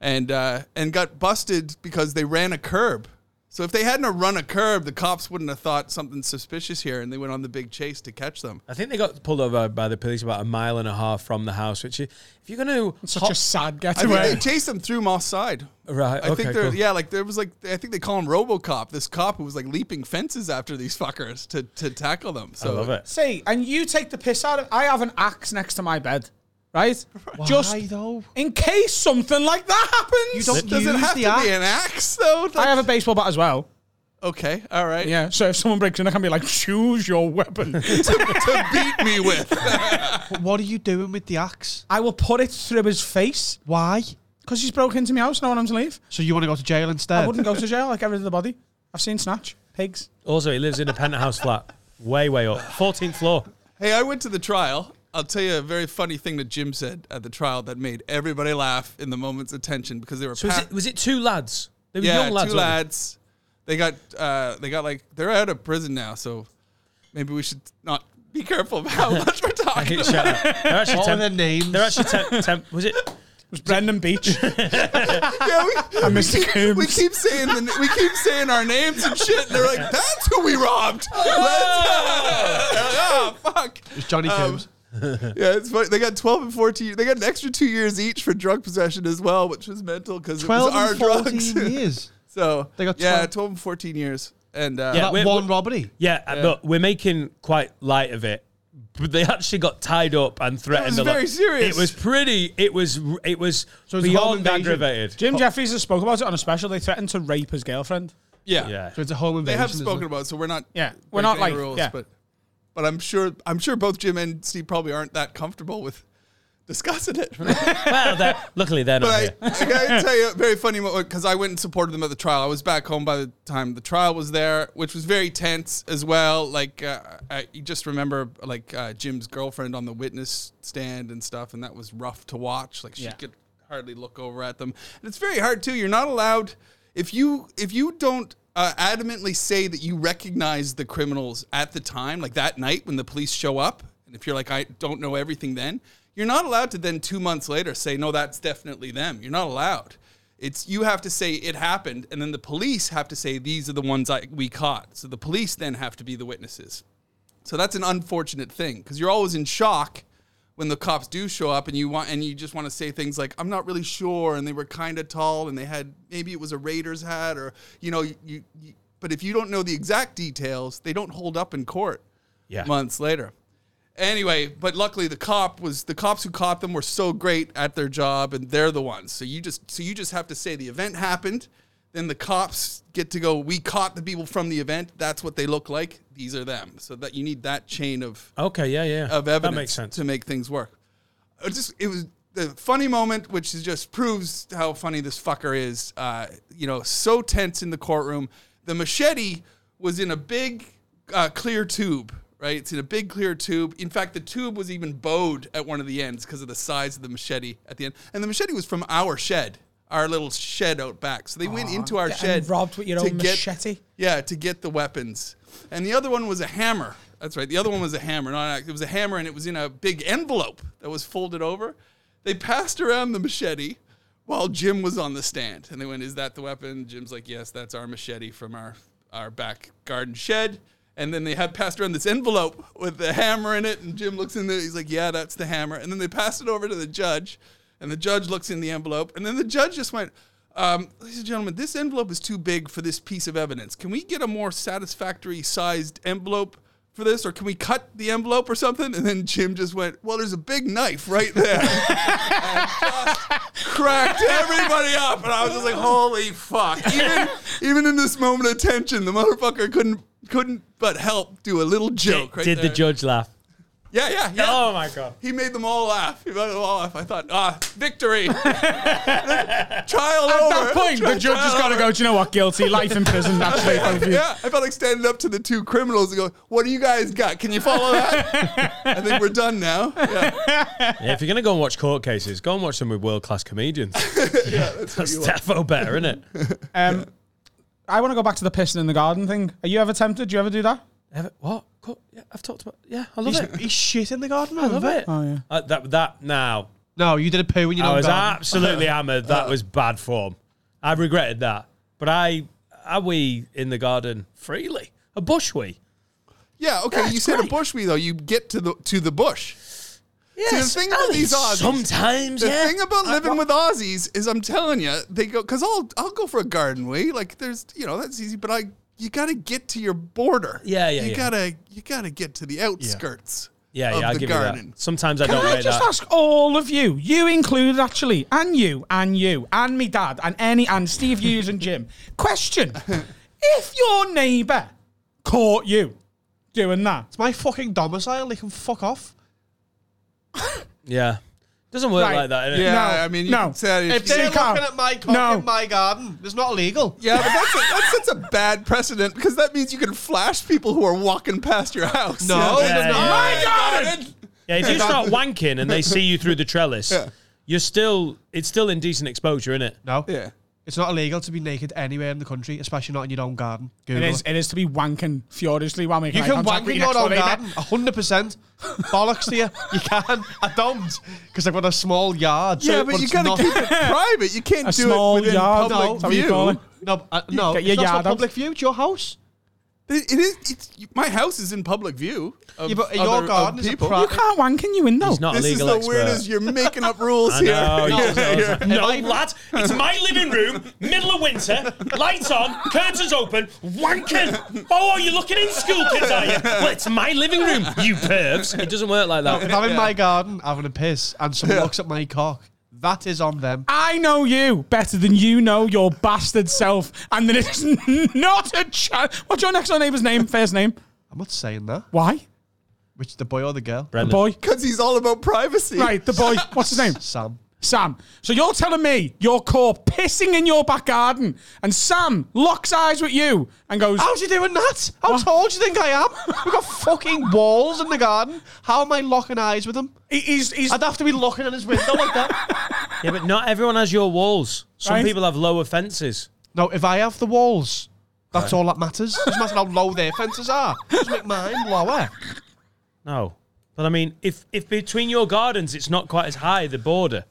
and uh, and got busted because they ran a curb. So if they hadn't have run a curb, the cops wouldn't have thought something suspicious here, and they went on the big chase to catch them. I think they got pulled over by the police about a mile and a half from the house. Which, i- if you're going to Such a sad I think getaway. they chased them through Moss Side. Right, I think okay, they're cool. yeah, like there was like I think they call him RoboCop. This cop who was like leaping fences after these fuckers to to tackle them. So I love it. See, and you take the piss out of. I have an axe next to my bed, right? Just Why though? in case something like that happens. You don't Does it use have the to axe. be an axe though? I have a baseball bat as well. Okay, all right. Yeah. So if someone breaks in, I can be like, choose your weapon. [LAUGHS] to beat me with. [LAUGHS] But what are you doing with the axe? [LAUGHS] I will put it through his face Why? because he's broke into my house and I want him to leave. So you want to go to jail instead? I wouldn't go to jail. I get rid of the body. I've seen Snatch. Pigs. Also, he lives in a penthouse flat, way, way up, 14th floor. hey, I went to the trial I'll tell you a very funny thing that Jim said at the trial that made everybody laugh in the moment's attention because they were So was pa- it, was it two lads? They were yeah, young lads. two weren't lads. They got uh, they got like they're out of prison now, so maybe we should not be careful about how [LAUGHS] much we're they? talking. Shut up. They're actually What were temp- their names? They're actually temp, temp- was it? was Brendan Beach. [LAUGHS] yeah, we, we Mr. keep- Coombs. we keep saying the, we keep saying our names and shit. And they're like, that's who we robbed. [LAUGHS] [LAUGHS] Let's, oh, fuck. It's Johnny Um, Coombs. Yeah, it's funny. They got 12 and 14. They got an extra two years each for drug possession as well, which was mental because it was Twelve our and fourteen [LAUGHS] drugs. [LAUGHS] years. so They got yeah, 12 12 and 14 years. And uh, Yeah, That we're- one we're- robbery. Yeah, uh, but we're making quite light of it. But they actually got tied up and threatened. was a lot. very serious. It was pretty. It was. r- It was it's home beyond invasion. aggravated. Jim Jeffries has spoke about it on a special. They threatened to rape his girlfriend. yeah, Yeah. So it's a home they invasion. have isn't spoken it? about it, so we're not. Yeah, we're not breaking like any rules, yeah. but but I'm sure I'm sure both Jim and Steve probably aren't that comfortable with [LAUGHS] discussing it. well, they're, luckily they're not But here. [LAUGHS] I, I gotta tell you, a very funny moment because I went and supported them at the trial. I was back home by the time the trial was there, which was very tense as well. Like uh, I you just remember like uh, Jim's girlfriend on the witness stand and stuff, and that was rough to watch. Like she Yeah. could hardly look over at them, and it's very hard too. You're not allowed if you if you don't. Uh, adamantly say that you recognize the criminals at the time, like that night when the police show up, and if you're like, I don't know everything then, you're not allowed to then two months later say, no, that's definitely them. You're not allowed. It's you have to say it happened, and then the police have to say these are the ones I, we caught. So the police then have to be the witnesses. So that's an unfortunate thing because you're always in shock when the cops do show up, and you want and you just want to say things like, "I'm not really sure," and they were kind of tall, and they had maybe it was a Raiders hat, or you know, you, you, you. But if you don't know the exact details, they don't hold up in court Yeah. months later. Anyway, but luckily the cop was the cops who caught them were so great at their job, and they're the ones. So you just so you just have to say the event happened, then the cops get to go. We caught the people from the event. That's what they look like. These are them. So that you need that chain of Okay. Yeah. Yeah. of evidence That makes sense. to make things work. It just it was the funny moment, which is just proves how funny this fucker is. Uh, you know, so tense in the courtroom. The machete was in a big uh, clear tube, right? It's in a big clear tube. In fact, the tube was even bowed at one of the ends because of the size of the machete at the end. And the machete was from our shed, our little shed out back. So they went into our and shed, robbed with your to own machete? yeah, to get the weapons. And the other one was a hammer. That's right. The other one was a hammer. Not it was a hammer, and it was in a big envelope that was folded over. They passed around the machete while Jim was on the stand, and they went, "Is that the weapon?" Jim's like, "Yes, that's our machete from our our back garden shed." And then they had passed around this envelope with the hammer in it, and Jim looks in there. He's like, "Yeah, that's the hammer." And then they passed it over to the judge, and the judge looks in the envelope, and then the judge just went, um, ladies and gentlemen, this envelope is too big for this piece of evidence. Can we get a more satisfactory sized envelope for this, or can we cut the envelope or something? And then Jim just went, "Well, there's a big knife right there." [LAUGHS] And just Cracked everybody up, and I was just like, "Holy fuck!" Even even in this moment of tension, the motherfucker couldn't couldn't but help do a little joke. right Did the there. judge laugh? Yeah, yeah, yeah. Oh my god. He made them all laugh. He made them all laugh. I thought, ah, [LAUGHS] victory. Trial At over. that point, the Tri- judge has trial got to over. go. Do you know what? Guilty. Life in prison. Naturally. both of you." Yeah, I felt like standing up to the two criminals and go, "What do you guys got? Can you follow that?" [LAUGHS] I think we're done now. Yeah, Yeah, if you're gonna go and watch court cases, go and watch them with world class comedians. that's defo better, isn't it? Um, I want to go back to the pissing in the garden thing. Are you ever tempted? Do you ever do that? Ever- what? Co- Yeah, I've talked about. Yeah, I love it. He's shit in the garden. I love it. Oh, yeah. Uh, that that now. No, you did a poo when you I know was garden. absolutely [LAUGHS] hammered. That was bad form. I regretted that. But I I wee in the garden freely. A bush wee. yeah. Okay, you said a bush wee though. You get to the to the bush. Yes. Oh, thing about these Aussies- sometimes, The yeah. Uh, thing about living with Aussies is, I'm telling you, they go because I'll I'll go for a garden wee. Like there's you know that's easy, but I you got to get to your border. Yeah, yeah, You yeah. gotta you gotta get to the outskirts. yeah, of yeah, I'll Oh, the give garden. you that. Sometimes I Can don't I wear just that. ask all of you, you included actually, and you, and you, and me dad, and any, and Steve Hughes and Jim. Question: If your neighbour caught you doing that, It's my fucking domicile. They can fuck off. yeah. Doesn't work Right. like that, innit? Yeah, No, I mean, you no. can say that If you- they're you can't- looking at my cock No. in my garden, it's not illegal. Yeah, but that's a, that's, that's a bad precedent because that means you can flash people who are walking past your house. No, Yeah, Yeah. they're yeah. not. My God! Yeah, if you start wanking and they see you through the trellis, [LAUGHS] Yeah. you're still it's still indecent exposure, isn't it? No, Yeah. it's not illegal to be naked anywhere in the country, especially not in your own garden. It Google is, it is to be wanking furiously while making You eye can contact wank with in your your next door own neighbour. garden, hundred percent. Bollocks to you. You can. I don't because I've got a small yard. so- yeah, but, you it's gotta not- [LAUGHS] [LAUGHS] keep it private. You can't A do small it within yard, public no, view. what you call No, uh, no. Get It's your not yard for out. public view. It's your house. It, it is. It's, my house is in public view. Of Yeah, but other- your of garden is a people. pri- You can't wank in your window. He's not This a is legal the expert. weirdest. You're [LAUGHS] making up rules I here. know, [LAUGHS] you just- I was Yeah. like, no, lad, it's my living room, middle of winter, lights on, curtains open, wanking. Oh, are you looking in school, kids, are you? Well, it's my living room, you pervs. It doesn't work like If that. I'm in my garden having a piss and someone looks at my cock, that is on them. I know you better than you know your bastard self, and there is [LAUGHS] not a chance. What's your next door neighbour's name? First name? I'm not saying that. Why? Which the boy or the girl? The boy. Because he's all about privacy. Right, the boy. What's his name? Sam. Sam. So you're telling me your core pissing in your back garden, and Sam locks eyes with you and goes, How's you doing that? How tall do you think I am? We've got fucking walls in the garden. How am I locking eyes with him? he- he's, he's I'd have to be looking in his window like that. Yeah, but not everyone has your walls. Some Right. people have lower fences. No, if I have the walls, that's all that matters. It doesn't matter how low their fences are. Just make mine lower. No. But I mean, if, if between your gardens it's not quite as high, the border.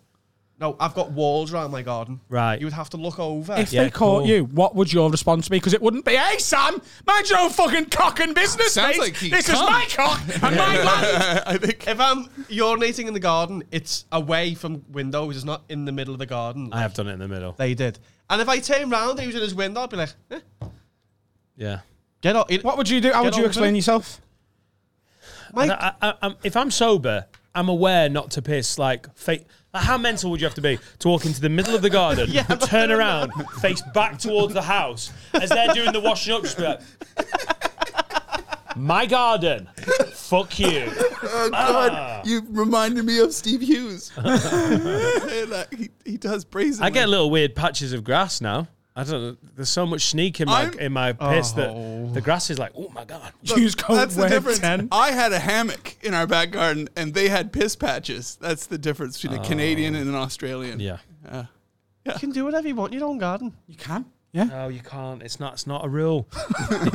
No, I've got walls around my garden. Right. You would have to look over. If Yeah, they caught cool. you, what would your response be? Because it wouldn't be, "Hey Sam, mind your own fucking cock and business, Sounds mate. like he this is cunt." my cock and my life." [LAUGHS] I think. If I'm urinating in the garden, it's away from windows. It's not in the middle of the garden. I have done it in the middle. They did. And if I turn round and he was in his window, I'd be like, eh, Yeah. get out. It, What would you do? How Get would you over explain it. yourself? Mike, I, I, I'm, if I'm sober, I'm aware not to piss. Like, fa- like, how mental would you have to be to walk into the middle of [LAUGHS] the garden, turn around, face back towards the house as they're doing the washing up? Just be like, my garden, fuck you. Oh Ah. God! You reminded me of [LAUGHS] Steve Hughes. And, uh, he, he does brazenly. I get little weird patches of grass now. I don't. know. There's so much sneak in my I'm- in my piss that the grass is like, oh my god. Use code That's the word difference. 10. I had a hammock in our back garden, and they had piss patches. That's the difference between a Canadian and an Australian. Oh. Yeah. you can do whatever you want in your own garden. You can. Yeah. No, Oh, you can't. It's not. It's not a rule.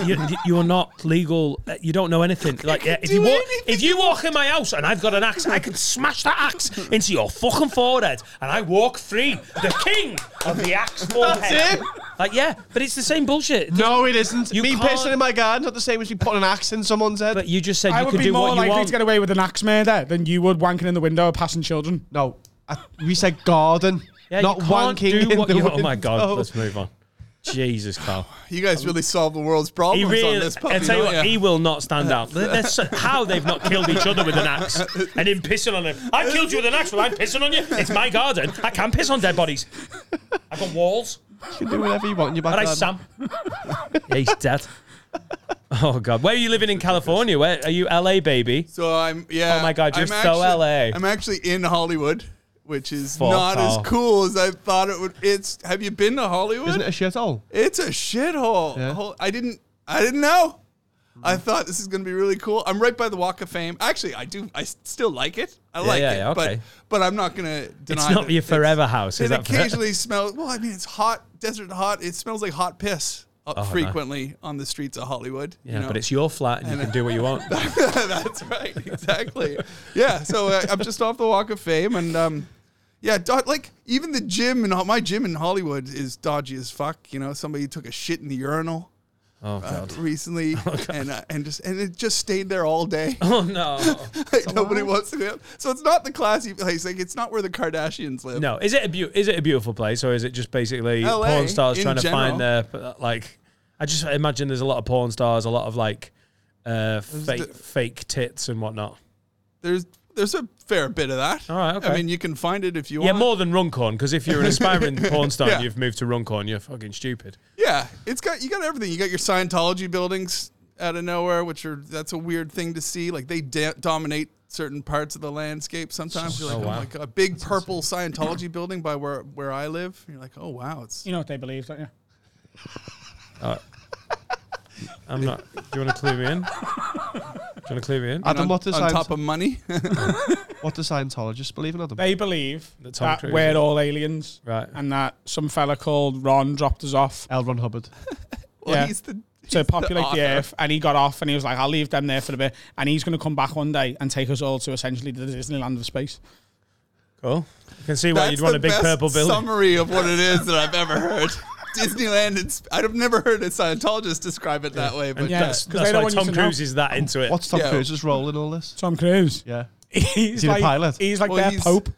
[LAUGHS] you, are not legal. Uh, You don't know anything. Like, yeah, if do you walk, anything if you walk in my house and I've got an axe, I can smash that axe into your fucking forehead, and I walk free, the king of the axe forehead. it. Like, yeah, but it's the same bullshit. Eh? No, it isn't. You me can't- pissing in my garden's not the same as me putting an axe in someone's head. But you just said I you would could be do more what you likely want. to get away with an axe murder than you would wanking in the window of passing children. no, I, we said garden, yeah, not you can't wanking do in what the [LAUGHS] you want. Oh my window. god, let's move [LAUGHS] on. Jesus, Carl. You guys really solve the world's He problems on Um, really, this puppy. I tell you don't what, ya? he will not stand Uh, out. They're- they're so- how they've not killed each other with [LAUGHS] an axe and him pissing on him. I killed you with an axe, well, I'm pissing on you. It's my garden. I can piss on dead bodies. I've got walls. You can do whatever you want in your back All right, garden. Sam. Yeah, he's dead. Oh, God. Where are you living in California? Where Are you LA, baby? So I'm yeah. Oh my God, you're I'm so actually- LA. I'm actually in Hollywood, which is Fuck not off. as cool as I thought it would. It's have you been to Hollywood? Isn't it a shithole? It's a shithole. Yeah. Mm. Hol- I didn't. I didn't know. I thought this is going to be really cool. I'm right by the Walk of Fame. Actually, I do. I s- still like it. I like yeah, it, yeah, okay. but but I'm not going to deny. It's not that your forever house, is It that forever? occasionally smells. Well, I mean, it's hot, desert hot. It smells like hot piss uh, Oh, no. frequently on the streets of Hollywood. Yeah, you know? but it's your flat and you And, can uh, do what you want. [LAUGHS] [LAUGHS] That's right, exactly. yeah, so uh, I'm just off the Walk of Fame, and um, yeah, do- like even the gym and my gym in Hollywood is dodgy as fuck. You know, somebody took a shit in the urinal [LAUGHS] Oh, uh, God. recently, and uh, and just and it just stayed there all day. [LAUGHS] Oh, no. Like, [LAUGHS] nobody wants to go. So it's not the classy place. Like it's not where the Kardashians live. No, is it a beau- is it a beautiful place or is it just basically LA porn stars in trying general. to find their uh, like? I just imagine there's a lot of porn stars, a lot of like uh, fake the- fake tits and whatnot. there's there's a fair bit of that. All right, okay. I mean, you can find it if you Yeah, want. more than Runcorn because if you're an [LAUGHS] aspiring porn star Yeah. and you've moved to Runcorn, you're fucking stupid. Yeah, it's got you got everything. You got your Scientology buildings out of nowhere, which are that's a weird thing to see. Like they da- dominate certain parts of the landscape. Sometimes you're like, Oh, oh, wow. my god, big purple Scientology building by where where I live. And you're like, oh wow, it's You know what they believe, don't you? I'm not. Do you want to clue me in? you want to clue me in? Adam, on, what does on Science- top of money. [LAUGHS] what do Scientologists believe in, Adam? They believe That Tom that Cruise we're is- all aliens, Right. and that some fella called Ron dropped us off L. Ron Hubbard. well, Yeah. he's the, he's to populate the, [LAUGHS] author. Earth, and he got off, and he was like, "I'll leave them there for a bit," and he's going to come back one day and take us all to essentially the Disneyland of space. Cool. You can see why That's you'd want the a big best purple building. summary of what it is that I've ever heard. [LAUGHS] Disneyland. And, sp- I've never heard a Scientologist describe it that way, but And yeah. that's, 'cause that's they don't why want you Tom to know. Cruise is that into it. What's Tom Yeah. Cruise's role in all this? Tom Cruise. Yeah. [LAUGHS] He's he the like pilot? He's like Well, their he's- pope.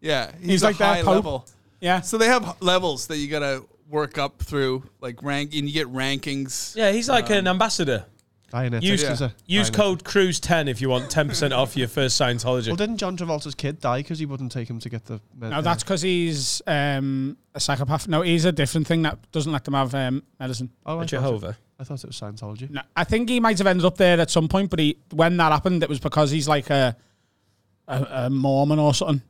yeah, he's, He's a like that high Pope. level. Yeah. So they have h- levels that you gotta work up through, like rank, and you get rankings. Yeah, he's like Um, an ambassador. Dianetic. Use, is a- use Dianetic. code Cruise10 if you want 10% off your first Well, Scientology. didn't John Travolta's kid die because he wouldn't take him to get the? med- No, uh, that's because he's um, a psychopath. No, he's a different thing that doesn't let them have um, medicine. oh, I thought, it, Jehovah. I thought it was Scientology. No, I think he might have ended up there at some point, but he when that happened, it was because he's like a a, a Mormon or something.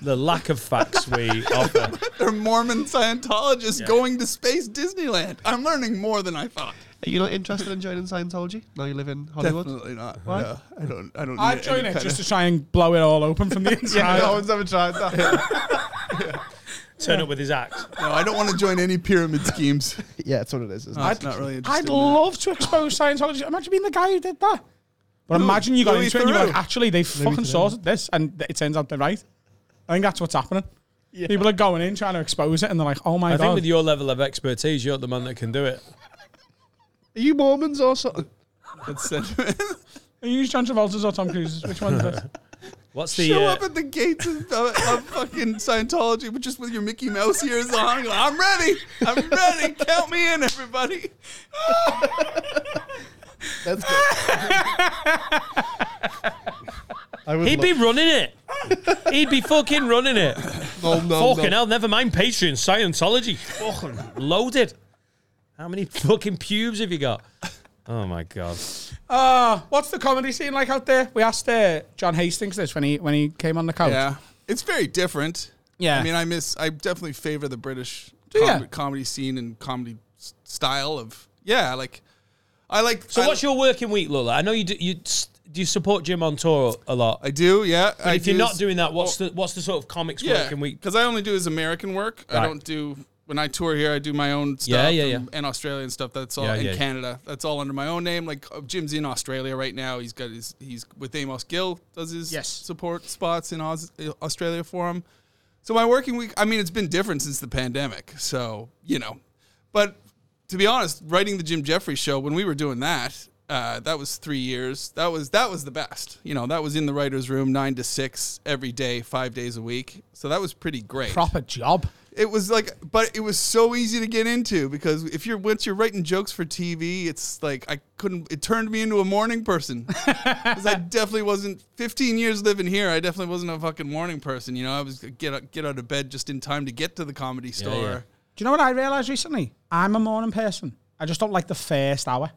The lack of facts we [LAUGHS] offer. They're Mormon Scientologists going to space Disneyland. I'm learning more than I thought. Are you not interested in joining Scientology? Now you live in Hollywood. Definitely not. Why? No, I don't. I don't. need I'd any join it kind just [LAUGHS] of- to try and blow it all open from the [LAUGHS] inside. [LAUGHS] No one's ever tried that. Turn up with his axe. no, I don't want to join any [LAUGHS] pyramid schemes. [LAUGHS] yeah, that's what it is. Isn't it? That's not really interesting. I'd love to expose Scientology. Imagine being the guy who did that. But imagine you got Louis into it and you're Theroux. like, actually, they fucking sorted this, and th- it turns out they're right. I think that's what's happening. People are going in trying to expose it, and they're like, oh my I god. think with your level of expertise, you're the man that can do it. Are you Mormons or something? [LAUGHS] That's sentiment. Are you John Travolta's or Tom Cruise's? Which one's this? What's the. [LAUGHS] Show uh, up at the gates of, of, of fucking Scientology, but just with your Mickey Mouse ears on. Go, I'm ready. I'm ready. Count me in, everybody. That's good. [LAUGHS] I would he'd be running [LAUGHS] it. He'd be fucking running it. love, [LAUGHS] no, no, Fucking hell, never mind Patreon, Scientology. Fucking loaded. How many fucking pubes have you got? Oh my god. [LAUGHS] Uh, what's the comedy scene like out there? We asked uh, John Hastings this when he when he came on the couch. Yeah, it's very different. Yeah. I mean, I miss. I definitely favor the British Do ya? com- comedy scene and comedy s- style of. Yeah, like I like. So I, what's your working week, Lola? I know you do, you s- do you support Jim on tour a lot. I do. Yeah. But if you're not doing that, what's the what's the sort of comics yeah, working week? Because I only do is American work. I Right. don't do when I tour here. I do my own stuff. Yeah, yeah, yeah. And, and Australian stuff. That's all Yeah, in yeah, yeah. Canada. That's all under my own name. Like uh, Jim's in Australia right now. He's got his. He's with Amos Gill. Does his Yes. support spots in Aus- uh, Australia for him. So my working week. I mean, it's been different since the pandemic. So you know, but to be honest, writing the Jim Jeffries show when we were doing that, uh, that was three years. That was that was the best. You know, that was in the writers' room nine to six every day, five days a week. So that was pretty great. Proper job. It was like, but it was so easy to get into because if you're once you're writing jokes for TV, it's like I couldn't. It turned me into a [LAUGHS] morning person 'Cause I definitely wasn't. Fifteen years living here, I definitely wasn't a fucking morning person. You know, I was uh, get out, get out of bed just in time to get to the comedy store. yeah. Do you know what I realized recently? I'm a morning person. I just don't like the first hour.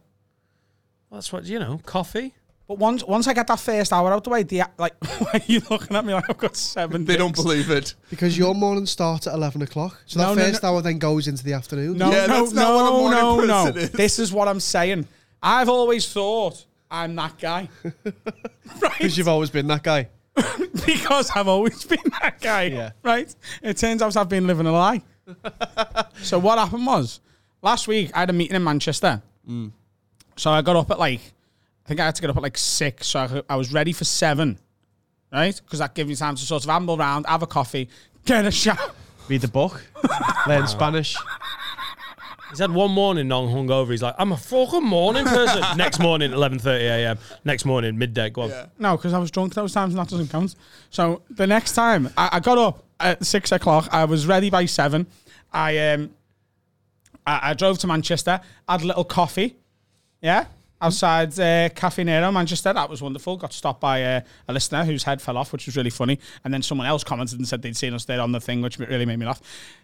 Well, that's what you know, coffee. But once once I get that first hour out the way, the like [LAUGHS] why are you looking at me like I've got seven? They don't dicks? believe it. Because your morning starts at 11 o'clock. So that No, no, first hour then goes into the afternoon. No, Yeah, no, that's not no, what a morning no, person no. is. This is what I'm saying. I've always thought I'm that [LAUGHS] guy, Because you've always been that guy. [LAUGHS] because I've always been that guy. Yeah. Right? It turns out I've been living a lie. so what happened was last week I had a meeting in Manchester. So I got up at like I think I had to get up at like six. So I, could- I was ready for seven. Right? Because that gave me time to sort of amble around, have a coffee, get a shower. [LAUGHS] Read the book. Learn [LAUGHS] Spanish. He's had one morning non hungover. He's like, I'm a fucking [LAUGHS] morning person. Next morning, 11:30 a.m. Next morning, midday. Go on. No, because I was drunk those times, and that doesn't count. So the next time I, I got up at six o'clock, I was ready by seven. I um, I, I drove to Manchester, had a little coffee, yeah, outside uh, Cafe Nero, Manchester. That was wonderful. Got stopped by uh, a listener whose head fell off, which was really funny. And then someone else commented and said they'd seen us there on the thing, which really made me laugh.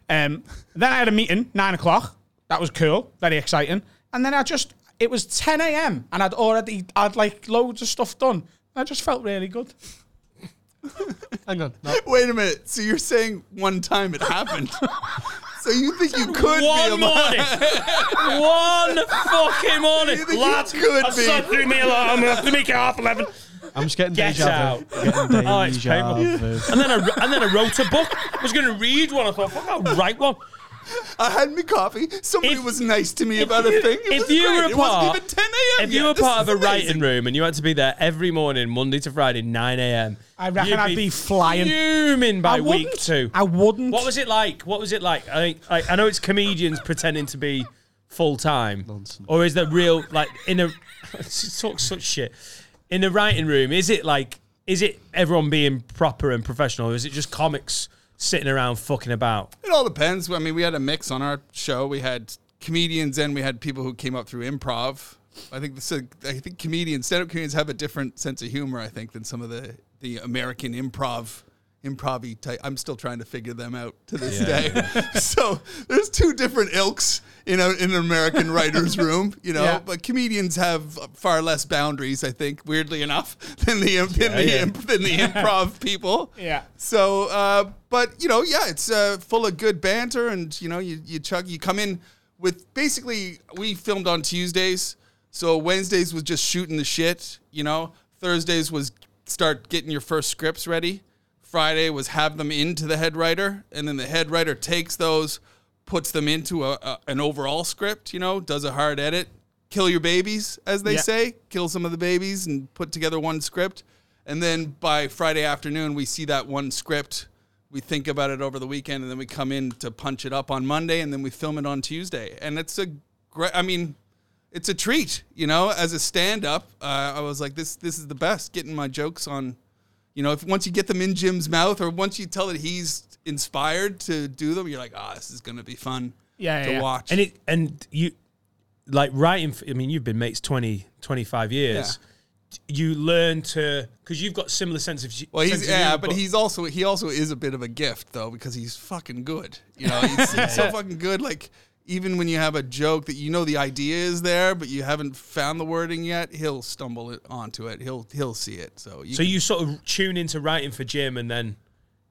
Um, then I had a meeting nine o'clock. That was cool, very exciting. And then I just it was ten a.m. and I'd already I'd like loads of stuff done. I just felt really good. Hang on. No. Wait a minute. So you're saying one time it happened? So you think you could be a One mo- morning. [LAUGHS] One fucking morning. You think you Lad, could I be? slept through my alarm. I have to make it half 11. I'm just getting Get deja out. vu. Getting Oh, it's deja painful. vu. And then, I, and then I wrote a book. I was going to read one. I thought, fuck, I'll write one. I had me coffee. Somebody If- was nice to me if about you- a thing. It if was you great. were a it wasn't part- even 10 a.m. If yet. you were This part of is a amazing. writing room and you had to be there every morning, Monday to Friday, 9 a.m., I reckon you'd I'd be flying. Fuming by I week wouldn't. two. I wouldn't. What was it like? What was it like? I, I, I know it's comedians pretending to be full time, or is there real like in a talk such shit in the writing room? Is it like is it everyone being proper and professional, or is it just comics sitting around fucking about? It all depends. I mean, we had a mix on our show. We had comedians and we had people who came up through improv. I think this is, I think comedians, stand-up comedians, have a different sense of humor. I think than some of the the American improv improv type. I'm still trying to figure them out to this day. [LAUGHS] so there's two different ilks in a, in an American [LAUGHS] writer's room. You know, but comedians have far less boundaries. I think, weirdly enough, [LAUGHS] than the than the yeah. imp- [LAUGHS] than the improv people. Yeah. So, uh, but you know, yeah, it's uh, full of good banter, and you know, you you chug, you come in with basically we filmed on Tuesdays, so Wednesdays was just shooting the shit, you know. Thursdays was start getting your first scripts ready. Friday was have them into the head writer, and then the head writer takes those, puts them into a, a an overall script, you know, does a hard edit, kill your babies, as they Yeah. say, kill some of the babies, and put together one script. And then by Friday afternoon, we see that one script. We think about it over the weekend, and then we come in to punch it up on Monday, and then we film it on Tuesday. And it's a great. I mean, it's a treat, you know. As a stand-up, uh, I was like, this this is the best. Getting my jokes on, you know, if once you get them in Jim's mouth, or once you tell that he's inspired to do them, you're like, ah, this is gonna be fun. Yeah, to yeah, yeah. watch. And it and you like writing. f- I mean, you've been mates 20, 25 years. You learn to because you've got similar sense of Well, sense he's of yeah, humour, but he's also he also is a bit of a gift though because he's fucking good. You know, he's, he's so fucking good. Like even when you have a joke that you know the idea is there, but you haven't found the wording yet, he'll stumble it onto it. He'll he'll see it. So you So you sort of tune into writing for Jim, and then,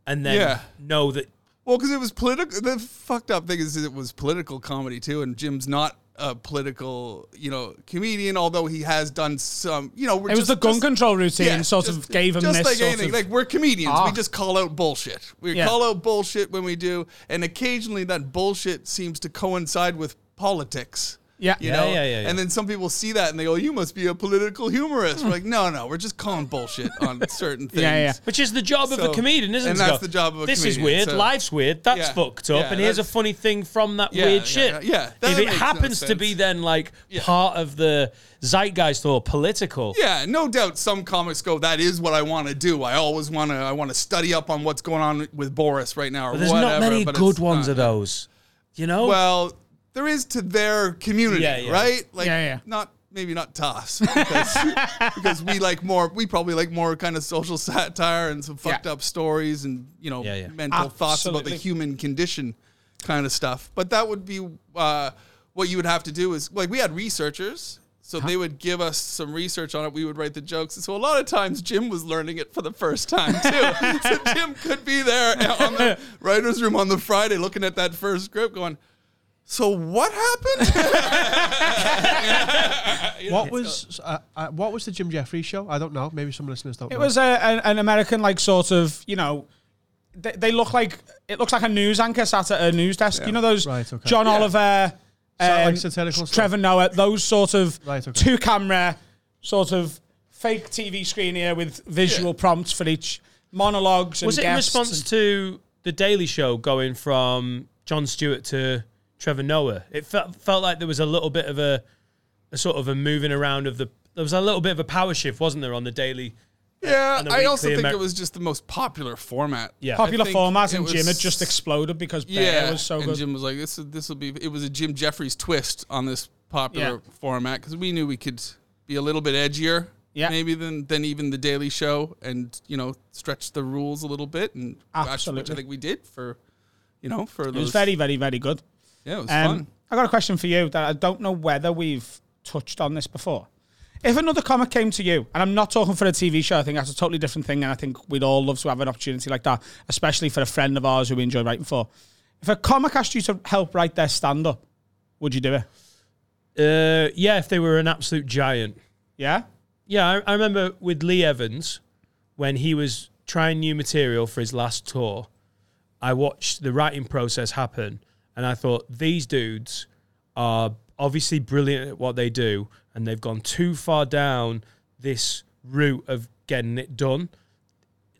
and then Yeah. know that Well, because it was political. The fucked up thing is it was political comedy too, and Jim's not a political, you know, comedian. Although he has done some, you know, we're It was just- the gun just- control routine sort just- of gave him just this like sort anything. of- Like we're comedians, Ah. we just call out bullshit. We Yeah. call out bullshit when we do, and occasionally that bullshit seems to coincide with politics. Yeah. you Yeah, know, yeah, yeah, yeah. and then some people see that and they go, "You must be a political humorist." We're like, "No, no, we're just calling bullshit [LAUGHS] on certain things." Yeah, yeah. which is the job of So- a comedian, isn't it? and to that's go, the job of a this is comedian, weird. so- Life's weird. That's Yeah. fucked up. Yeah, and here's a that's- funny thing from that Yeah, weird yeah, shit. yeah, yeah. That if it makes no happens to be sense. then like Yeah. part of the zeitgeist or political, Yeah, no doubt some comics go, that is what I want to do. I always want to I want to study up on what's going on with Boris right now or but there's not whatever. many but good it's ones not. of those. You know, Well, there is to their community, Yeah, yeah. right? Like Yeah, yeah. not maybe not to us because, [LAUGHS] because we like more we probably like more kind of social satire and some fucked Yeah. up stories and you know Yeah, yeah. mental thoughts about the Absolutely. human condition kind of stuff but that would be uh, what you would have to do is like we had researchers so they would give us some research on it we would write the jokes and so a lot of times jim was learning it for the first time [LAUGHS] too so jim could be there on the writers room on the friday looking at that first script going so what [LAUGHS] happened What was uh, uh, what was the Jim Jeffries show? I don't know. Maybe some listeners don't. It know. was a, an, an American, like, sort of, you know, they, they look like, it looks like a news anchor sat at a news desk. You know those Right, okay. John Oliver, that um, like satirical stuff? Trevor Noah, those sort of Right, okay. two camera, sort of fake TV screen here with visual prompts for each monologues and was it in guests response and- to the Daily Show going from John Stewart to Trevor Noah? It felt felt like there was a little bit of a, a sort of a moving around of the. There was a little bit of a power shift, wasn't there, on the Daily? yeah And the i also weekly think Amer- it was just the most popular format Yeah. popular think format it and Jim had was- just exploded because Yeah, Bear was so and good. Jim was like, "This this will be." It was a Jim Jeffries twist on this popular Yeah. format because we knew we could be a little bit edgier, Yeah. maybe than than even the Daily Show, and you know stretch the rules a little bit, and actually, which Absolutely. I think we did for, you know, for it was those. very, very, very good. yeah, it was fun. Um, I got a question for you that I don't know whether we've touched on this before. If another comic came to you, and I'm not talking for a TV show, I think that's a totally different thing, and I think we'd all love to have an opportunity like that, especially for a friend of ours who we enjoy writing for. If a comic asked you to help write their stand up, would you do it? Uh, yeah, if they were an absolute giant. Yeah? Yeah, I, I remember with Lee Evans when he was trying new material for his last tour. I watched the writing process happen, and I thought these dudes are obviously brilliant at what they do, and they've gone too far down this route of getting it done.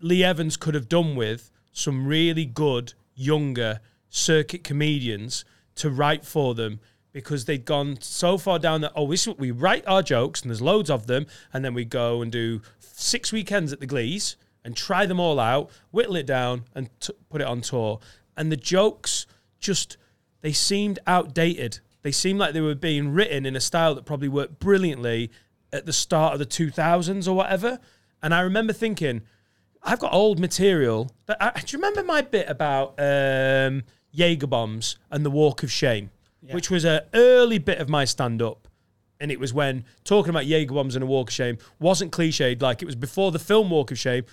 Lee Evans could have done with some really good younger circuit comedians to write for them because they'd gone so far down that oh this is what we write our jokes and there's loads of them and then we go and do six weekends at the Glees and try them all out whittle it down and t- put it on tour and the jokes just they seemed outdated they seemed like they were being written in a style that probably worked brilliantly at the start of the 2000s or whatever and I remember thinking I've got old material. That I, do you remember my bit about um, Jaeger bombs and the Walk of Shame, which was an early bit of my stand up? And it was when talking about Jaeger bombs and a Walk of Shame wasn't cliched. Like it was before the film Walk of Shame.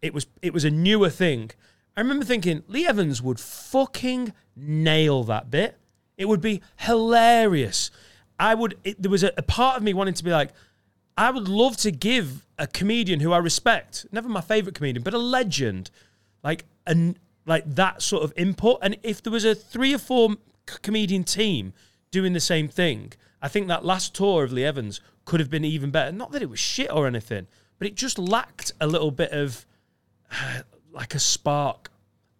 It was it was a newer thing. I remember thinking Lee Evans would fucking nail that bit. It would be hilarious. I would. It, there was a, a part of me wanting to be like, I would love to give a comedian who I respect, never my favorite comedian, but a legend, like and like that sort of input. And if there was a three or four c- comedian team doing the same thing, I think that last tour of Lee Evans could have been even better. Not that it was shit or anything, but it just lacked a little bit of [SIGHS] like a spark.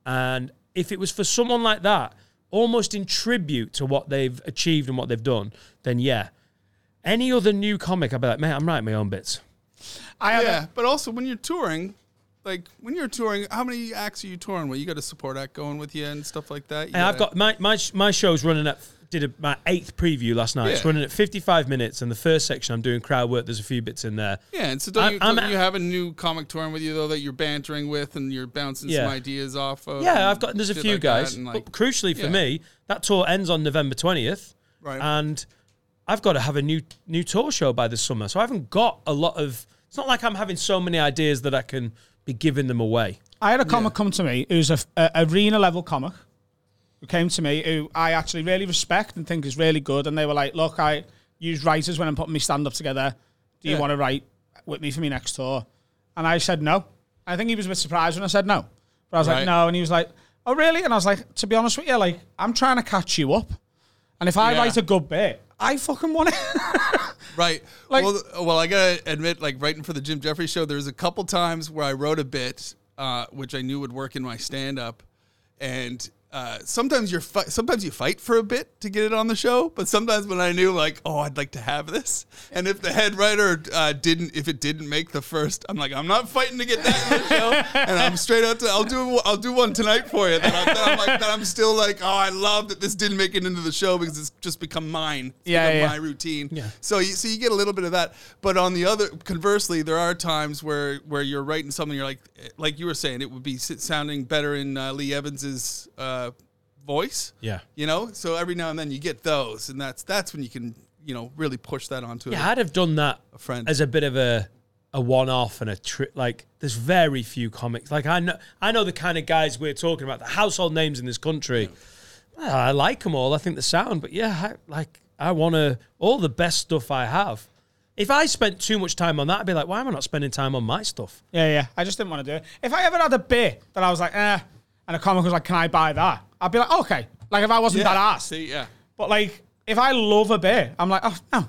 And if it was for someone like that, almost in tribute to what they've achieved and what they've done, then yeah. Any other new comic, I'd be like, man, I'm writing my own bits. I have Yeah, but also when you're touring, like when you're touring, how many acts are you touring? Well, you got a support act going with you and stuff like that. You And I've gotta- got my, my my show's running at did a, my eighth preview last night. It's Yeah. running at 55 minutes, and the first section I'm doing crowd work. There's a few bits in there. yeah, and so don't, I'm- you, I'm don't at- you have a new comic touring with you though that you're bantering with and you're bouncing Yeah. some ideas off of? and Yeah, I've got. There's a shit few um, like that guys, and, like- but crucially for me, yeah. that tour ends on November 20th, Right. and I've got to have a new new tour show by the summer. So I haven't got a lot of. It's not like I'm having so many ideas that I can be giving them away. I had a comic come to me who's a, a arena level comic who came to me who I actually really respect and think is really good. And they were like, "Look, I use writers when I'm putting my stand up together. Do you want to write with me for my next tour?" And I said no. I think he was a bit surprised when I said no, but I was like Right. no, and he was like, "Oh, really?" And I was like, "To be honest with you, like I'm trying to catch you up, and if I Yeah. write a good bit, I fucking want it." [LAUGHS] Right. Like- well, th- well, I gotta admit, like writing for the Jim Jeffries show, there was a couple times where I wrote a bit, uh, which I knew would work in my stand-up, and uh, sometimes you're fi- sometimes you fight for a bit to get it on the show, but sometimes when I knew, like, oh, I'd like to have this, and if the head writer uh, didn't, if it didn't make the first, I'm like, I'm not fighting to get that in the show, and I'm straight out to, I'll do, I'll do one tonight for you. That, I, that I'm like, that I'm still like, oh, I love that this didn't make it into the show because it's just become mine. It's Yeah, become yeah. my routine. Yeah. So you so you get a little bit of that, but on the other conversely, there are times where where you're writing something you're like like you were saying it would be s- sounding better in uh, Lee Evans's uh, voice. Yeah. You know, so every now and then you get those, and that's that's when you can you know really push that onto Yeah, it. I'd have done that friend. as a bit of a a one off and a trip. Like, there's very few comics. Like, I know I know the kind of guys we're talking about, the household names in this country. Well, I like them all. I think the sound, but yeah, I, like I want to all the best stuff I have. If I spent too much time on that, I'd be like, why am I not spending time on my stuff? Yeah, yeah. I just didn't want to do it. If I ever had a bit that I was like, eh, and a comic was like, can I buy that? I'd be like, okay. Like if I wasn't that ass. See, yeah, But like if I love a bit, I'm like, oh no.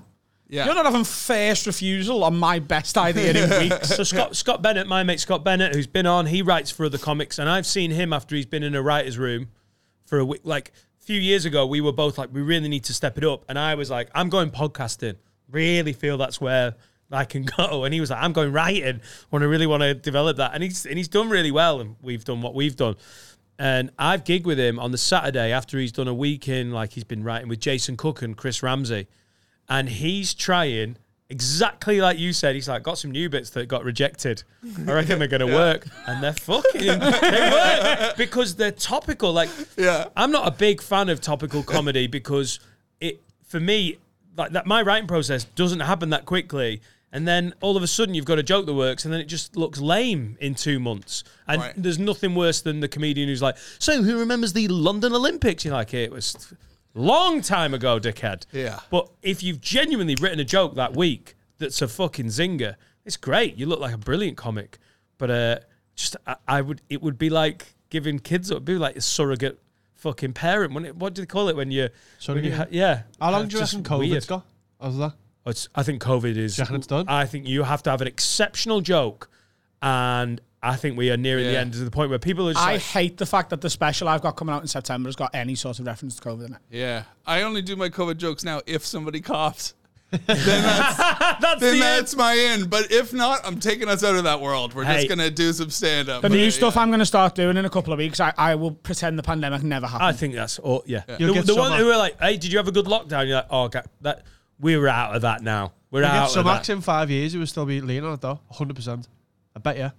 yeah. You're not having first refusal on my best idea [LAUGHS] in weeks. So Scott Scott Bennett, my mate Scott Bennett, who's been on, he writes for other comics, and I've seen him after he's been in a writer's room for a week. Like a few years ago, we were both like, we really need to step it up, and I was like, I'm going podcasting. Really feel that's where I can [LAUGHS] go, and he was like, I'm going writing. Want to really want to develop that, and he's and he's done really well, and we've done what we've done. And I've gigged with him on the Saturday after he's done a week in, like he's been writing with Jason Cook and Chris Ramsey and he's trying exactly like you said. He's like, got some new bits that got rejected. I reckon they're [LAUGHS] going to work, and they're fucking they work because they're topical. Like, Yeah. I'm not a big fan of topical comedy because it for me like that my writing process doesn't happen that quickly. And then all of a sudden you've got a joke that works, and then it just looks lame in two months. And Right. there's nothing worse than the comedian who's like, "So who remembers the London Olympics?" You're like, "It was long time ago, dickhead." Yeah. But if you've genuinely written a joke that week that's a fucking zinger, it's great. You look like a brilliant comic. But uh, just I, I would, it would be like giving kids up, it'd be like a surrogate fucking parent. Wouldn't it? What do they call it when you? When you Surrogate? ha- yeah. How long It's do you just reckon COVID's weird. Oh, got? How's that? It's, I think COVID is. reckon it's done? I think you have to have an exceptional joke, and I think we are nearing the Yeah. end to the point where people are just I like, hate the fact that the special I've got coming out in September has got any sort of reference to COVID in it. Yeah. I only do my COVID jokes now if somebody [LAUGHS] coughs. [LAUGHS] "That's the Then end." that's my end. But if not, I'm taking us out of that world. We're Hey. just gonna do some stand up. The new stuff I'm going to start doing in a couple of weeks, I, I will pretend the pandemic never happened. I think that's all. Yeah, You'll the, get the one some who were like, "Hey, did you have a good lockdown?" You're like, "Oh, ga- that we're out of that now. We're If out of some that." acts in five years, it would still be leaning on it though, 100%. I bet you.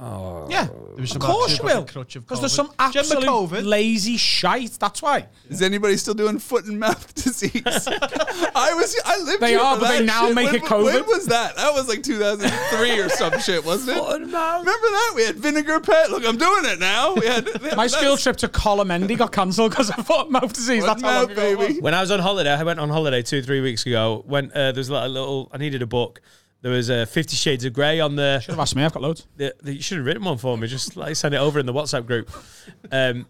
Oh. yeah, There was of some course you absolute will. fucking crutch of Because there's COVID. some Do you remember absolute COVID? lazy shite. That's why Is anybody still doing foot and mouth [LAUGHS] disease? I was. I lived. They here are, for but they that now shit. make when, it When COVID. was that? That was like 2003 [LAUGHS] or some shit, wasn't it? Foot and mouth. Remember that? We had vinegar pet. Look, I'm doing it now. We had my that's- school trip to Colomendi got cancelled because of foot and mouth disease. Foot That's and how long mouth, ago it was. baby. When I was on holiday, I went on holiday two, three weeks ago. When uh, there was like a little, I needed a book. There was uh, Fifty Shades of Grey on the Should have asked me. I've got loads. the, the, you should have written one for me. Just like send it over in the WhatsApp group. Um,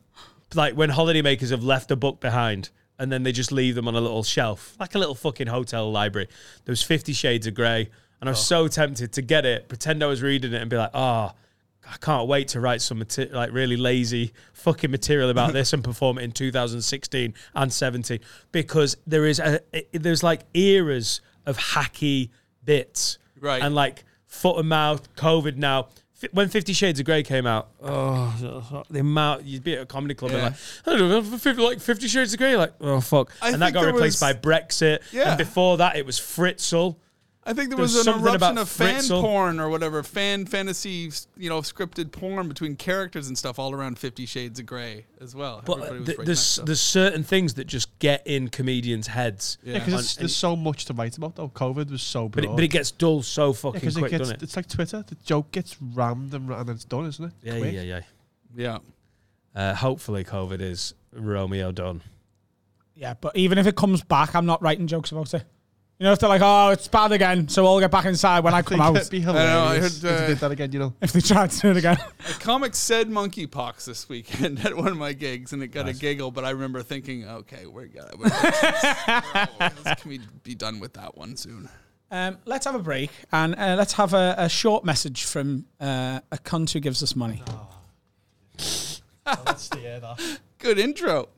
like when holidaymakers have left a book behind and then they just leave them on a little shelf, like a little fucking hotel library. There was Fifty Shades of Grey, and I was so tempted to get it, pretend I was reading it, and be like, ah. I can't wait to write some mater- like really lazy fucking material about this and perform it in 2016 and 17 because there is a it- there's like eras of hacky bits Right. and like foot and mouth, COVID now. F- When Fifty Shades of Grey came out, oh, the amount you'd be at a comedy club and like, I don't know, f- f- like Fifty Shades of Grey, like, oh fuck, I and that think got there replaced by was- Brexit, Yeah. and before that it was Fritzl. I think there There's was an something about eruption of fan Fritzl. porn or whatever, fan fantasy, you know, scripted porn between characters and stuff all around Fifty Shades of Grey as well. But uh, Everybody was th- writing that there's stuff. there's certain things that just get in comedians' heads. Yeah, And- because and- there's so much to write about though. COVID was so But broad. it, but it gets dull so fucking because quick, it gets, doesn't it? it's like Twitter. The joke gets rammed and, ra- and then it's done, isn't it? Yeah, Quick. yeah, yeah. yeah. Uh, hopefully, COVID is Romeo done. Yeah, but even if it comes back, I'm not writing jokes about it. You know, if they're like, "Oh, it's bad again," so I'll get back inside when I come Like, out. it'd be know, I hilarious heard, if uh, they did that again, [LAUGHS] you know. If they try to do it again, comic said monkeypox this weekend [LAUGHS] at one of my gigs, and it got a giggle. But I remember thinking, okay, we're gonna. We're [LAUGHS] can we be done with that one soon? um, let's have a break and uh, let's have a, a short message from uh, a cunt who gives us money. Good intro.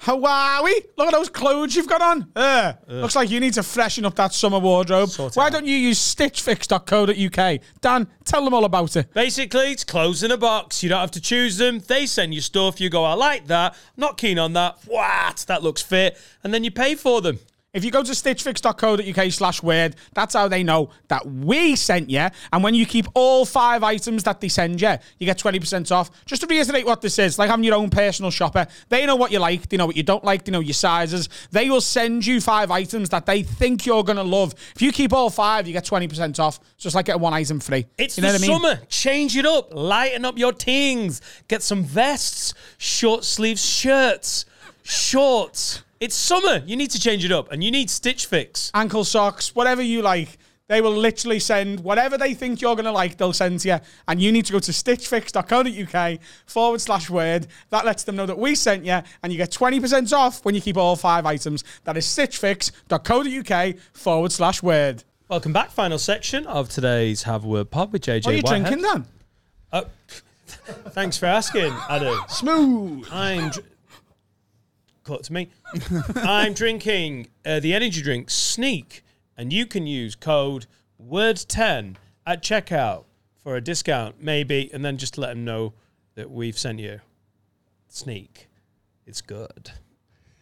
Hawaii, look at those clothes you've got on. Uh, Looks like you need to freshen up that summer wardrobe. Sort it Why out. don't you use stitchfix.co.uk? Dan, tell them all about it. Basically, it's clothes in a box. You don't have to choose them. They send you stuff. You go, I like that. Not keen on that. What? That looks fit. And then you pay for them. If you go to stitchfix.co.uk slash word, that's how they know that we sent you. And when you keep all five items that they send you, you get 20% off. Just to reiterate what this is, like having your own personal shopper. They know what you like, they know what you don't like, they know your sizes. They will send you five items that they think you're going to love. If you keep all five, you get 20% off. It's just like getting one item free. It's you know what the I mean? summer. Change it up. Lighten up your tings. Get some vests, short sleeves shirts, shorts. It's summer. You need to change it up. And you need Stitch Fix. ankle socks, whatever you like. They will literally send whatever they think you're going to like, they'll send to you. And you need to go to stitchfix.co.uk forward slash word. That lets them know that we sent you, and you get 20% off when you keep all five items. That is stitchfix.co.uk forward slash word. Welcome back. Final section of today's Have a Word Pod with JJ What are you Whitehead. drinking then? Oh, thanks for asking, Adam. Smooth. I'm dr- cut to me. I'm drinking uh, the energy drink Sneak, and you can use code Word10 at checkout for a discount, maybe, and then just let them know that we've sent you Sneak. It's good.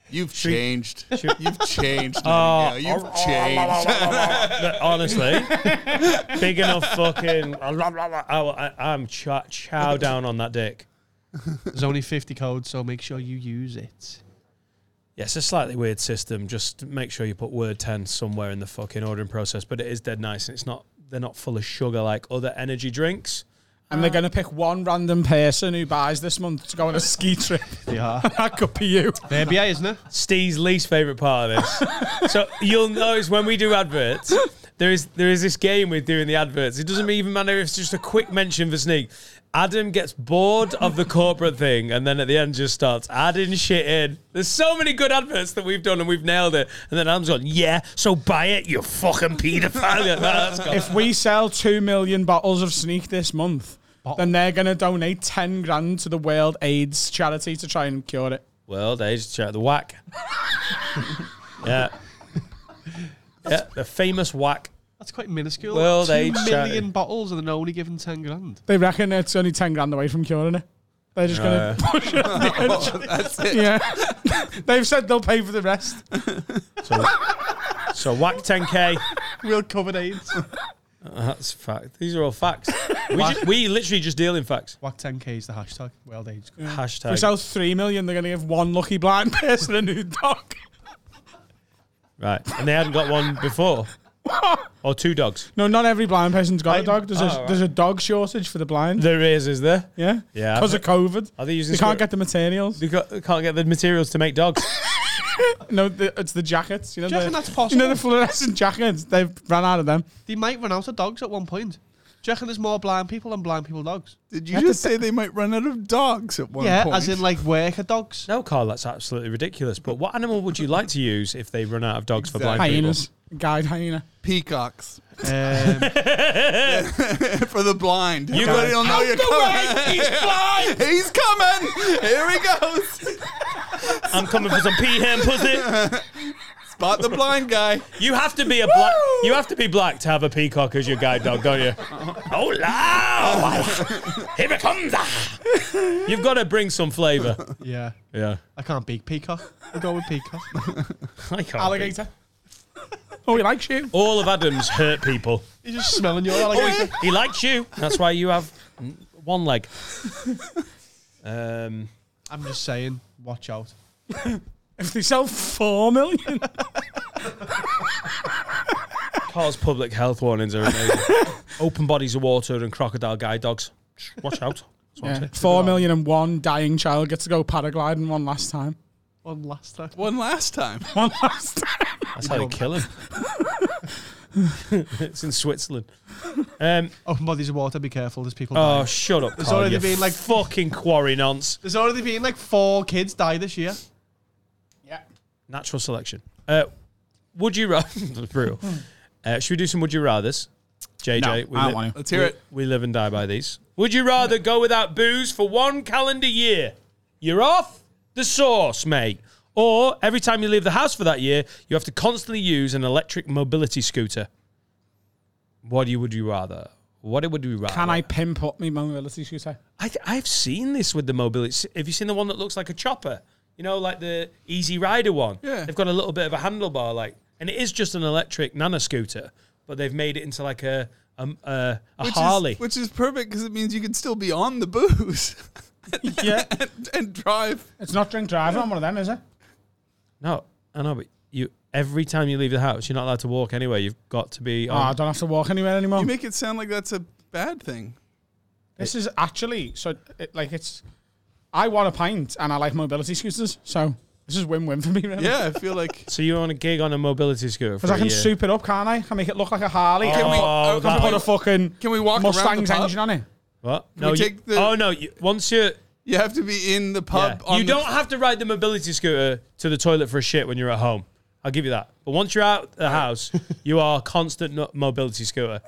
You've changed. You've [LAUGHS] changed. Oh. Nightingale. You've changed. But honestly, big enough fucking. I, I, am chow, chow down on that dick. There's only 50 codes, so make sure you use it. Yeah, it's a slightly weird system. Just make sure you put word 10 somewhere in the fucking ordering process, but it is dead nice and it's not they're not full of sugar like other energy drinks. And they're going to pick one random person who buys this month to go on a ski trip. Yeah. [LAUGHS] that could be you. NBA, isn't it? Steve's least favorite part of this. so you'll notice when we do adverts, there is there is this game with doing the adverts. It doesn't even matter if it's just a quick mention for Sneak. Adam gets bored of the corporate thing and then at the end just starts adding shit in. There's so many good adverts that we've done and we've nailed it. And then Adam's gone, yeah, so buy it, you fucking paedophile. [LAUGHS] Yeah, that's gone. If we sell 2 million bottles of Sneak this month, then they're going to donate 10 grand to the World AIDS charity to try and cure it. Well, they just check the whack. [LAUGHS] yeah. Yeah, the famous whack. That's quite minuscule. Well, Two they million chatted. bottles and they're only given ten grand. They reckon it's only 10 grand away from curing it. They're just going to push it. on [LAUGHS] the edge. That's it. Yeah. [LAUGHS] They've said they'll pay for the rest. So, so whack 10k. We'll cover AIDS. That's fact. These are all [LAUGHS] facts. We, ju- we literally just deal in facts. Whack 10k is the hashtag. World AIDS. If we Hashtag. sell 3 million, they're going to give one lucky blind person a new dog. Right. And they hadn't got one [LAUGHS] before. or two dogs. No, not every blind person's got a dog. There's, a, Oh, right. there's a dog shortage for the blind. There is, is there? Yeah. Yeah. Because of COVID. Are they using They can't squir- get the materials. They got- they can't get the materials to make dogs. No, the, it's the jackets. You know, Do you the, reckon that's you know possible? the fluorescent jackets. They've run out of them. They might run out of dogs at one point. Do you reckon there's more blind people than blind people dogs? Did you just say they might run out of dogs at one yeah, point? as in like worker [LAUGHS] dogs. [LAUGHS] no, Carl, that's absolutely ridiculous. But what animal would you like to use if they run out of dogs for blind people? Hyenas. Guide hyena. peacocks [LAUGHS] Um, for the blind. You got- don't know you're coming. He's blind! [LAUGHS] He's coming. Here he goes. I'm coming for some peahen pussy. [LAUGHS] Spot the blind guy. You have to be a black. You have to be black to have a peacock as your guide dog, don't you? [LAUGHS] oh la! Here it comes! ah. You've got to bring some flavour. yeah, Yeah. I can't beat peacock. I'll go with peacock. I can't Alligator. oh, he likes you. be- All of Adam's hurt people. You're just smelling your alligator. He likes you. That's why you have one leg. Um, I'm just saying, watch out. If they sell 4 million. Carl's public health warnings are amazing. Open bodies of water and crocodile guide dogs. Watch out. That's what I'm yeah, saying. 4 million and one dying child gets to go paragliding one last time. One last time. One last time. One last time. That's how they kill him. [LAUGHS] it's in Switzerland. Um, Open bodies of Oh, water. Be careful. There's people. Oh, dying. shut up! There's already you been, like- fucking quarry nonce. There's already been like four kids die this year. Natural selection. Uh, would you [LAUGHS] rather? brutal. Hmm. Uh, should we do some would you rather's? JJ, we, I li- want to. Let's hear it. we live and die by these. Would you rather go without booze for one calendar year? You're off the sauce, mate. Or every time you leave the house for that year, you have to constantly use an electric mobility scooter. What do you would you rather? What would you rather? Can I pimp up my mobility scooter? I th- I've seen this with the mobility. Have you seen the one that looks like a chopper? You know, like the Easy Rider one. Yeah. They've got a little bit of a handlebar, like, and it is just an electric nano scooter, but they've made it into like a a, a, a Which Harley. Is, which is perfect because it means you can still be on the booze [LAUGHS] [LAUGHS] yeah. and, and drive. It's not drink driving on one of them, is it? No, I know, but you every time you leave the house, you're not allowed to walk anyway. You've got to be. Oh, I On, don't have to walk anywhere anymore. You make it sound like that's a [LAUGHS] bad thing. This is actually so it, like it's. I want a pint and I like mobility scooters, so this is win-win for me. Really. Yeah, I feel like. so you want a gig on a mobility scooter? Because For I a can year. soup it up, can't I? Can make it look like a Harley. Can we- I Oh, that [LAUGHS] can oh, put way- a fucking Can we walk around the Mustang's pub? engine on it. What? No. You, take the- oh no. You, once you're You have to be in the Yeah. pub. On You the- don't have to ride the mobility scooter to the toilet for a shit when you're at home. I'll give you that. But once you're out [LAUGHS] the house, you are constant no- mobility scooter.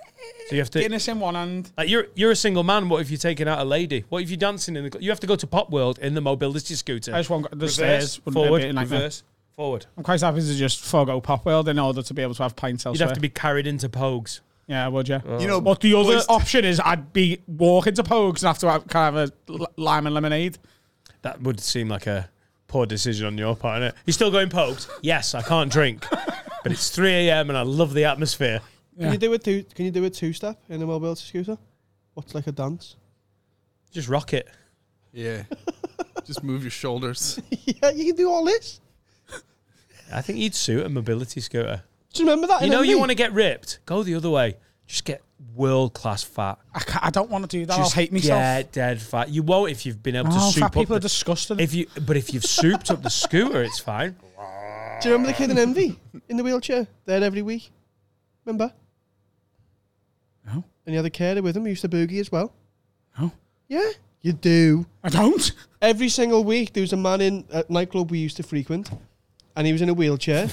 So you have to. Guinness in one hand. Like you're you're a single man. What if you're taking out a lady? What if you're dancing in the? You have to go to Pop World in the mobility scooter. I just want the Reverse, stairs. wouldn't it forward, be a nightmare? reverse, forward. I'm quite happy to just forgo Pop World in order to be able to have pints You'd elsewhere. have to be carried into Pogues. yeah, would you? You know, But the other boys- [LAUGHS] option is I'd be walking to Pogues and have to have, kind of have a li- lime and lemonade. That would seem like a poor decision on your part. Innit? You're still going Pogues. Yes, I can't [LAUGHS] drink, but it's 3 a.m. and I love the atmosphere. Yeah. Can you do a two? Can you do a two-step in a mobility scooter? What's like a dance? [LAUGHS] Just rock it. Yeah. Just move your shoulders. [LAUGHS] yeah, you can do all this. I think you'd suit a mobility scooter. Do you remember that? You in know, you Envy? want to get ripped, go the other way. Just get world class fat. I, can't, I don't want to do that. Just I'll Oh, hate myself. Get dead fat. You won't if you've been able to Oh, soup fat up. people the- are disgusting. if you, but if you've souped up the scooter, [LAUGHS] it's fine. Do you remember the kid in Envy in the wheelchair? There every week. Remember? No. And he had a carer with him who used to boogie as well. No. Yeah, you do. I don't. Every single week, there was a man in a nightclub we used to frequent, and he was in a wheelchair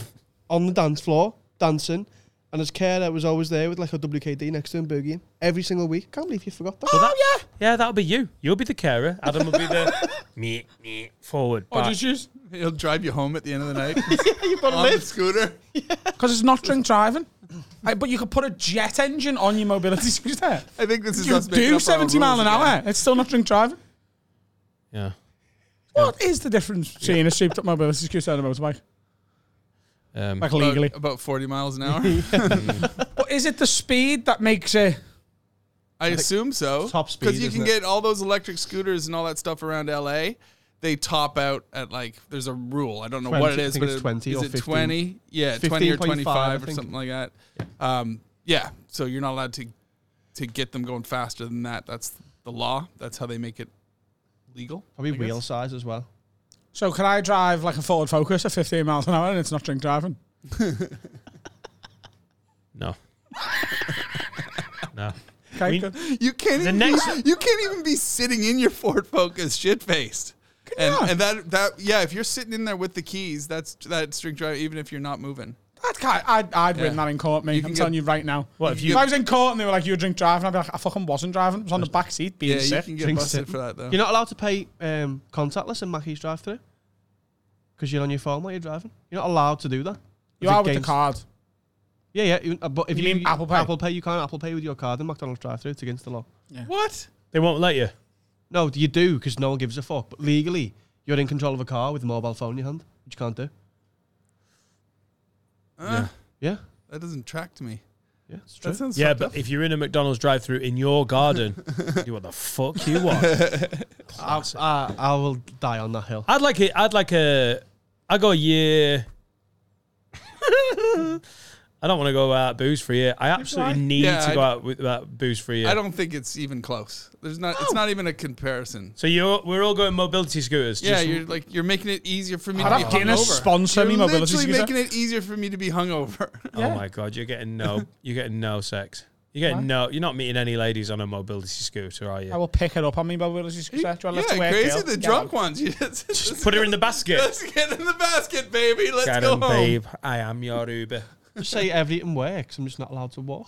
on the dance floor dancing, and his carer was always there with like a WKD next to him boogieing every single week. Can't believe you forgot that. oh yeah, yeah, that'll be you. You'll be the carer. Adam will be the [LAUGHS] me, me forward. Or back. Oh, just use He'll drive you home at the end of [LAUGHS] the night. yeah, you've got a scooter. because it's not drink driving. I- but you could put a jet engine on your mobility scooter. I think this is You us making up do our seventy mile an rules again. hour. It's still not drink driving. yeah. What is the difference between a souped up mobility scooter and a motorbike? Um, Like About- legally, About, 40 miles [LAUGHS] an hour. but is it the speed that makes it? I assume so. top speed, Because you isn't can it? get all those electric scooters and all that stuff around LA. They top out at like, there's a rule. I don't know what it 20, I is, think but it's it- 20 is or it 15. 20? Yeah, 20 or 15.5, 25 I or think. something like that. Yeah. Um, yeah, so you're not allowed to to get them going faster than that. That's the law. That's how they make it legal. Probably I guess. wheel size as well. So can I drive like a Ford Focus at fifteen miles an hour and it's not drink driving? no. no. Okay, mean- good. You can't even next- be, [LAUGHS] you can't even be sitting in your Ford Focus shit faced. And, Yeah. and that that yeah, if you're sitting in there with the keys, that's that's drink drive. Even if you're not moving, That guy, I'd, I'd win Yeah. that in court, me. You I'm can telling get- you right now. What, if if, you- I was in court and they were like, "You drink driving," I'd be like, "I fucking wasn't driving. I was on the back seat being yeah, you sick." can get Drink busted sit. for that though. You're not allowed to pay um, contactless in Mackey's drive-through because you're on your phone while you're driving. You're not allowed to do that. You Is it are with the games- card. Yeah, yeah. you- uh, but if You you, mean Apple Pay? Apple Pay, you can't Apple Pay with your card in McDonald's drive-through. It's against the law. What? They won't let you. No, you do because no one gives a fuck. But legally, you're in control of a car with a mobile phone in your hand, which you can't do. Uh, Yeah, That doesn't track to me. yeah, it's true. That sounds Yeah, fucked but up. if you're in a McDonald's drive-through in your garden, [LAUGHS] do what the fuck you want. I, I, I will die on that hill. I'd like it. I'd like a. I go a [LAUGHS] year. I don't want to go out booze for a year. I absolutely need Yeah, to I go d- out with without booze for a year. I don't think it's even close. There's not. It's not even a comparison. So you're we're all going mobility scooters. Yeah, just- you're like you're making it easier for me I'd to be have Guinness hungover. sponsor you're me mobility literally scooter. making it easier for me to be hungover. [LAUGHS] [LAUGHS] Oh my god, you're getting [LAUGHS] no. You're getting no sex. You're getting no. You're not meeting any ladies on a mobility scooter, are I you? will pick it up on me mobility scooter. Do I yeah, have to wear crazy. Gail? The Yeah. drunk ones. [LAUGHS] You just, Put her in the basket. [LAUGHS] let's get in the basket, baby. Let's Get go on, home. babe. I am your Uber. Just say everything works. I'm just not allowed to walk.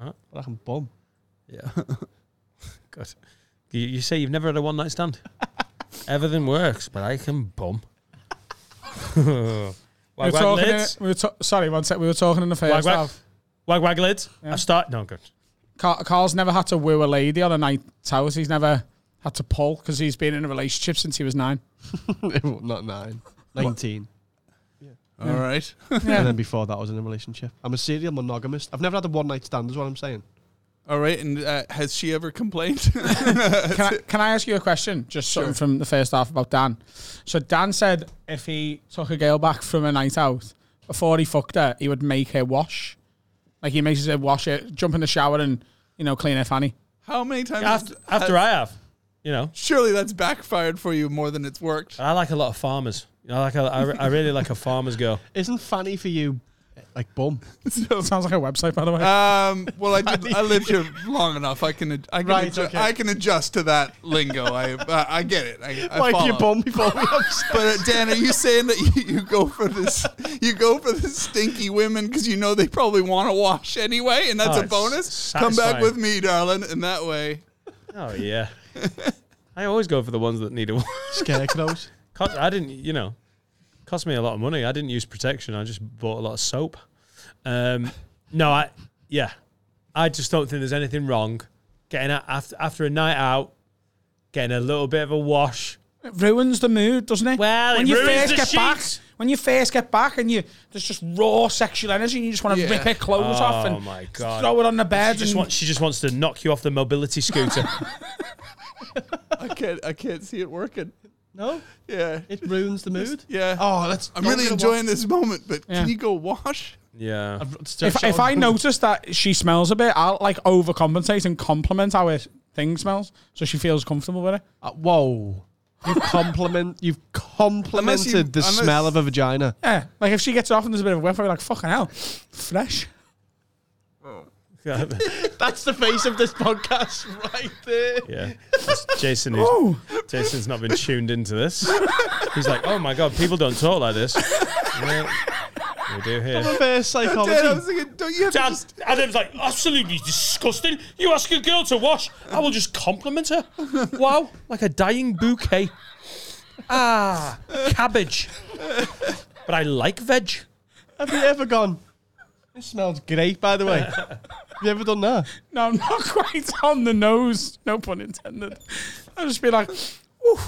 Huh? But I can bum. Yeah. [LAUGHS] God. You, you say you've never had a one night stand? Everything works, but I can bum. [LAUGHS] wag We were wag talking. In, lids. we were ta- sorry, one sec. We were talking in the Wag first wag. half. Wag wag lids. I've started. No, good. Car- Carl's never had to woo a lady on a night out. He's never had to pull because he's been in a relationship since he was nine. [LAUGHS] not nine. 19. All right. [LAUGHS] And then before that, I was in a relationship. I'm a serial monogamist. I've never had a one night stand, is what I'm saying. All right. And uh, has she ever complained? [LAUGHS] can, I, can I ask you a question? Just something from the first half about Dan. So Dan said if he took a girl back from a night out before he fucked her, he would make her wash. Like he makes her wash it, jump in the shower, and you know clean her fanny. How many times? After, after I have, you know, surely that's backfired for you more than it's worked. [LAUGHS] I like a lot of farmers. You know, I like a, I, I really like a farmer's girl. Isn't fanny for you eh, like [LAUGHS] bum? So, Sounds like a website, by the way. um, well, I did, I lived here long enough. I can ad- I can, Right, adju- okay. I can adjust to that lingo. I I, I get it. I, I Wipe follow. your bum before we have sex. But uh, Dan, are you saying that you, you go for this? You go for the stinky women because you know they probably want to wash anyway, and that's Oh, a it's bonus. Come satisfying. back with me, darling, and that way. [LAUGHS] Oh yeah. I always go for the ones that need a. [LAUGHS] Scarecrows. Cost, I didn't, you know, cost me a lot of money. I didn't use protection. I just bought a lot of soap. Um, no, I, yeah, I just don't think there's anything wrong getting out after after a night out, getting a little bit of a wash. It ruins the mood, doesn't it? Well, it ruins the get back, sheets. when you first get back, and you there's just raw sexual energy, and you just want to Yeah. rip her clothes off Oh and my god! throw it on the she bed. just and wants she just wants to [LAUGHS] knock you off the mobility scooter. I can't I can't see it working. No, Yeah. it ruins the mood. Yeah. Oh, let's. I'm really enjoying this moment, but Yeah. can you go wash? Yeah. [LAUGHS] If, if I notice that she smells a bit, I'll like overcompensate and compliment how her thing smells so she feels comfortable with it. Uh, whoa. [LAUGHS] You compliment. You've complimented the unless- smell of a vagina. Yeah. Like if she gets off and there's a bit of a whiff, I'll be like, fucking hell, fresh. [LAUGHS] That's the face of this podcast [LAUGHS] right there. Yeah. That's Jason is, Jason's not been tuned into this. He's like, oh my god, people don't talk like this. Yeah, we do [LAUGHS] here. Reverse Dad, I was psychology. thinking, don't you have to Dad, just, Adam's like, absolutely disgusting. You ask a girl to wash, I will just compliment her. Wow, like a dying bouquet. Ah, cabbage. But I like veg. Have you ever gone? This smells great, by the [LAUGHS] way. Have you ever done that? No, not [LAUGHS] quite on the nose. No pun intended. I'll just be like, ooh,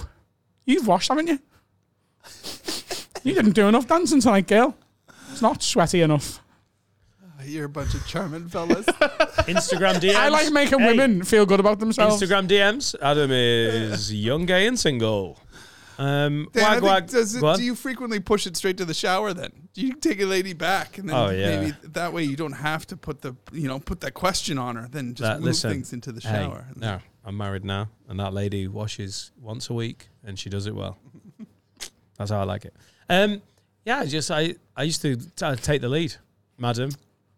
you've washed, haven't you? You didn't do enough dancing tonight, girl. It's not sweaty enough. you're a bunch of charming fellas. Instagram [LAUGHS] DMs. I like making Hey, women feel good about themselves. Instagram DMs. Adam is young, gay, and single. Um, Dan, I wag, think- wag. does it, Go on. do you frequently push it straight to the shower then? Do you take a lady back and then Oh, yeah. maybe that way you don't have to put the you know, put that question on her, then just That- move listen, things into the hey, shower. no, I'm married now, and that lady washes once a week, and she does it [LAUGHS] well. That's how I like it. Um, yeah, I just I I used to t- uh, take the lead, madam.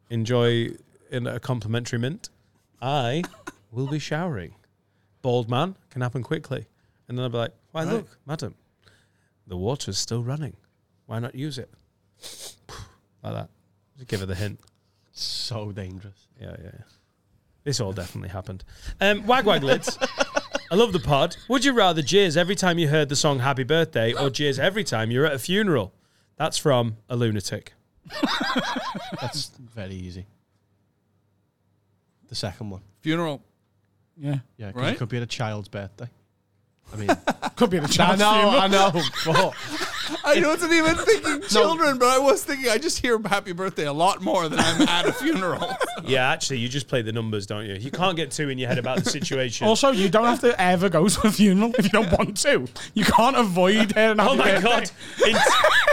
Enjoy in a complimentary mint. [LAUGHS] I will be showering. Bald man can happen quickly, and then I'll be like, "Why look, madam, the water's still running. Why not use it?" [SIGHS] Like that. Just give her the hint. So dangerous. Yeah, yeah. yeah. This all definitely happened. Um, wag wag lids. I love the pod. Would you rather jeers every time you heard the song "Happy Birthday" or jeers every time you're at a funeral? That's from a lunatic. That's very easy. The second one. Funeral. Yeah. Yeah, 'cause Right? it could be at a child's birthday. I mean, Could be the [LAUGHS] I child's know, funeral. I know. [LAUGHS] but- I wasn't even thinking children, but I was thinking I just hear happy birthday a lot more than I'm at [LAUGHS] a funeral. Yeah, actually, you just play the numbers, don't you? You can't get too in your [LAUGHS] head about the situation. Also, you don't have to ever go to a funeral if you don't want to. You can't avoid hearing Oh happy my birthday. god! In-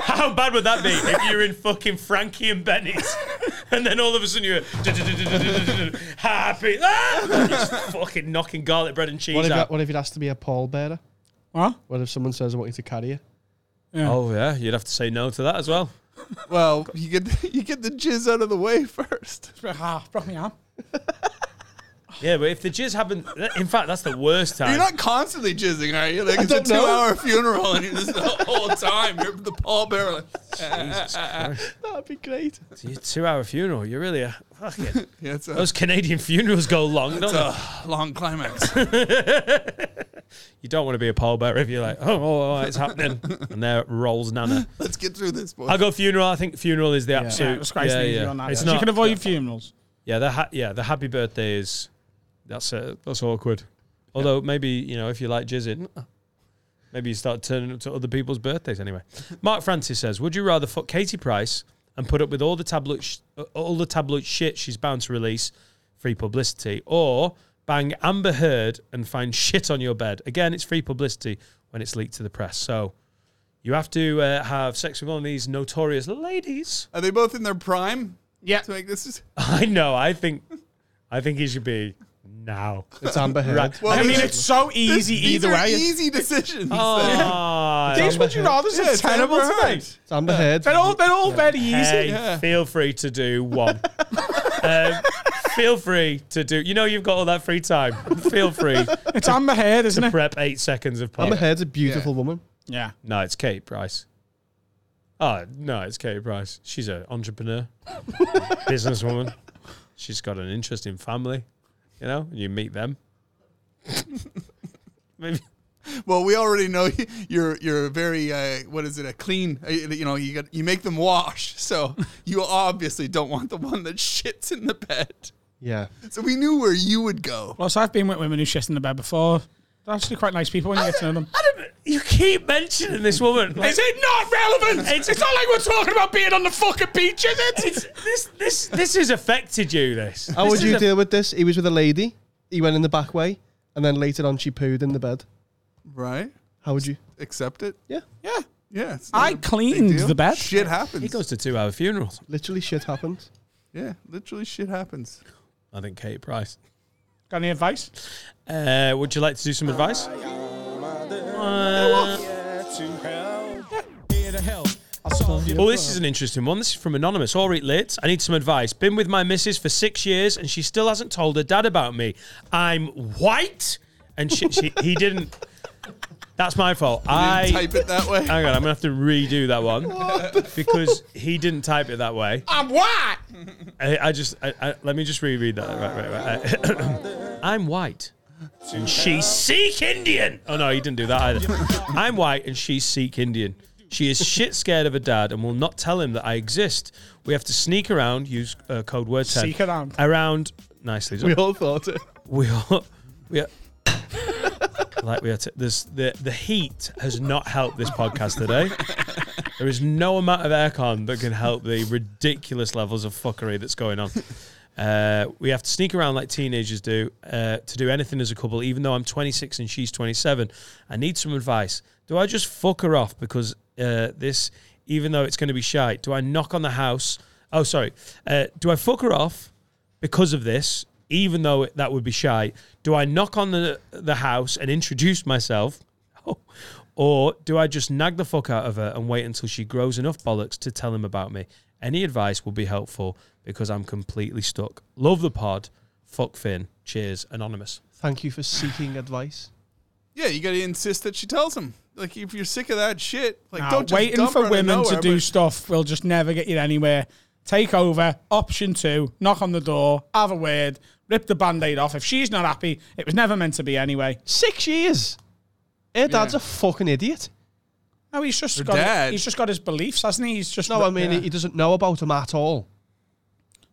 how bad would that be if you're in fucking Frankie and Benny's, [LAUGHS] and then all of a sudden you're [LAUGHS] happy, ah! Just fucking knocking garlic bread and What cheese if, out. what if it has to be a pallbearer? What? What if someone says, I want you to carry it? Oh yeah, you'd have to say no to that as well. well, you get you get the jizz out of the way first. Ah, broke my arm. Yeah, but if the jizz happened, in fact, that's the worst time. You're not constantly jizzing, are you? Like it's a don't know. two-hour funeral, and you're just the whole time you're the pallbearer. [LAUGHS] Like, Jesus Christ. That'd be great. It's a two-hour funeral. You're really a fucking. yeah, it's a, Those Canadian funerals go long, don't it's they? a long climax. You don't want to be a pallbearer if you're like, oh, oh, oh, it's happening, and there rolls Nana. [LAUGHS] Let's get through this, boy. I go funeral. I think funeral is the Yeah, absolute. it's quite yeah, easy yeah. on that. It's you not. can avoid funerals. yeah, the ha- yeah the happy birthday is. That's uh, that's awkward. Although maybe you know if you like jizzing, maybe you start turning up to other people's birthdays anyway. Mark Francis says, "Would you rather fuck Katie Price and put up with all the tabloid sh- uh, all the tabloid shit she's bound to release, free publicity, or bang Amber Heard and find shit on your bed? Again, it's free publicity when it's leaked to the press. So." You have to uh, have sex with one of these notorious ladies. Are they both in their prime? Yeah. To make this, I know. I think, I think he should be now. it's Amber Heard. Right. Well, I mean, these- it's so easy these either are way. easy decisions. Ah, These would you rather Yeah, is it's terrible Amber today. Heard. It's Amber Heard. They're all they're all very easy. hey, Yeah. feel free to do one. um, feel free to do. You know, you've got all that free time. Feel free It's Amber Heard, isn't it? prep eight seconds of Amber pop. Heard's a beautiful woman. Yeah. No, it's Kate Price. Oh, no, it's Kate Price. She's an entrepreneur, businesswoman. She's got an interesting family. You know, and you meet them. Maybe. Well, we already know [LAUGHS] you're you're a very uh, what is it a clean uh, you know you got you make them wash [LAUGHS] so you obviously don't want the one that [LAUGHS] shits in the bed. Yeah. So we knew where you would go. Plus, I've been with women who shit in the bed before. They're actually quite nice people when you get to know them. Adam, you keep mentioning this woman. Like, Is it not relevant? It's, it's not like we're talking about being on the fucking beach, is it? it's, this, this, this has affected you. This. How This would is you a- deal with this? He was with a lady. He went in the back way, and then later on, she pooed in the bed. Right? How would you? accept it. Yeah. Yeah. Yeah. it's not I a big cleaned deal. the bed. Shit happens. He goes to two hour funerals. Literally, shit happens. yeah, literally shit happens. I think Kate Price. Got any advice? Uh, would you like to do some advice? Uh, Well, this is an interesting one. This is from Anonymous. All right, Lids, I need some advice. Been with my missus for six years and she still hasn't told her dad about me. I'm white and she, she, he didn't. That's my fault. I. Type it that way. Hang on, I'm gonna have to redo that one because he didn't type it that way. I'm white. I, I just I, I, let me just reread that. Right, right, right. [COUGHS] I'm white, and she's Sikh Indian. Oh no, he didn't do that either. I'm white, and she's Sikh Indian. She is shit scared of her dad and will not tell him that I exist. We have to sneak around, use uh, code word ten. Sneak around. Around nicely. done We all thought it. we are we are [LAUGHS] like we are t- this the the heat has not helped this podcast today there is no amount of aircon that can help the ridiculous levels of fuckery that's going on uh, we have to sneak around like teenagers do uh, to do anything as a couple even though i'm 26 and she's 27 i need some advice do i just fuck her off because uh, this even though it's going to be shite do i knock on the house oh sorry uh, do i fuck her off because of this, even though it, that would be shy, do I knock on the the house and introduce myself, [LAUGHS] or do I just nag the fuck out of her and wait until she grows enough bollocks to tell him about me? Any advice will be helpful because I'm completely stuck. Love the pod. Fuck Finn. Cheers, anonymous. Thank you for seeking advice. Yeah, you got to insist that she tells him. Like, if you're sick of that shit, like, Nah, don't just waiting dump her for out of women nowhere, to do but- stuff will just never get you anywhere. Take over. Option two: knock on the door, have a word, rip the band-aid off. If she's not happy, it was never meant to be anyway. Six years. Her dad's a fucking idiot. No, he's just Her got dad. he's just got his beliefs, hasn't he? He's just No, I mean yeah. he, he doesn't know about him at all.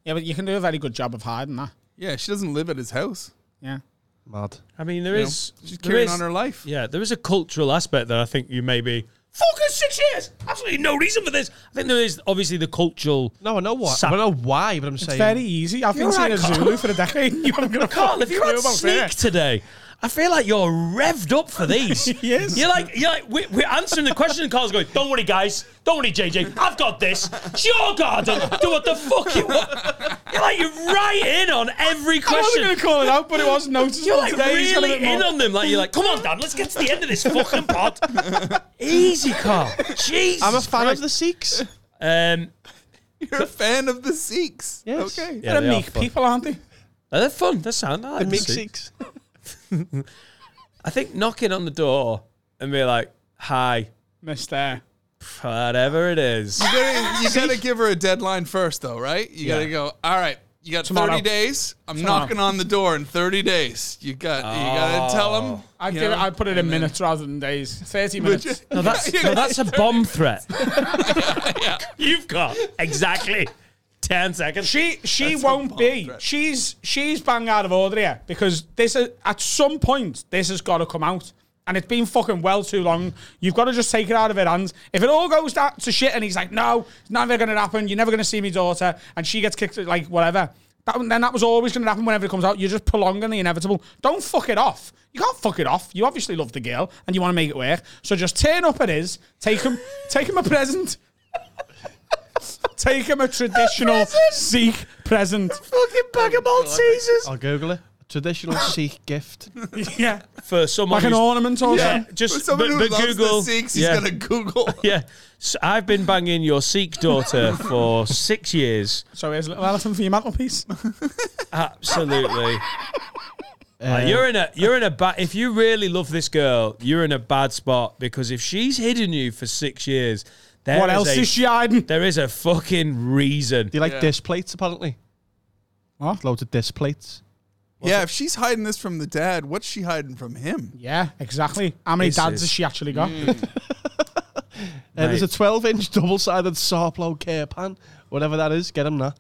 yeah, but you can do a very good job of hiding that. Yeah, she doesn't live at his house. Yeah, Mad. I mean, there you know? is she's there carrying is- on her life. Yeah, there is a cultural aspect that I think you may be. Fucking six years. Absolutely no reason for this. I think there is obviously the cultural. No, I know what. Sa- I know why, but I'm it's saying very easy. I've been You're seeing right, a Carl. Zulu for a decade. and You haven't got a Carl, if fucking you're on clue about sneak it. today, I feel like you're revved up [LAUGHS] for these. is. You're like, you're like we're, we're answering the question, and Carl's going, "Don't worry, guys. Don't worry, JJ. I've got this. It's your garden. Do what the fuck you want." You're like, you're right in on every I wasn't question. going to call it out, but it was noticeable You're like today. He's got a really bit more- in on them. Like you're like, "Come on, Dan. Let's get to the end of this fucking pod." Easy, Carl. Jesus. I'm a fan of the Sikhs. Um, You're a fan of the Sikhs. Yes. Okay. yeah, They're they are meek fun. people, aren't they? Oh, They're fun. They sound. I like The the Meek Sikhs. Sikhs. I think knocking on the door and be like, "Hi." Mister. Whatever it is. You gotta, you gotta give her a deadline first, though, right? You gotta Yeah. go. All right, you got Tomorrow. thirty days. I'm knocking on the door in thirty days. You got, you gotta tell [LAUGHS] them. I give it, I put it in minutes rather than days. Thirty minutes. No, that's no, that's a bomb threat. You've got exactly ten seconds. She she That's a won't bomb be. threat. She's she's bang out of order here because this is, at some point this has got to come out. And it's been fucking well too long. You've got to just take it out of her hands. If it all goes down to shit and he's like, no, it's never going to happen. You're never going to see me daughter. And she gets kicked, like, whatever. That, then that was always going to happen whenever it comes out. You're just prolonging the inevitable. Don't fuck it off. You can't fuck it off. You obviously love the girl and you want to make it work. So just turn up at his, take him, [LAUGHS] take him a present. Take him a traditional Sikh present. fucking bag of Maltesers I'll Google it. Traditional Sikh gift. [LAUGHS] Yeah. for someone. Like an who's- ornament or yeah, something. For just someone but, who but loves Google. the Sikhs, he's yeah, gonna Google. yeah. So I've been banging your Sikh daughter for six years. So here's a little elephant for your [LAUGHS] mantelpiece. Absolutely. Uh, you're in a you're in a bad. If you really love this girl, you're in a bad spot because if she's hidden you for six years, there what else a, is she hiding? There is a fucking reason. Do you like disc plates, apparently? What? Loads of disc plates. yeah. If she's hiding this from the dad, what's she hiding from him? Yeah, exactly. How many This dads is- Mm, has she actually got? Uh, there's a Mate. 12 [LAUGHS] inch double sided Sarplo care pan. Whatever that is, get him that.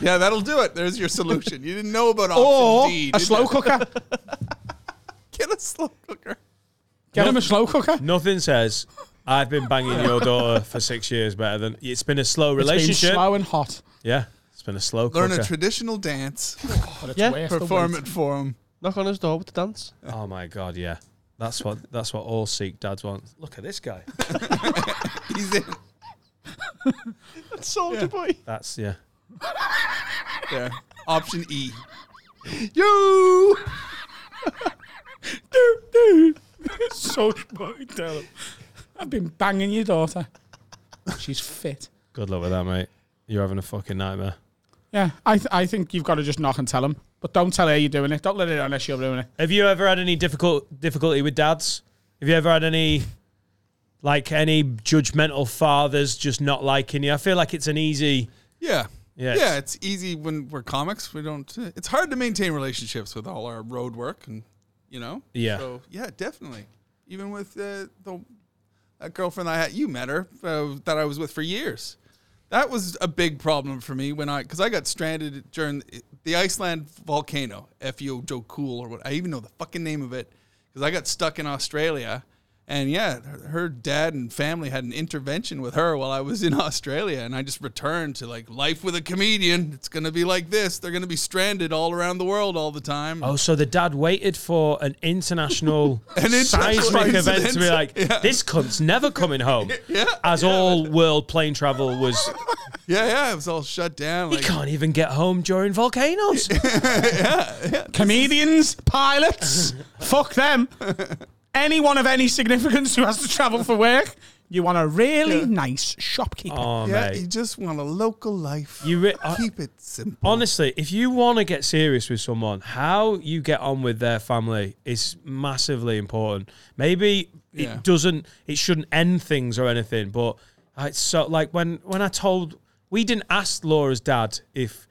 Yeah, that'll do it. There's your solution. You didn't know about option Or D. a did slow you? cooker. Get a slow cooker. Get him a slow cooker. Nothing says I've been banging your daughter for six years better than it's been a slow It's been relationship. slow and hot. yeah, it's been a slow Learn cooker. a traditional dance. But it's Yeah, worth the Perform wait. it for him. [LAUGHS] Knock on his door with the dance. oh my god, yeah. That's what that's what all Sikh dads want. Look at this guy. He's in. Soldier boy. That's yeah. Yeah. Option E. You. [LAUGHS] so boy, tell him. I've been banging your daughter. She's fit. Good luck with that, mate. You're having a fucking nightmare. Yeah, I, th- I think you've got to just knock and tell him. But don't tell her you're doing it. Don't let it on her. She'll ruin it. Have you ever had any difficult difficulty with dads? Have you ever had any like any judgmental fathers just not liking you? I feel like it's an easy Yeah. Yeah, Yeah, it's easy when we're comics. We don't. It's hard to maintain relationships with all our road work, and you know. Yeah. So yeah, definitely. Even with uh, the that girlfriend I had, you met her uh, that I was with for years. That was a big problem for me when I because I got stranded during the Iceland volcano, FEO Jokul or what. I even know the fucking name of it because I got stuck in Australia. And yeah, her- her dad and family had an intervention with her while I was in [LAUGHS] Australia, and I just returned to like life with a comedian. It's gonna be like this. They're gonna be stranded all around the world all the time. Oh, so the dad waited for an [LAUGHS] international international seismic event to be incident. like, Yeah. this cunt's never coming home. [LAUGHS] Yeah, As all world plane travel was, Yeah, yeah, it was all shut down. he Like, can't even get home during [LAUGHS] volcanoes. Comedians, pilots, [LAUGHS] fuck them. Anyone of any significance who has to travel for work, you want a really nice shopkeeper. Oh, yeah, mate. you just want a local life. You re- I- keep it simple. Honestly, if you want to get serious with someone, how you get on with their family is massively important. Maybe Yeah. it doesn't, it shouldn't end things or anything, but it's so like when when I told we didn't ask Laura's dad if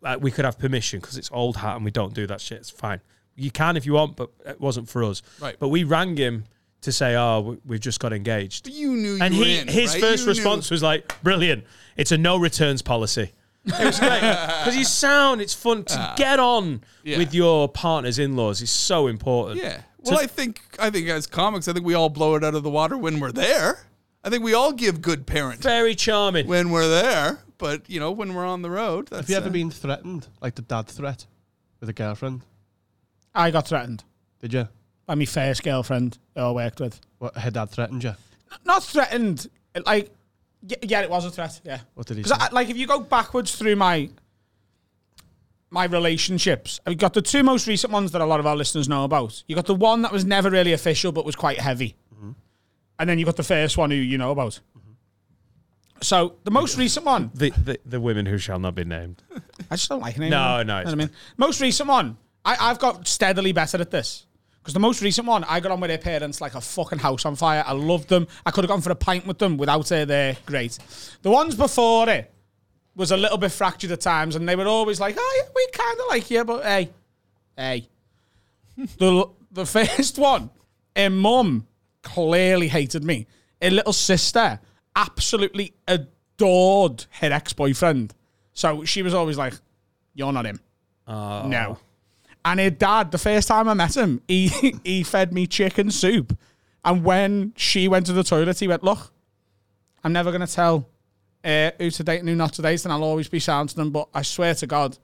like, we could have permission because it's old hat and we don't do that shit. It's fine. You can if you want, but it wasn't for us. Right. But we rang him to say, "Oh, we- we've just got engaged." you knew you And were he, in, his right? first You knew- response was like, "Brilliant! It's a no returns policy." It was [LAUGHS] great because you sound. It's fun to get on yeah. with your partner's in-laws. is so important. Yeah. Well, I think I think as comics, I think we all blow it out of the water when we're there. I think we all give good parent very charming. when we're there, but you know when we're on the road. That's, Have you ever uh, been threatened, like the dad threat, with a girlfriend? I got threatened Did you? by my first girlfriend who I worked with. What her dad threatened you? Not threatened, like, y- yeah, it was a threat, yeah. What did he say? Because like if you go backwards through my my relationships, I've got the two most recent ones that a lot of our listeners know about. You got the one that was never really official but was quite heavy, Mm-hmm. and then you got the first one who you know about. So the most recent one, The, the the women who shall not be named. I just don't like it. No, anymore. no, You know it's what I mean, most recent one, I, I've got steadily better at this. Because the most recent one, I got on with their parents like a fucking house on fire. I loved them. I could have gone for a pint with them without her there. Great. The ones before it was a little bit fractured at times, and they were always like, "Oh, yeah, we kind of like you, but hey, hey." the the [LAUGHS] first one, her mum clearly hated me. Her little sister absolutely adored her ex boyfriend, so she was always like, "You're not him." Oh. No. And her dad, the first time I met him, he [LAUGHS] he fed me chicken soup. And when she went to the toilet, he went, Look, I'm never gonna tell uh, who to date and who not to date, and I'll always be sound to them, but I swear to God,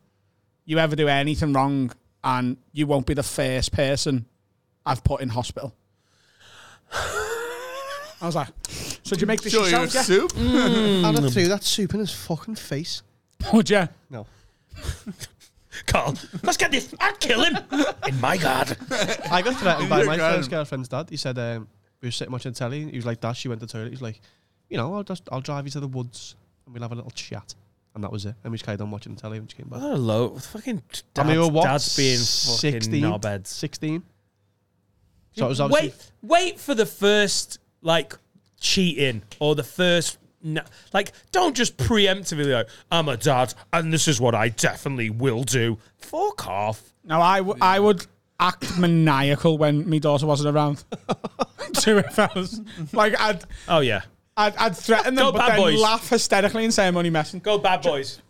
you ever do anything wrong and you won't be the first person I've put in hospital. [SIGHS] I was like, So do you make this Sure, your yourself? Yeah? soup. And I threw that soup in his fucking face. [LAUGHS] Would you? No. Carl, let's get this. I'd kill him in my garden. I got threatened by Your my first girlfriend. girlfriend's dad. He said um, we were sitting watching telly. And he was like, "Dad, she went to the toilet." He's like, "You know, I'll just I'll drive you to the woods and we'll have a little chat." And that was it. And we just carried on watching the telly and she came back. What a low fucking dads, and we were what? dads being fucking 16? knobheads. Sixteen. So it was obviously Wait, wait for the first like cheating or the first. No, like, don't just preemptively like, I'm a dad, and this is what I definitely will do. Fuck off. No, I, w- I would act maniacal when my daughter wasn't [LAUGHS] around. to if I was like I'd Oh yeah, I'd, I'd threaten them, Go but bad then boys. laugh hysterically and say I'm only messing. go bad boys,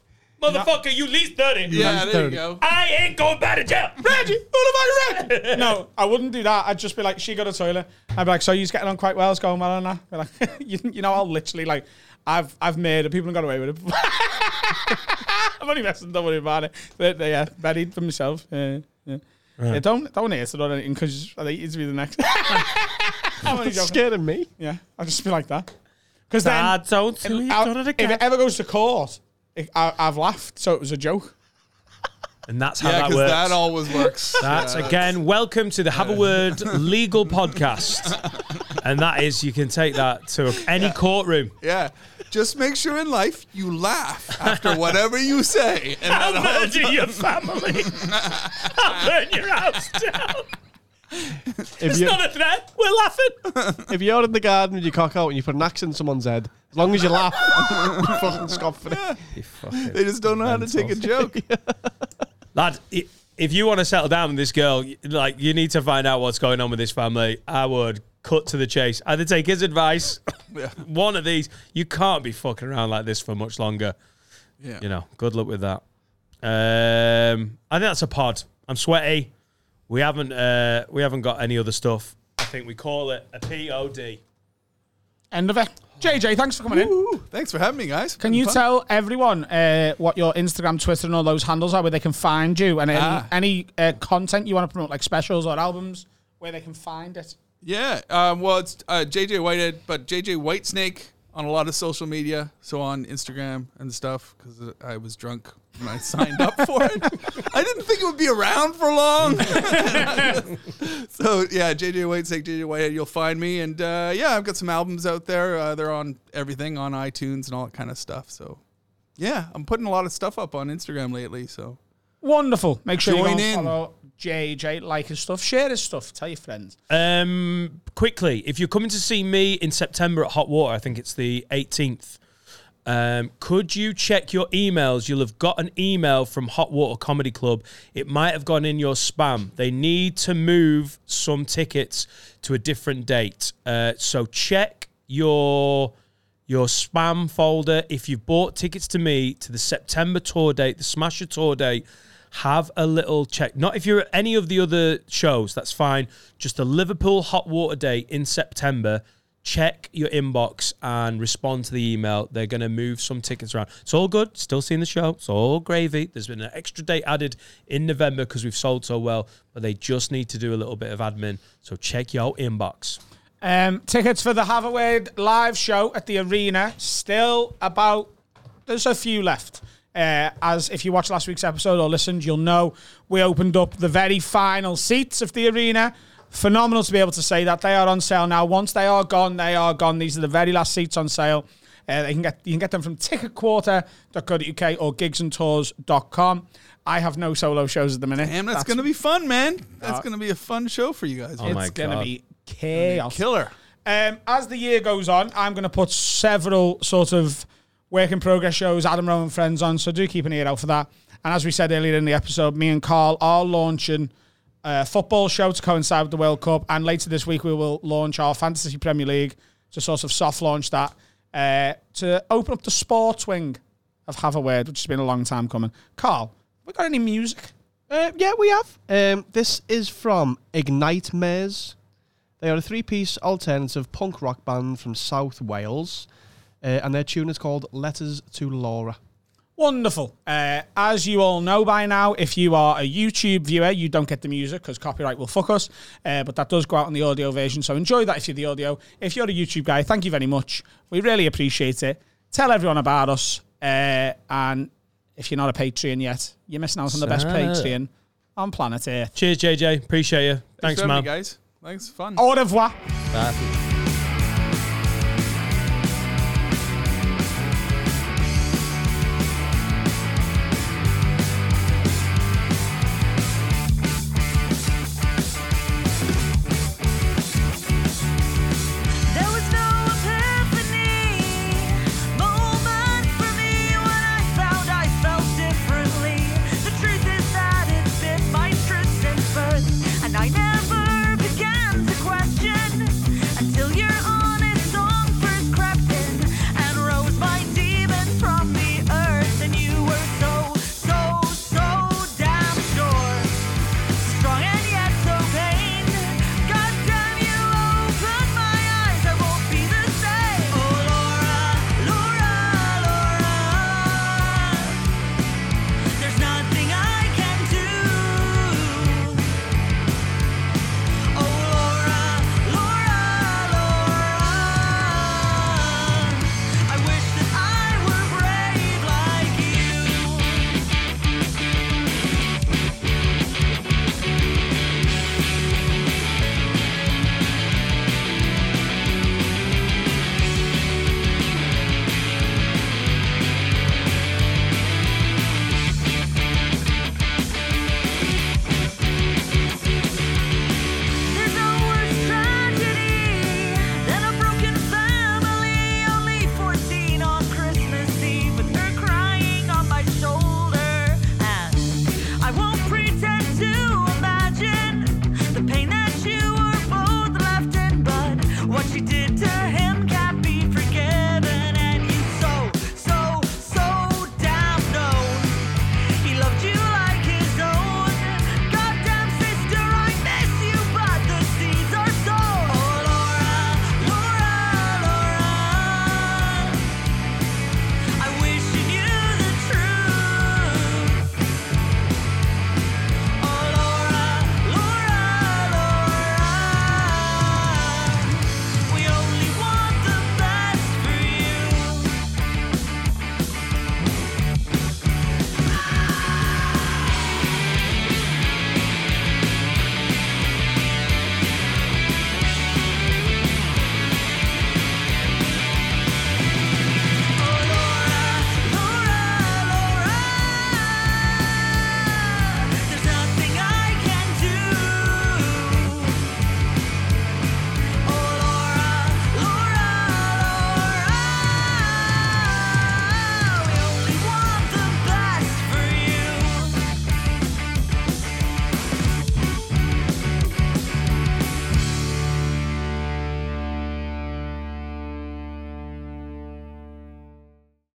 motherfucker. You at least thirty. Yeah, there you Third. go. Mm. I ain't going back to jail. Reggie, what have I read? no, I wouldn't do that. I'd just be like, she got a toilet. I'd be like, so you're getting on quite well. It's going well, and I be like, [LAUGHS] you, you know, I'll literally like, I've I've murdered people and got away with it. [LAUGHS] I'm only messing. Don't worry about it. But, uh, yeah, buried for myself. Yeah, yeah. Yeah, don't don't answer or anything because I think it's be the next. [LAUGHS] I'm [LAUGHS] only joking. Scaring me. Yeah, I'll just be like that. Because then, Dad, don't it- sleep I'll- on if it again. it ever goes to court, it, I, I've laughed, so it was a joke. and that's how Yeah, that because works. that [LAUGHS] always works. That's Yeah. again. Welcome to the Have a [LAUGHS] Word Legal Podcast, and that is you can take that to any courtroom. Yeah. Just make sure in life you laugh after whatever you say. [LAUGHS] And that I'll murder your family. I'll burn your house down. If, It's you, not a threat. We're laughing. if you're in the garden with your cock out and you put an axe in someone's head, as long as you laugh, [LAUGHS] you fucking scoff for it. they just don't know how to take [LAUGHS] a joke. Lad, i- if you want to settle down with this girl, y- like you need to find out what's going on with this family. I would cut to the chase. Either take his advice, [COUGHS] one of these. You can't be fucking around like this for much longer. Yeah. You know, good luck with that. Um, I think that's a pod. I'm sweaty. We haven't uh, we haven't got any other stuff. I think we call it a POD. End of it. JJ, thanks for coming in. Ooh, thanks for having me, guys. Can you tell everyone uh, what your Instagram, Twitter, and all those handles are, where they can find you, and any, Ah. any uh, content you want to promote, like specials or albums, where they can find it? Yeah. Um, well, it's uh, JJ Whitehead, but JJ Whitesnake on a lot of social media. So on Instagram and stuff, because I was drunk when I [LAUGHS] signed up [LAUGHS] for it. I didn't think it would be around for long. so yeah, JJ Whitesnake, JJ Whitehead, you'll find me. And uh, yeah, I've got some albums out there. Uh, they're on everything on iTunes and all that kind of stuff. So yeah, I'm putting a lot of stuff up on Instagram lately. So Wonderful. Make sure you Join go and in. follow JJ, like his stuff, share his stuff, tell your friends. Um, quickly, if you're coming to see me in September at Hot Water, I think it's the 18th. Um, could you check your emails? You'll have got an email from Hot Water Comedy Club. It might have gone in your spam. They need to move some tickets to a different date. Uh, so check your your spam folder. If you've bought tickets to me to the September tour date, the Smasher tour date, have a little check. Not if you're at any of the other shows, that's fine. Just the Liverpool Hot Water Day in September. Check your inbox and respond to the email. They're going to move some tickets around. It's all good. Still seeing the show. It's all gravy. There's been an extra date added in November because we've sold so well, but they just need to do a little bit of admin. So check your inbox. Um, tickets for the Haverwade live show at the arena still about. There's a few left. Uh, as if you watched last week's episode or listened, you'll know we opened up the very final seats of the arena. Phenomenal to be able to say that they are on sale now. Once they are gone, they are gone. These are the very last seats on sale. Uh, they can get you can get them from ticketquarter.co.uk or gigsandtours.com. I have no solo shows at the minute. damn, that's, gonna be fun, man. That's gonna be a fun show for you guys. Oh my It's gonna God. be chaos. Killer. Um, as the year goes on, I'm going to put several sort of work in progress shows, Adam Rowan Friends on, so do keep an ear out for that. And as we said earlier in the episode, me and Carl are launching a football show to coincide with the World Cup, and later this week we will launch our Fantasy Premier League to sort of soft launch that uh, to open up the sports wing of Have a Word, which has been a long time coming. Carl, we got any music? Uh, yeah, we have. Um, this is from Ignite Mares. They are a three piece alternative punk rock band from South Wales, uh, and their tune is called Letters to Laura. Wonderful. Uh, as you all know by now, if you are a YouTube viewer, you don't get the music because copyright will fuck us. Uh, but that does go out on the audio version, so enjoy that if you're the audio. If you're a YouTube guy, thank you very much. We really appreciate it. Tell everyone about us. Uh, and if you're not a Patreon yet, you're missing out on the best Sir. Patreon on planet Earth. Cheers, JJ. Appreciate you. Thanks, for man. having me, guys. Thanks, fun. Au revoir. There was no epiphany moment for me when I found I felt differently. The truth is that it's been my truth since birth, and I never began to question until Oh, Oh, your hand. Oh, Oh,